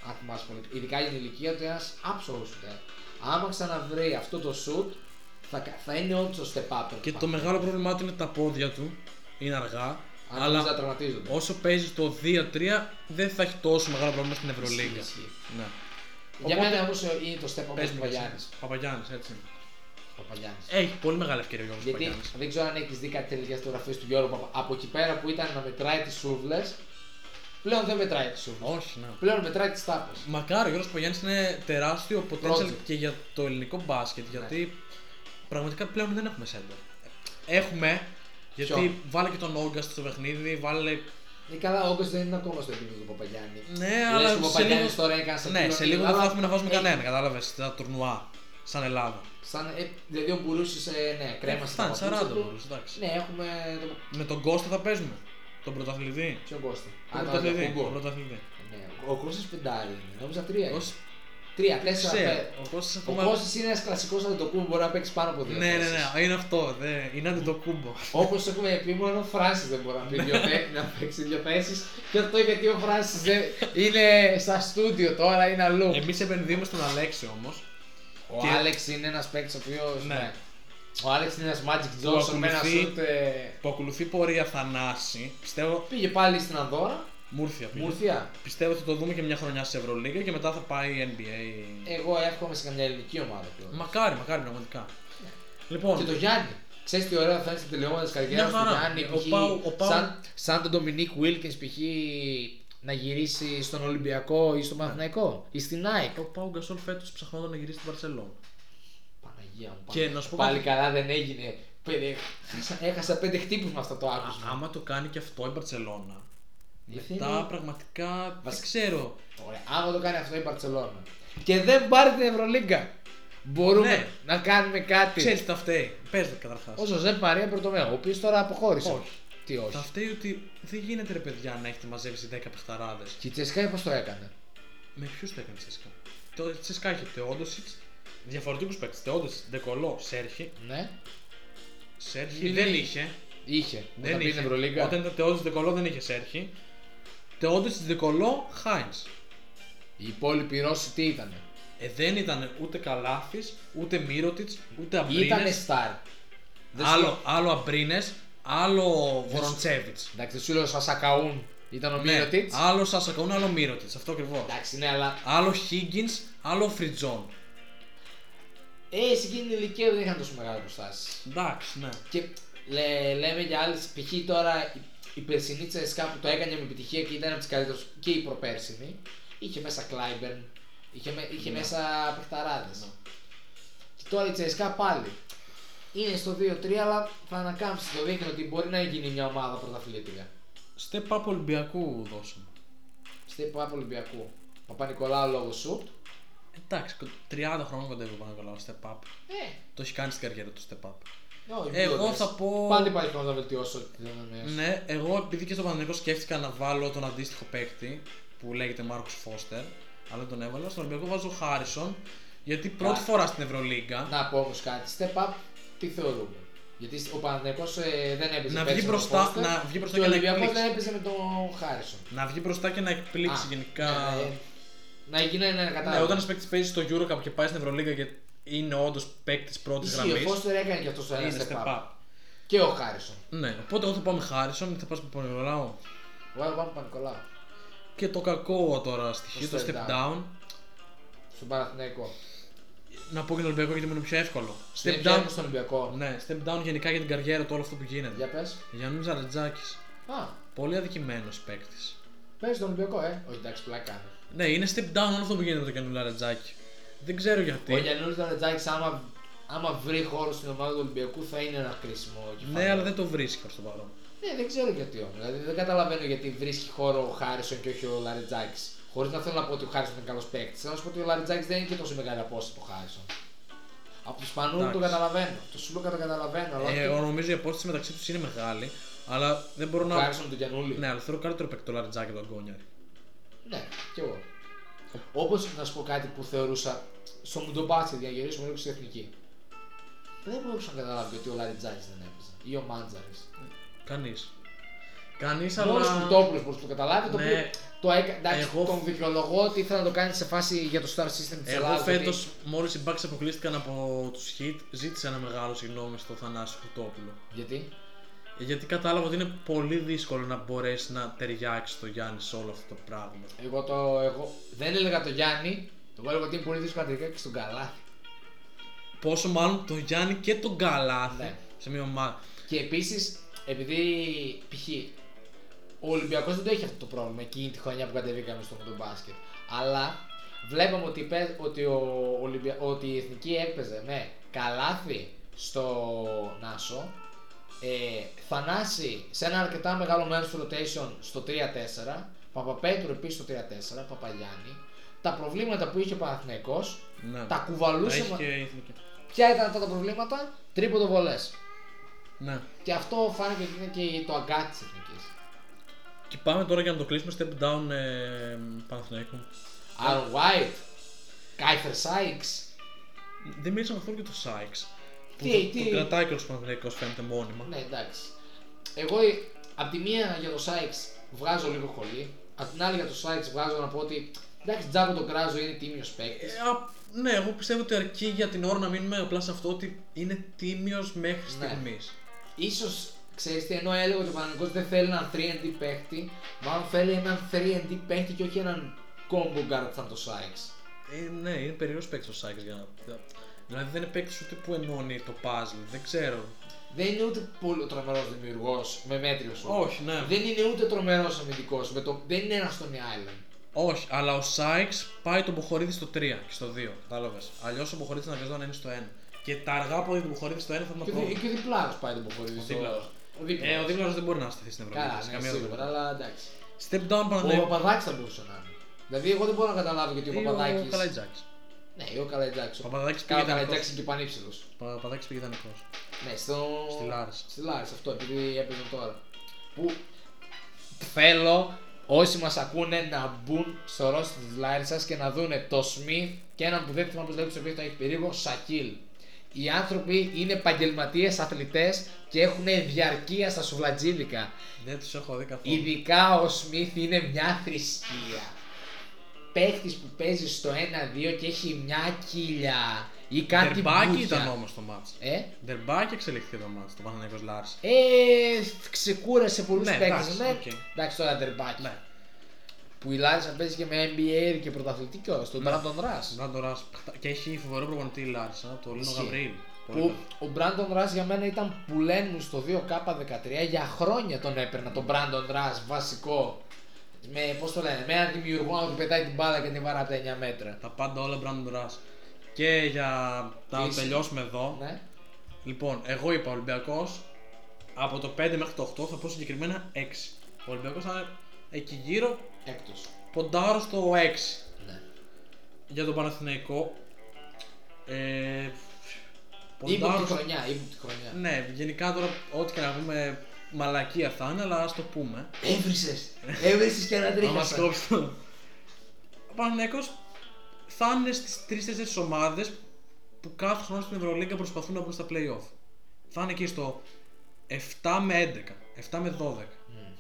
Αν θυμάσαι πολύ. Ειδικά για την ηλικία του, ένας άψογος σουτέρ. Άμα ξαναβρει αυτό το σουτ, θα, κα- θα είναι όντως step up. Και το μεγάλο πρόβλημά του είναι τα πόδια του. Είναι αργά. Αν αλλά αλλά... να τραυματίζονται. όσο παίζει το 2-3, δεν θα έχει τόσο μεγάλο πρόβλημα στην Ευρωλίγκα. Ισχύει. Ναι. Για Οπότε, μένα όμω είναι το step up πες του μου, Παπαγιάννης. Παπαγιάννης, έτσι. είναι. Παπαγιάννης. Έχει πολύ μεγάλη ευκαιρία ο Γιώργος Γιατί Παπαγιάννης. δεν ξέρω αν έχεις δει κάτι τελικέ φωτογραφίε του Γιώργου Παπα- Από εκεί πέρα που ήταν να μετράει τις σούβλες, πλέον δεν μετράει τις σούβλες. Όχι, ναι. Πλέον μετράει τις τάπες. Μακάρι ο Γιώργος Παπαγιάννης είναι τεράστιο potential Project. και για το ελληνικό μπάσκετ. Γιατί πραγματικά πλέον δεν έχουμε σέντερ. Έχουμε, γιατί Ποιον? βάλε και τον Όγκα στο παιχνίδι, βάλε. Ε, καλά, όγκο δεν είναι ακόμα στο επίπεδο του Παπαγιάννη. Ναι, Λες αλλά και ο σε λίγο, Παπαγιάννης τώρα έκανε σε ναι, πιλωτή, σε λίγο δεν αλλά θα έχουμε να βάζουμε έχει- κανένα, κατάλαβες, στα τουρνουά, σαν Ελλάδα. Σαν, ε, δηλαδή ο Μπουρούσης, ε, ναι, κρέμασε. τα Φτάνει, παπούτσια 40 του. μπορούσε, εντάξει. Ναι, έχουμε. Το... Με τον Κώστα θα παίζουμε. Τον πρωταθλητή. Ποιον Κώστα. Τον τον πρωταθλητή. Κουγκό. Τον πρωταθλητή. Ναι, ο Κώστα πεντάρι είναι. Νόμιζα τρία. είναι. Ως- Τρία, τέσσερα. Ξέρω, πέ- ο Κώστας Ο ακόμα. Κώστας είναι ένας κλασικός αντιτοκούμπο που μπορεί να παίξει πάνω από δύο. Ναι, ναι, ναι, είναι αυτό. Δε. Είναι αντιτοκούμπο. Όπως έχουμε πει, μόνο ο Φράση δεν μπορεί να, πει δύο, θέ- να παίξει δύο θέσεις. Και αυτό γιατί ο Φράσης είναι στα στούντιο τώρα, είναι αλλού. Εμείς επενδύουμε στον Αλέξη όμως. Ο Και- Άλεξ είναι ένας παίκτης ο οποίος. Ναι. Ο Άλεξ είναι ένας Magic Johnson με ένα ακολουθεί- σουτ. ε, Που ακολουθεί πορεία Θανάση. Πιστεύω. Πήγε πάλι στην Ανδώρα, Μούρθια πήγε. Μουρθία. Πιστεύω ότι θα το δούμε και μια χρονιά σε Ευρωλίγκα και μετά θα πάει NBA. Εγώ εύχομαι σε καμιά ελληνική ομάδα κιόλας. Μακάρι, μακάρι πραγματικά. Ε, Και Λοιπόν, το Γιάννη. Ξέρεις τι ωραίο θα είναι στην τελειώματα της καριέρας Μια του χαρά. Γιάννη. Ο π.χ. Πάου- ο Πάου- Σαν, σαν τον Ντομινίκ Βίλκινς π.χ. να γυρίσει στον Ολυμπιακό ή Ναι. στον Παναθηναϊκό ή στην ΑΕΚ. ο Πάου Γκασόλ φέτος ψαχνόταν να γυρίσει στην Παρσελόνα. Παναγία μου. Και πάλι- να σου πω πάλι κάτι. καλά δεν έγινε. Πέντε- χάσα- Έχασα πέντε χτύπους με αυτό το άκουσμα. Άμα το κάνει και αυτό η Μπαρσελόνα, Γιατί μετά είναι- πραγματικά δεν Βασικά- ξέρω. Ωραία. Άμα το κάνει αυτό η Μπαρτσελόνα και δεν πάρει την Ευρωλίγκα, μπορούμε Ναι. να κάνουμε κάτι. Ξέρεις τα φταίει. Πες το καταρχάς. Ο Ζωζέ Μαρία Πρωτομέα, ο οποίος τώρα αποχώρησε. Όχι. Τι όχι. Τα φταίει ότι δεν γίνεται ρε παιδιά να έχετε μαζέψει 10 παιχταράδες. Και η Τσεσικά πώς το έκανε. Με ποιους το έκανε Τσέσκα. Το Τσέσκα είχε Τεόντοσιτ, διαφορετικούς παίκτες. Τεόντοσιτ, Ντεκολό, Σέρχη. Ναι. Σέρχη Είχε- δεν είχε. Είχε. Δεν Όταν πήγε είχε. στην Ευρωλίγκα. Όταν ήταν Τεόντοσιτ, Ντεκολό δεν είχε Σέρχη. Τεόντοσιτ, Ντεκολό, Χάιν. Οι υπόλοιποι Ρώσοι τι ήταν. Ε, δεν ήταν ούτε Καλάθης, ούτε Μύρωτιτ, ούτε Αμπρίνες. Ήτανε star. Δεν σου Άλλο, λέω- άλλο Αμπρίνες, άλλο Βοροντσέβιτ. Εντάξει, σου λέω ο Σασακαούν ήταν ο Μύρωτιτς. Ναι, άλλο Σασακαούν, άλλο Μύρωτιτ. Αυτό ακριβώς. Εντάξει, ναι, αλλά Άλλο Χίγκιν, άλλο Φριτζόν. ε, σε εκείνη την ηλικία δεν είχαν τόσο μεγάλη προστάσει. Εντάξει, ναι. Και λε- λέμε για άλλες. Π.χ. τώρα η, η περσινή Τσεσικά που το έκανε με επιτυχία και ήταν από τις καλύτερες και η προπέρσινη. Είχε μέσα Κλάιμπερν, είχε, με- είχε Ναι. μέσα παιχταράδες. Και τώρα η Τσεσικά πάλι. Είναι στο 2-3, αλλά θα ανακάμψει το δείχνει ότι μπορεί να γίνει μια ομάδα πρωταθλήτρια. Step up Ολυμπιακού δώσαμε. Στη Παπα Ολυμπιακού. Παπα-Νικολάου λόγω σου. Εντάξει, κο- 30 χρόνια κοντεύει ο Παναγιώλα step up. Ε, Το έχει κάνει στην καριέρα του step up. όχι, Ε, εγώ μειώδες. θα πω- Πάντα υπάρχει χρόνο να βελτιώσω ότι δεν είμαι νέος. Ναι, εγώ επειδή και στο Παναγενικό σκέφτηκα να βάλω τον αντίστοιχο παίκτη που λέγεται Μάρκος Φώστερ, αλλά δεν τον έβαλα. Στον Ολυμπιακό βάζω Χάρισον, γιατί πρώτη Α. φορά στην Ευρωλίγκα. Να πω όμως κάτι. Step up, τι θεωρούμε. Γιατί ο Παναθηναϊκός ε, δεν έπαιζε Να πέρσι βγει με τον μπροστά- Foster να βγει μπροστά και ο και να Ολυμπιακός εκπλήξει. δεν έπαιζε με τον Χάρισον. Να βγει μπροστά και να εκπλήξει Α, γενικά. ναι, ναι, ναι. να γίνει ένα Ναι, κατάλληλο. όταν ένας παίκτης παίζει στο Eurocup και πάει στην Ευρωλίγκα και είναι όντως παίκτης πρώτης Ισχύει, ο γραμμής. Foster έκανε και αυτός ένα Είναι step, step up. up. Και ο Χάρισον. Ναι, οπότε εγώ θα πάω με Χάρισον, θα πάω με Παναγιώλα. Εγώ θα πάω με τον Πανικολάου. Και το κακό τώρα στοιχείο, Το το step step down. down. Στον Παναθηναϊκό. Να πω και τον Ολυμπιακό γιατί μου είναι πιο εύκολο. Δεν Step down. πιάνουμε στον Ολυμπιακό. Ναι, step down γενικά για την καριέρα του, όλο αυτό που γίνεται. Για πες. Γιάννη Ζαρετζάκης. Α, Πολύ αδικημένος παίκτης. παίζει τον Ολυμπιακό, ε. Όχι, εντάξει, πλάκα. κάνω. Ναι, είναι step down όλο αυτό που γίνεται με τον Γιάννη Ζαρετζάκη. Δεν ξέρω γιατί. Ο Γιάννης Ρετζάκη, άμα, άμα βρει χώρο στην ομάδα του Ολυμπιακού, θα είναι ένα κρίσιμο κεφάλαιο. Ναι, αλλά δεν το βρίσκει προς το παρόν. Ναι, δεν ξέρω γιατί όμως. Δηλαδή δεν καταλαβαίνω γιατί βρίσκει χώρο ο Χάρισον και όχι ο Λαριτζάκης. Χωρίς να θέλω να πω ότι ο Χάρισον είναι καλός παίκτης. Θέλω να σου πω ότι ο Λαριτζάκης δεν είναι και τόσο μεγάλη απόσταση από ο Χάρισον. Από τους Σπανού Εντάξει. το καταλαβαίνω. Το Σούλοκα το καταλαβαίνω. Αλλά Ε, εγώ ο, νομίζω η απόσταση μεταξύ τους είναι μεγάλη, αλλά δεν μπορώ ο να. Χάρισον του Γιανούλη. Ναι, αλλά θέλω καλύτερο παίκτη το Λαρετζάκη από τον Γκόνιαρη. Ναι, κι εγώ. Όπως να σου πω κάτι που θεωρούσα στο Μουντομπάτσι, για να γυρίσουμε λίγο στην εθνική. Δεν μπορούσα να καταλάβω γιατί ο Λαριτζάκη δεν έπαιζε. Ή ο Μάντζαρης. Κανείς. Κανείς, Αλλά... Μόνος αλλά. Κουτόπουλο που το καταλάβει. Το Ναι. οποίο το έκα... εντάξει, Εγώ- τον δικαιολογώ ότι ήθελα να το κάνει σε φάση για το star system της Εγώ Ελλάδας. φέτος, μόλις οι Bucks αποκλείστηκαν από τους Hit, ζήτησα ένα μεγάλο συγγνώμη στο Θανάση Κουτόπουλο. Ε, Γιατί. Γιατί κατάλαβα ότι είναι πολύ δύσκολο να μπορέσει να ταιριάξει το Γιάννης σε όλο αυτό το πράγμα. Εγώ, το... εγώ δεν έλεγα το Γιάννη, εγώ έλεγα ότι είναι πολύ δύσκολο να τελικά και στον καλά. Πόσο μάλλον τον Γιάννη και τον Καλάθι Ναι. σε μια ομάδα. Και επίσης, επειδή π.χ. ο Ολυμπιακός δεν το είχε αυτό το πρόβλημα εκείνη τη χρονιά που κατεβήκαμε στο τον μπάσκετ. Αλλά βλέπαμε ότι, παί- ότι, ο Ολυμπια... ότι η εθνική έπαιζε με καλάθι στο Νάσο, ε, Θανάση σε ένα αρκετά μεγάλο μέρος του rotation στο 3-4, Παπαπέτρου επίσης στο 3-4, Παπαγιάννη. Τα προβλήματα που είχε ο Παναθηναϊκός Ναι. τα κουβαλούσε. έχει μα- και η εθνική. Ποια ήταν αυτά τα προβλήματα, τρίποντο βολές. Ναι. Και αυτό φάνηκε ότι είναι και το αγκάτι της εθνικής. Και πάμε τώρα για να το κλείσουμε step down ε, Παναθηναϊκού. Άρον White, Κάιφερ Σάιξ. Δεν μίλησαμε καθόλου για το Σάιξ. Που Τι- το, τι- το κρατάει και ο Παναθηναϊκός φαίνεται μόνιμα. Ναι, εντάξει. Εγώ από τη μία για το Σάιξ βγάζω λίγο χολή. Απ' την άλλη για το Σάιξ βγάζω να πω ότι εντάξει, τζάμπο τον κράζω, είναι τίμιος παίκτης. Ε, α, ναι, εγώ πιστεύω ότι αρκεί για την ώρα να μείνουμε απλά σε αυτό ότι είναι τίμιος μέχρι Ναι. στιγμής. Ίσως, ξέρεις τι, ενώ έλεγα ότι ο Παναγικός δεν θέλει έναν 3D παίκτη, μάλλον θέλει έναν 3D παίκτη και όχι έναν combo guard σαν το Σάιξ. Ε, ναι, είναι περίεργος παίκτης ο Σάκη. Για... να- Δηλαδή δεν είναι παίκτης ούτε που ενώνει το puzzle. Δεν ξέρω. Δεν είναι ούτε πολύ τρομερός δημιουργός με μέτριο σου. Όχι, ναι. Δεν είναι ούτε τρομερός αμυντικός. Το... Δεν είναι ένας στον Island. Όχι, αλλά ο Σάιξ πάει τον Μποχορίδη στο 3 και στο 2. Κατάλαβες. Αλλιώς ο Μποχορίδη αναγκαζόταν να είναι στο 1. Και τα αργά πόδια του Μποχορίδη στο 1 θα ήταν Και, ο δι- πρόβλημα. και ο διπλάρος πάει τον Ποχορίδη. Ο στο- δίπλαρος. Ο δίπλαρος. Ε, ο Δίπλα δεν μπορεί να σταθεί στην Ευρώπη. Καλά, σε ναι, καμία σίγουρα, περίπτωση. αλλά εντάξει. Step down Ο Παναθηναϊκός. Παπαδάκης θα μπορούσε να είναι. Δηλαδή, εγώ δεν μπορώ να καταλάβω γιατί ο Ή Ο Παπαδάκης. Καλατζάκη. Ναι, ή ο Καλατζάκη. Ο Παπαδάκης Καλά, πήγε ο Καλατζάκη ιδανικός. είναι και πανύψηλος. Ο Παπαδάκης πήγε ιδανικός. Ναι, στο... Στη Λάρισα. Στη Λάρισα, αυτό, επειδή έπαιζε τώρα. Που θέλω όσοι μας ακούνε να μπουν στο ρόστι της Λάρισα και να δούνε το Σμιθ και έναν που δεν θυμάμαι πώς λέγεται, το οποίο τον έχει περίεργο, Σακίλ. Οι άνθρωποι είναι επαγγελματίες, αθλητές και έχουν διαρκεία στα σουβλατζίδικα. Δεν τους έχω δει καθόλου. Ειδικά ο Σμιθ είναι μια θρησκεία. παίχτη που παίζει στο 1-2 και έχει μια κοιλιά ή κάτι Ντερμπάκι μπουκιά. ήταν όμως το μάτς. Ε, Ντερμπάκι εξελιχθεί το μάτς, το Παναθηναϊκός Λάρς. ε, ξεκούρασε πολλούς Ναι, παίκτες, εντάξει, Ναι, οκ. εντάξει, τώρα ντερμπάκι. Ναι. Που η Λάρισα παίζει και με NBA και πρωταθλητή κιόλα, τον Ναι. Brandon Rush. Μπράντο Ρας. Και έχει φοβερό προπονητή η Λάρς, α, το Λίνο Ισχύει. Γαβριήλ. Πολύ Που ο καλό. Brandon Rush για μένα ήταν που λένε στο 2K13 για χρόνια τον έπαιρνα τον Brandon Rush βασικό. Με, πώς το λένε, με έναν δημιουργό να του πετάει την μπάλα και την βάρα από τα 9 μέτρα. Τα πάντα όλα Μπράντο Ρας. Και για να Είσαι. τελειώσουμε εδώ. Ναι. Λοιπόν, εγώ είπα Ολυμπιακός από το 5 μέχρι το 8, θα πω συγκεκριμένα 6. Ο Ολυμπιακός θα είναι εκεί γύρω, Έκτος. ποντάρω στο 6. Ναι. Για τον Παναθηναϊκό. Ε, Ήμουν τη ποντάρω. στο- χρονιά, ήμουν τη χρονιά. Ναι, γενικά τώρα ό,τι και να πούμε μαλακία θα είναι, αλλά ας το πούμε. Έβρισες, έβρισες και Να μα ανατρίχασα. κόψει το. Ο Παναθυναϊκό θα είναι στις 3-4 ομάδες που κάθε χρόνο στην Ευρωλίγκα προσπαθούν να μπουν στα playoff. Θα είναι εκεί στο 7 με 11, 7 με 12. Μμμ.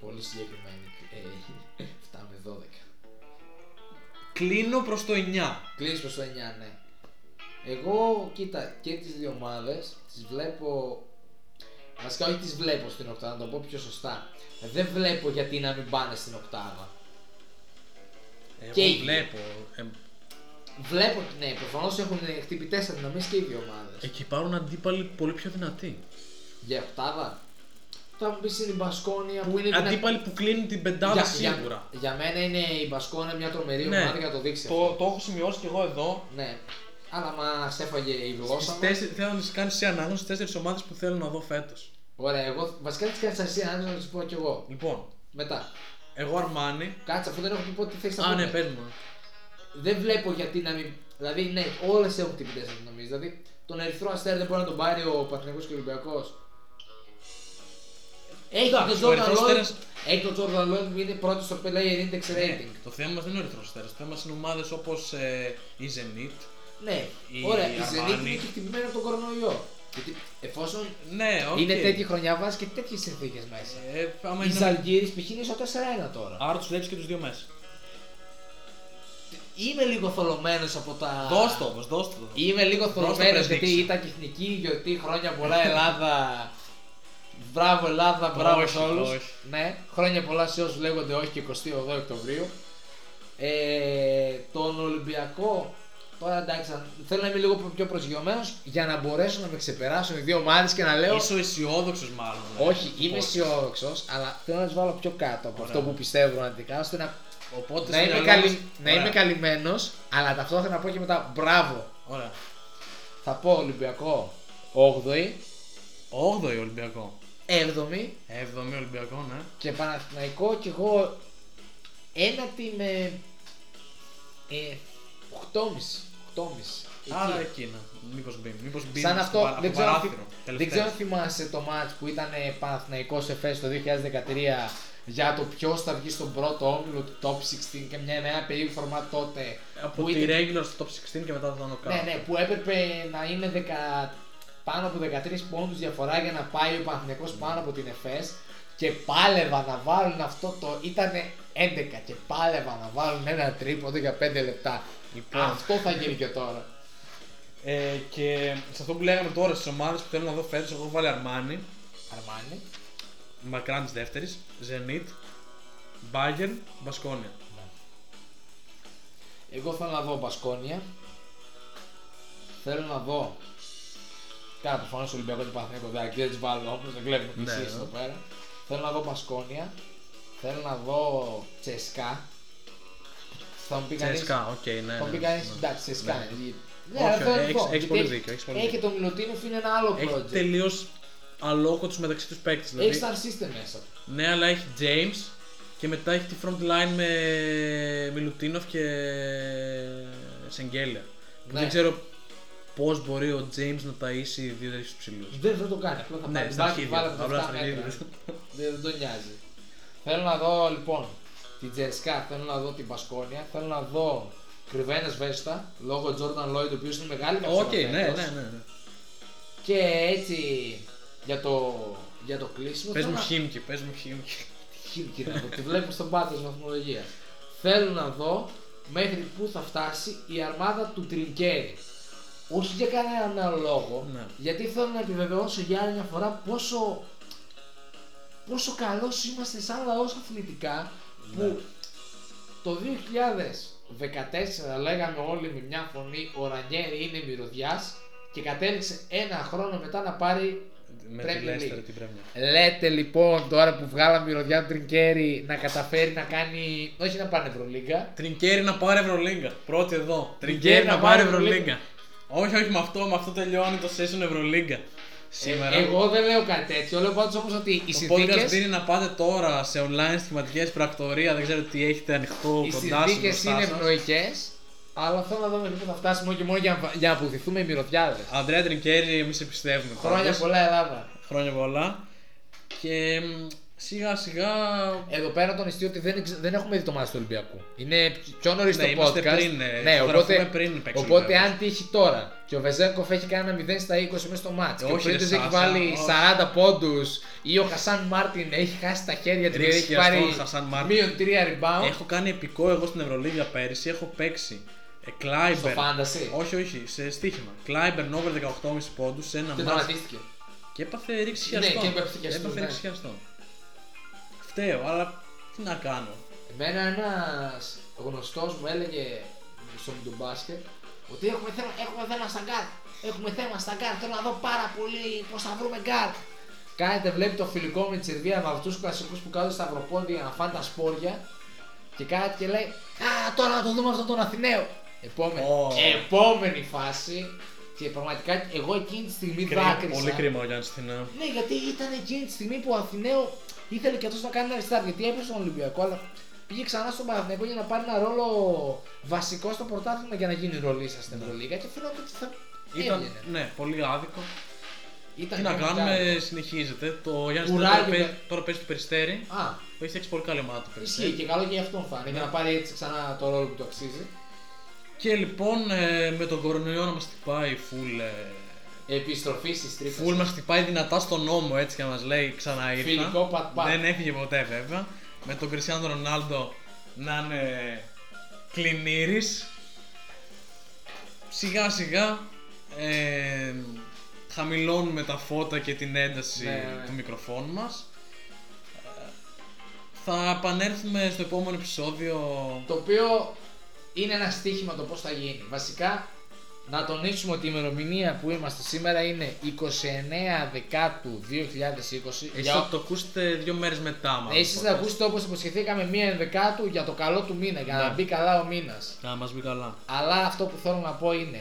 Πολύ συγκεκριμένη. Ε, 7 με 12. Κλείνω προς το 9. Κλείνεις προς το 9, ναι. Εγώ, κοίτα, και τις δύο ομάδες τις βλέπω... Βασικά όχι τις βλέπω στην οκτάδα, να το πω πιο σωστά. Δεν βλέπω γιατί να μην πάνε στην οκτάδα. Εγώ Και εκεί. βλέπω. Ε, Βλέπω, ναι, προφανώς έχουν χτυπητές αδυναμίες και οι δύο ομάδες. εκεί πάρουν αντίπαλοι πολύ πιο δυνατοί. Για οκτάδα. Θα μου πεις είναι η Μπασκόνια που είναι δυνατή. Αντίπαλοι που κλείνουν την πεντάδα σίγουρα. Για, για μένα είναι η Μπασκόνια μια τρομερή Ναι. ομάδα για να το δείξει. αυτό. Το, το έχω σημειώσει και εγώ εδώ. Ναι. Αλλά μας έφαγε η γλώσσα Στις μας. τέσσερι- Θέλω να σα κάνω σε ανάγνωση τι 4 ομάδες που θέλω να δω φέτος. Ωραία, εγώ βασικά τις κάτσα εσύ, αν να σου πω κι εγώ. Λοιπόν, Μετά. εγώ Αρμάνι. Κάτσε, αφού δεν έχω πει τι θέση θα Α, πούμε. ναι, παίρνουμε. Δεν βλέπω γιατί να μην. Δηλαδή, ναι, όλες έχουν χτυπητέ αστυνομίε. Δηλαδή, τον Ερυθρό Αστέρ δεν μπορεί να τον πάρει ο Παναγιώ και ο Ολυμπιακός. Έχει Εντάξει, τον ο Τζόρνταν Ερυθρός Λόιν. Αστέρας- Ναι. Έχει τον Τζόρνταν Λόιν που είναι πρώτος στο player index rating. Το θέμα μας δεν είναι ο Ερυθρός Αστέρας. Το θέμα μας είναι ομάδες όπως η Zenit. Ναι, Η ωραία, η Armani. Zenit είναι και χτυπημένη από τον κορονοϊό. Γιατί εφόσον Ναι, όχι. είναι τέτοια χρονιά, βάζεις και τέτοιες συνθήκες μέσα. Ε, άμα Η είναι... Ζαλγκύρη π.χ. είναι στο 4-1 τώρα. Άρα τους βλέπεις και τους δύο μέσα. Είμαι λίγο θολωμένος από τα. Δώσ' το όμως, δώσ' το. Είμαι λίγο το θολωμένος γιατί prediction. ήταν και εθνική γιορτή χρόνια πολλά Ελλάδα. Μπράβο Ελλάδα, Το μπράβο όχι, σε το όλους. όχι. Ναι, χρόνια πολλά σε όσους λέγονται όχι και 28 Οκτωβρίου. Ε, τον Ολυμπιακό. Τώρα εντάξει, αν- θέλω να είμαι λίγο πιο προσγειωμένος για να μπορέσουν να με ξεπεράσουν οι δύο ομάδες και να λέω. Είσαι αισιόδοξος μάλλον. ναι. Όχι, είμαι Οπότε- αισιόδοξος, αλλά θέλω να του βάλω πιο κάτω από αυτό που πιστεύω πραγματικά, ώστε να, Οπότε να, στο είμαι, μυαλό μας- καλυ... να Ωραία. είμαι καλυμμένος, αλλά ταυτόχρονα να πω και μετά μπράβο. Ωραία. Θα πω Ολυμπιακό 8η, 8η Ολυμπιακό. 7η 7η Ολυμπιακό, ναι. και Παναθηναϊκό και εγώ 1η με ε, 8,5. 8,5. Άρα Εκεί. εκείνα. Μήπως μπει. Μήπως μπει. Σαν στο αυτό, παρα- δεν στο ξέρω, αν θυ- παράθυρο, δεν ξέρω τελευταία. αν θυμάσαι το μάτς που ήταν ε, Παναθηναϊκός Εφές το 2013 για το ποιος θα βγει στον πρώτο όμιλο του Top 16 και μια νέα περίπου φορμά τότε. Από που τη ήταν- regular στο top 16 και μετά θα τον Ναι, ναι, που έπρεπε να είναι 10, πάνω από 13 πόντους διαφορά για να πάει ο Παναθηναϊκός πάνω από την ΕΦΕΣ και πάλευα να βάλουν αυτό το... ήτανε 11 και πάλευα να βάλουν ένα τρίποντο για 5 λεπτά. Λοιπόν. Αυτό θα γίνει και τώρα. Ε, και σε αυτό που λέγαμε τώρα στις ομάδες που θέλω να δω φέτος, εγώ έχω βάλει Αρμάνι, Αρμάνι. Μακράν της δεύτερης, Zenit, Bayern, Μπασκόνια. Εγώ θέλω να δω Μπασκόνια. Θέλω να δω. Κάτω προφανώς Ολυμπιακός και Παναθηναϊκός δεν αρκεί, δεν τις βάλω όπω δεν βλέπουμε Ναι, ναι, ναι. εδώ πέρα. Θέλω να δω Μπασκόνια. Θέλω να δω Τσεσκά. Θα μου πει κανείς. Τσέσκα, οκ, ναι. Θα μου πει ναι, κανείς. ναι. Εντάξει, Τσεσκά. Ναι. Ναι, Όχι, αλλά θέλω να έχεις- δω, έχεις γιατί πολύ έχει- δίκιο, έχεις πολύ Έχει το Μιλωτίνοφ είναι ένα άλλο Έχει project. τελείως αλόκο τους μεταξύ τους παίκτες. Έχει Δηλαδή, star system μέσα. ναι, αλλά έχει James και μετά έχει τη front line με Μιλουτίνοφ και Σεγγέλια. Που Ναι. Δεν ξέρω πώς μπορεί ο James να ταΐσει δύο τέτοιου ψηλούς. Δεν θα το κάνει. Απλά θα Ναι, πάρει στην αρχή μπάκι, δεν. βάλε από Απλά τα 7 στην αρχή μέτρα. δεν. Δεν, δεν τον νοιάζει. Θέλω να δω λοιπόν την Τζερσκά, θέλω να δω την Πασκόνια, θέλω να δω κρυβένες Βέστα λόγω Τζόρνταν Λόιντ, ο οποίος είναι μεγάλη Οκ, μεταφορά ναι, ναι, φέτος. ναι. ναι. Και έτσι για το, για το κλείσιμο. Πες θέλω μου να- Χίμκι, πες μου Χίμκι. Χίμκι. να το- τη βλέπω στον πάτο βαθμολογία. Θέλω να δω μέχρι πού θα φτάσει η αρμάδα του Τριγκέρι. Όχι για κανέναν άλλο λόγο, Ναι. γιατί θέλω να επιβεβαιώσω για άλλη μια φορά πόσο, πόσο καλός είμαστε σαν λαός αθλητικά Ναι. που το 2014 λέγαμε όλοι με μια φωνή ο Ρανιέρη είναι μυρωδιάς και κατέληξε ένα χρόνο μετά να πάρει Με Premier τη Leicester League. την Premier. Λέτε λοιπόν τώρα που βγάλαμε μυρωδιά του Τρινκέρι να καταφέρει να κάνει, όχι να πάρει Ευρωλίγκα, Τρινκέρι να πάρει Ευρωλίγκα. Πρώτη εδώ. Τρινκέρι Τρινκέρι να να πάρει πάρει Ευρωλίγκα. Όχι, όχι με αυτό, με αυτό τελειώνει το session Ευρωλίγκα. Σήμερα. Ε, εγώ δεν λέω κάτι τέτοιο, λέω πάντως όμως ότι οι το podcast συνθήκες, δίνει να πάτε τώρα σε online σχηματικές πρακτορία. Δεν ξέρω τι έχετε ανοιχτό οι κοντά σας. συνθήκες είναι ευνοϊκές, αλλά θέλω να δω μέχρι πού θα φτάσουμε όχι μόνο για, να- για να αποδειχθούμε οι μυρωδιάδες. Αντρέα Τρινκέρι, εμείς σε πιστεύουμε. Χρόνια πάντως. πολλά Ελλάδα. Χρόνια πολλά. Και μ, σιγά σιγά. Εδώ πέρα τον ιστεί ότι δεν, εξ- δεν έχουμε δει το μάτι του Ολυμπιακού. Είναι πιο νωρίς Ναι, το είμαστε podcast. πριν, ε, ναι, γραφούμε οπότε, πριν παίξει ο οπότε Ολυμπιακός. αν τύχει τώρα και ο Βεζέκοφ έχει κάνει ένα 0 στα 20 μέσα στο μάτς Ε, και ο όχι, ρε, Πρίτος έχει Σάσα, βάλει όχι. 40 πόντους ή ο Χασάν Μάρτιν έχει χάσει τα χέρια του και Ρίξει έχει και αυτόν πάρει ο Χασάν Μάρτιν. μείον 3 rebound Έχω κάνει επικό εγώ στην Ευρωλίγα πέρυσι. Έχω παίξει. Ε, Κλάιμπερ. στο fantasy. Όχι, όχι, σε στοίχημα. Κλάιμπερ over 18,5 πόντους σε ένα Και μάτς τραυματίστηκε. Και έπαθε ρήξη Ναι, χιαστό. και έπαθε χιαστό, Έπαθε ναι. ρήξη χιαστό. Φταίω, αλλά τι να κάνω. Εμένα ένας γνωστός μου έλεγε στο μπάσκετ ότι έχουμε θέμα, έχουμε θέμα στα γκάρ. Έχουμε θέμα στα γκάρ. Θέλω να δω πάρα πολύ πώς θα βρούμε γκάρ. Κάνετε, βλέπει το φιλικό με τη Σερβία με αυτούς τους κλασικούς που κάνουν σταυροπόδια να φάνε τα σπόρια. Και κάτι και λέει Α, τώρα να το δούμε αυτό τον Αθηναίο. Επόμενη, Ω. επόμενη φάση. Και πραγματικά εγώ εκείνη τη στιγμή Κρί- δάκρυσα. Πολύ κρίμα ο Γιάννης Αθηνά. Ναι, γιατί ήταν εκείνη τη στιγμή που ο Αθηναίο ήθελε και αυτός να κάνει ένα restart. Γιατί έπεσε στον Ολυμπιακό, αλλά πήγε ξανά στον Παναθηναϊκό για να πάρει ένα ρόλο βασικό στο πρωτάθλημα για να γίνει ρολίστα στην Ευρωλίγα. Και φαίνεται ότι θα. Ήταν, έβγαινε. ναι, πολύ άδικο. Ήταν Τι να πραγματικά. κάνουμε, συνεχίζεται. Το Γιάννης Κουράγιο, Αθηνά ναι. τώρα, τώρα παίζει το περιστέρι. Α, Το έχει φτιάξει πολύ καλή ομάδα το ισχύει περιστέρι. και καλό και για αυτόν θα είναι. Ναι. Για να πάρει έτσι ξανά το ρόλο που του αξίζει. Και λοιπόν ε, με τον κορονοϊό να μας χτυπάει full. ε, Επιστροφή στις τρύπες. Full μα χτυπάει δυνατά στον νόμο έτσι και μας λέει ξανά ήρθα. Φιλικό πατ-πατ. Δεν έφυγε ποτέ βέβαια. Με τον Κριστιανό Ρονάλντο να είναι κλινήρη. Σιγά σιγά ε, χαμηλώνουμε τα φώτα και την ένταση Ναι, ναι. του μικροφόνου μας. Ε, Θα επανέλθουμε στο επόμενο επεισόδιο. Το οποίο είναι ένα στοίχημα το πώς θα γίνει. Βασικά, να τονίσουμε ότι η ημερομηνία που είμαστε σήμερα είναι 29 Δεκάτου 2020. Εσείς Για- θα το ακούσετε δύο μέρες μετά μάλλον. Εσείς θα ακούσετε όπως υποσχεθήκαμε μία ενδεκάτου για το καλό του μήνα, για να Ναι. μπει καλά ο μήνας. Να μας μπει καλά. Αλλά αυτό που θέλω να πω είναι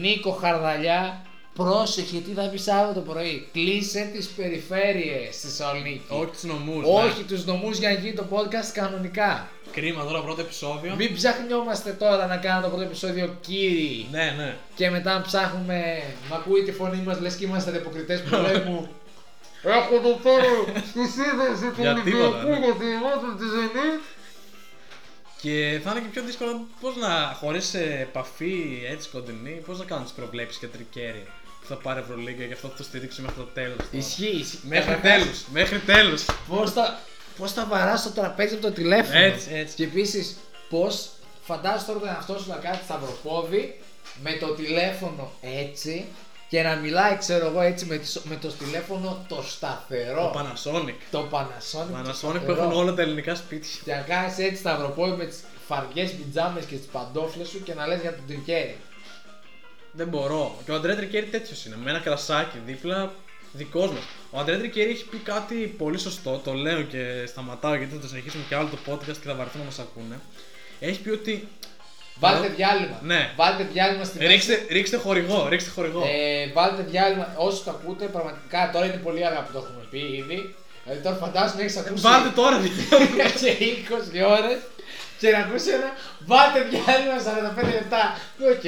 Νίκο Χαρδαλιά, πρόσεχε τι θα πεις Σάββατο πρωί. Κλείσε τις περιφέρειες στη Θεσσαλονίκη. Όχι τους νομούς. ναι. Ε, Όχι τους νομούς για να γίνει το podcast κανονικά. Κρίμα τώρα πρώτο επεισόδιο. Μην ψαχνιόμαστε τώρα να κάνουμε το πρώτο επεισόδιο κύριοι Ναι, ναι. και μετά να ψάχνουμε. Μ' ακούει τη φωνή μας λες και είμαστε ρεποκριτές που λέμε. Έχω το φέρο στη σύνδεση του Για τίποτα, ναι. Ολυμπιακού για τη μάτια της Zenit. Και θα είναι και πιο δύσκολο πώς να, χωρίς επαφή έτσι κοντινή, πώς να κάνουν τις προβλέψεις και τρικέρι που θα πάρει Ευρωλίγκα και αυτό θα το στηρίξει μέχρι το τέλος. Ισχύει. ισχύει. Μέχρι Καταρχάς, τέλου. Μέχρι τέλου. Πώς θα, πώς θα βαράς το τραπέζι από το τηλέφωνο. Έτσι, έτσι. Και επίσης, πώς φαντάζεσαι τώρα τον εαυτό σου να κάτσει σταυροπόδι με το τηλέφωνο έτσι και να μιλάει, ξέρω εγώ, έτσι με, τις- με το τηλέφωνο το σταθερό. Το Panasonic. Το Panasonic. το Panasonic που σταθερό. έχουν όλα τα ελληνικά σπίτια. Και να κάνεις έτσι σταυροπόδι με τις φαριές πιτζάμες και τις παντόφλες σου και να λες για τον Τρικέρι. Δεν μπορώ. Και ο Αντρέα Τρικέρι τέτοιος είναι. Με ένα κρασάκι δίπλα δικός μας. Ο Αντρέα Τρικέρι έχει πει κάτι πολύ σωστό. Το λέω και σταματάω γιατί θα το συνεχίσουμε και άλλο το podcast και θα βαρεθούν να μας ακούνε. Έχει πει ότι. Βάλτε διάλειμμα. Ναι. Βάλτε διάλειμμα στην Ρίξτε, ρίξτε χορηγό, ρίξτε χορηγό. Ε, βάλτε διάλειμμα όσοι το ακούτε, πραγματικά τώρα είναι πολύ αργά που το έχουμε πει ήδη. Δηλαδή τώρα φαντάζομαι έχεις ακούσει. Βάλτε τώρα διάλειμμα. σε 20 ώρες και να ακούσει ένα. Βάλτε διάλειμμα 45 λεπτά. Οκ.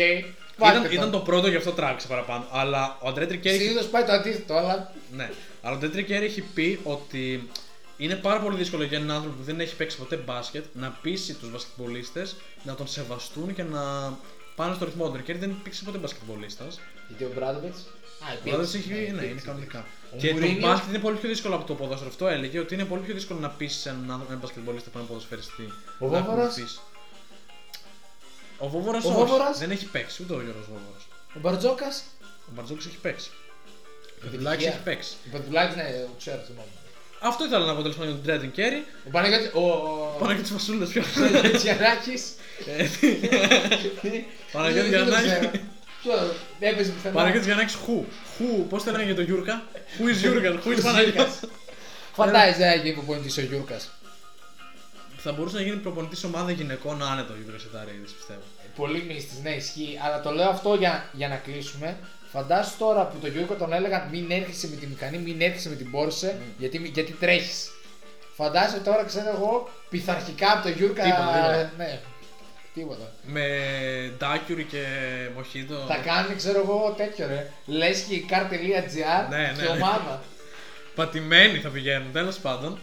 Ήταν, ήταν το πρώτο γι' αυτό τράβηξε παραπάνω. Αλλά ο Αντρέ Τρικέρι. έχει- Συνήθως πάει το αντίθετο, αλλά. Ναι. Αλλά ο Αντρέ Τρικέρι έχει πει ότι είναι πάρα πολύ δύσκολο για έναν άνθρωπο που δεν έχει παίξει ποτέ μπάσκετ να πείσει τους μπασκετμπολίστες να τον σεβαστούν και να πάνε στο ρυθμό του. Ο Τρικέρι δεν υπήρξε ποτέ μπασκετμπολίστας. Γιατί ο Μπράντοβιτ. Α, Ο υπήρξε. Ρόδο έχει. Ναι, είναι υπήρξε. κανονικά. Ο Και το Μουρίνιο- μπάσκετ είναι πολύ πιο δύσκολο από το ποδόσφαιρο. Αυτό έλεγε ότι είναι πολύ πιο δύσκολο να πείσει έναν άνθρωπο, έναν μπασκετμπολίστα που είναι ποδοσφαιριστή. Ο να Βόβορας? ακολουθείς. Ο Βόβορας Ο όχι. Βόβορας? Δεν έχει παίξει ούτε ο Γιώργος Βόβορας. Ο Μπαρτζόκας. Ο Μπαρτζόκης έχει παίξει. Ο Επιτυχία. Δουλάκη έχει παίξει. Ο Παντουλάκη, ναι, το ξέρω, θυμόμαι. Αυτό ήθελα να πω τέλος πάντων για τον Τρέντιν Κέρι. Ο Παναγιώτη. Ο. Πάνω και τι φασούλε πιο Ο Τσιαράκη. Ε, Παναγιώτη Γιαννάκη. Ποιο. Έπαιζε πουθενά. Παναγιώτης Γιαννάκης, χου. Χου, πώ θέλανε για τον Γιούρκα. Who is Γιούργαν, who is Γιούρκας. Παναγιώτη. Φαντάζεσαι να γίνει προπονητή ο Γιούρκας. Θα μπορούσε να γίνει προπονητής σε ομάδα γυναικών άνετο ο Γιούργα Σεταρίδη, πιστεύω. Πολύ μύστη, ναι, ισχύει. Αλλά το λέω αυτό για, για να κλείσουμε. Φαντάζεσαι τώρα που τον Γιούρκο τον έλεγαν μην έρχεσαι με τη μηχανή, μην έρχεσαι με την Πόρσε, Mm. γιατί, γιατί τρέχεις. Φαντάζεσαι τώρα, ξέρω εγώ, πειθαρχικά από τον Γιούρκα. Τίποτα, τίποτα. Ναι, τίποτα. Με ντάκιουρι και μοχίδο. Θα κάνει, ξέρω εγώ, τέτοιο ρε. Λέσχη car.gr Ναι, ναι, και ναι. ομάδα. Πατημένοι θα πηγαίνουν, τέλος πάντων.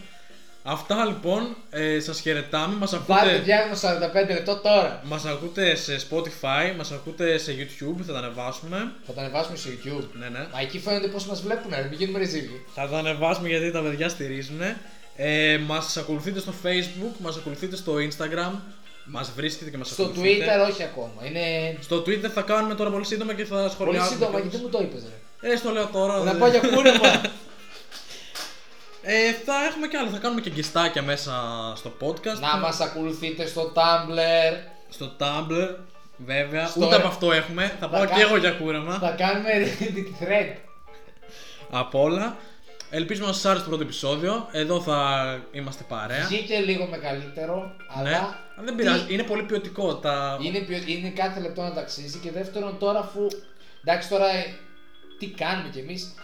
Αυτά λοιπόν, ε, σας χαιρετάμε. Μας Βάλτε ακούτε, διάγνω 45 λεπτό τώρα. μας ακούτε σε Spotify, μας ακούτε σε YouTube, θα τα ανεβάσουμε. Θα τα ανεβάσουμε στο YouTube. Ναι, ναι. Μα εκεί φαίνονται πώς μας βλέπουν, ρε. Μην γίνουμε ρεζίλοι. Θα τα ανεβάσουμε γιατί τα παιδιά στηρίζουν. Ε, μας ακολουθείτε στο Facebook, μας ακολουθείτε στο Instagram. Μας βρίσκετε και μας Στο ακολουθείτε. Twitter όχι ακόμα. Είναι Στο Twitter θα κάνουμε τώρα πολύ σύντομα και θα πολύ σχολιάσουμε. σύντομα κιόλας. γιατί μου το είπες, ρε. Ε, στο λέω τώρα. Να δε- πάω για κούρεμα. Ε, θα έχουμε και άλλα. Θα κάνουμε και γκιστάκια μέσα στο podcast. Να μας ακολουθείτε στο Tumblr. Στο Tumblr, βέβαια. Στο- Ούτε από αυτό έχουμε. Θα πάω και κάνω- εγώ για κούρεμα. Θα κάνουμε Reddit thread. Από όλα. Ελπίζουμε να σας άρεσε το πρώτο επεισόδιο. Εδώ θα είμαστε παρέα. Βγήκε λίγο με καλύτερο, Ναι. αλλά Αλλά δεν τι- πειράζει. Είναι πολύ ποιοτικό. Τα... είναι, πιο- είναι κάθε λεπτό να ταξίζει και δεύτερον τώρα αφού. Εντάξει τώρα ε, τι κάνουμε κι εμείς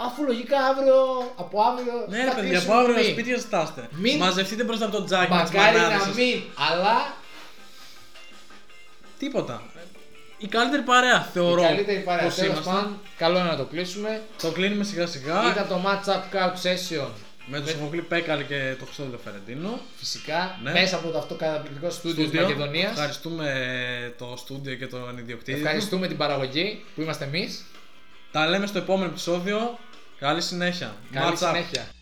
Αφού λογικά αύριο, από αύριο. Ναι, ρε θα παιδιά, κλείσουμε από αύριο πριν. σπίτια ζητάστε. Μην- Μαζευτείτε μπροστά από το τζάκι με τις Μακάρι μανάδες να σας. μην, αλλά Τίποτα. Η καλύτερη παρέα θεωρώ. η καλύτερη παρέα. πως Τέλος είμαστε. πάντων, καλό είναι να το κλείσουμε. Το κλείνουμε σιγά σιγά. Ήταν το match up couch session Με τον Σοφοκλή Πέκαλη και τον Χριστόδηλο Φερεντίνο. φυσικά Ναι. μέσα από το αυτό καταπληκτικό στούντιο της Μακεδονίας. Ευχαριστούμε ε, το στούντιο και τον ιδιοκτήτη. του. Ευχαριστούμε την παραγωγή που είμαστε εμείς. Τα λέμε στο επόμενο επεισόδιο. Καλή συνέχεια. Καλή Μάτσα. συνέχεια.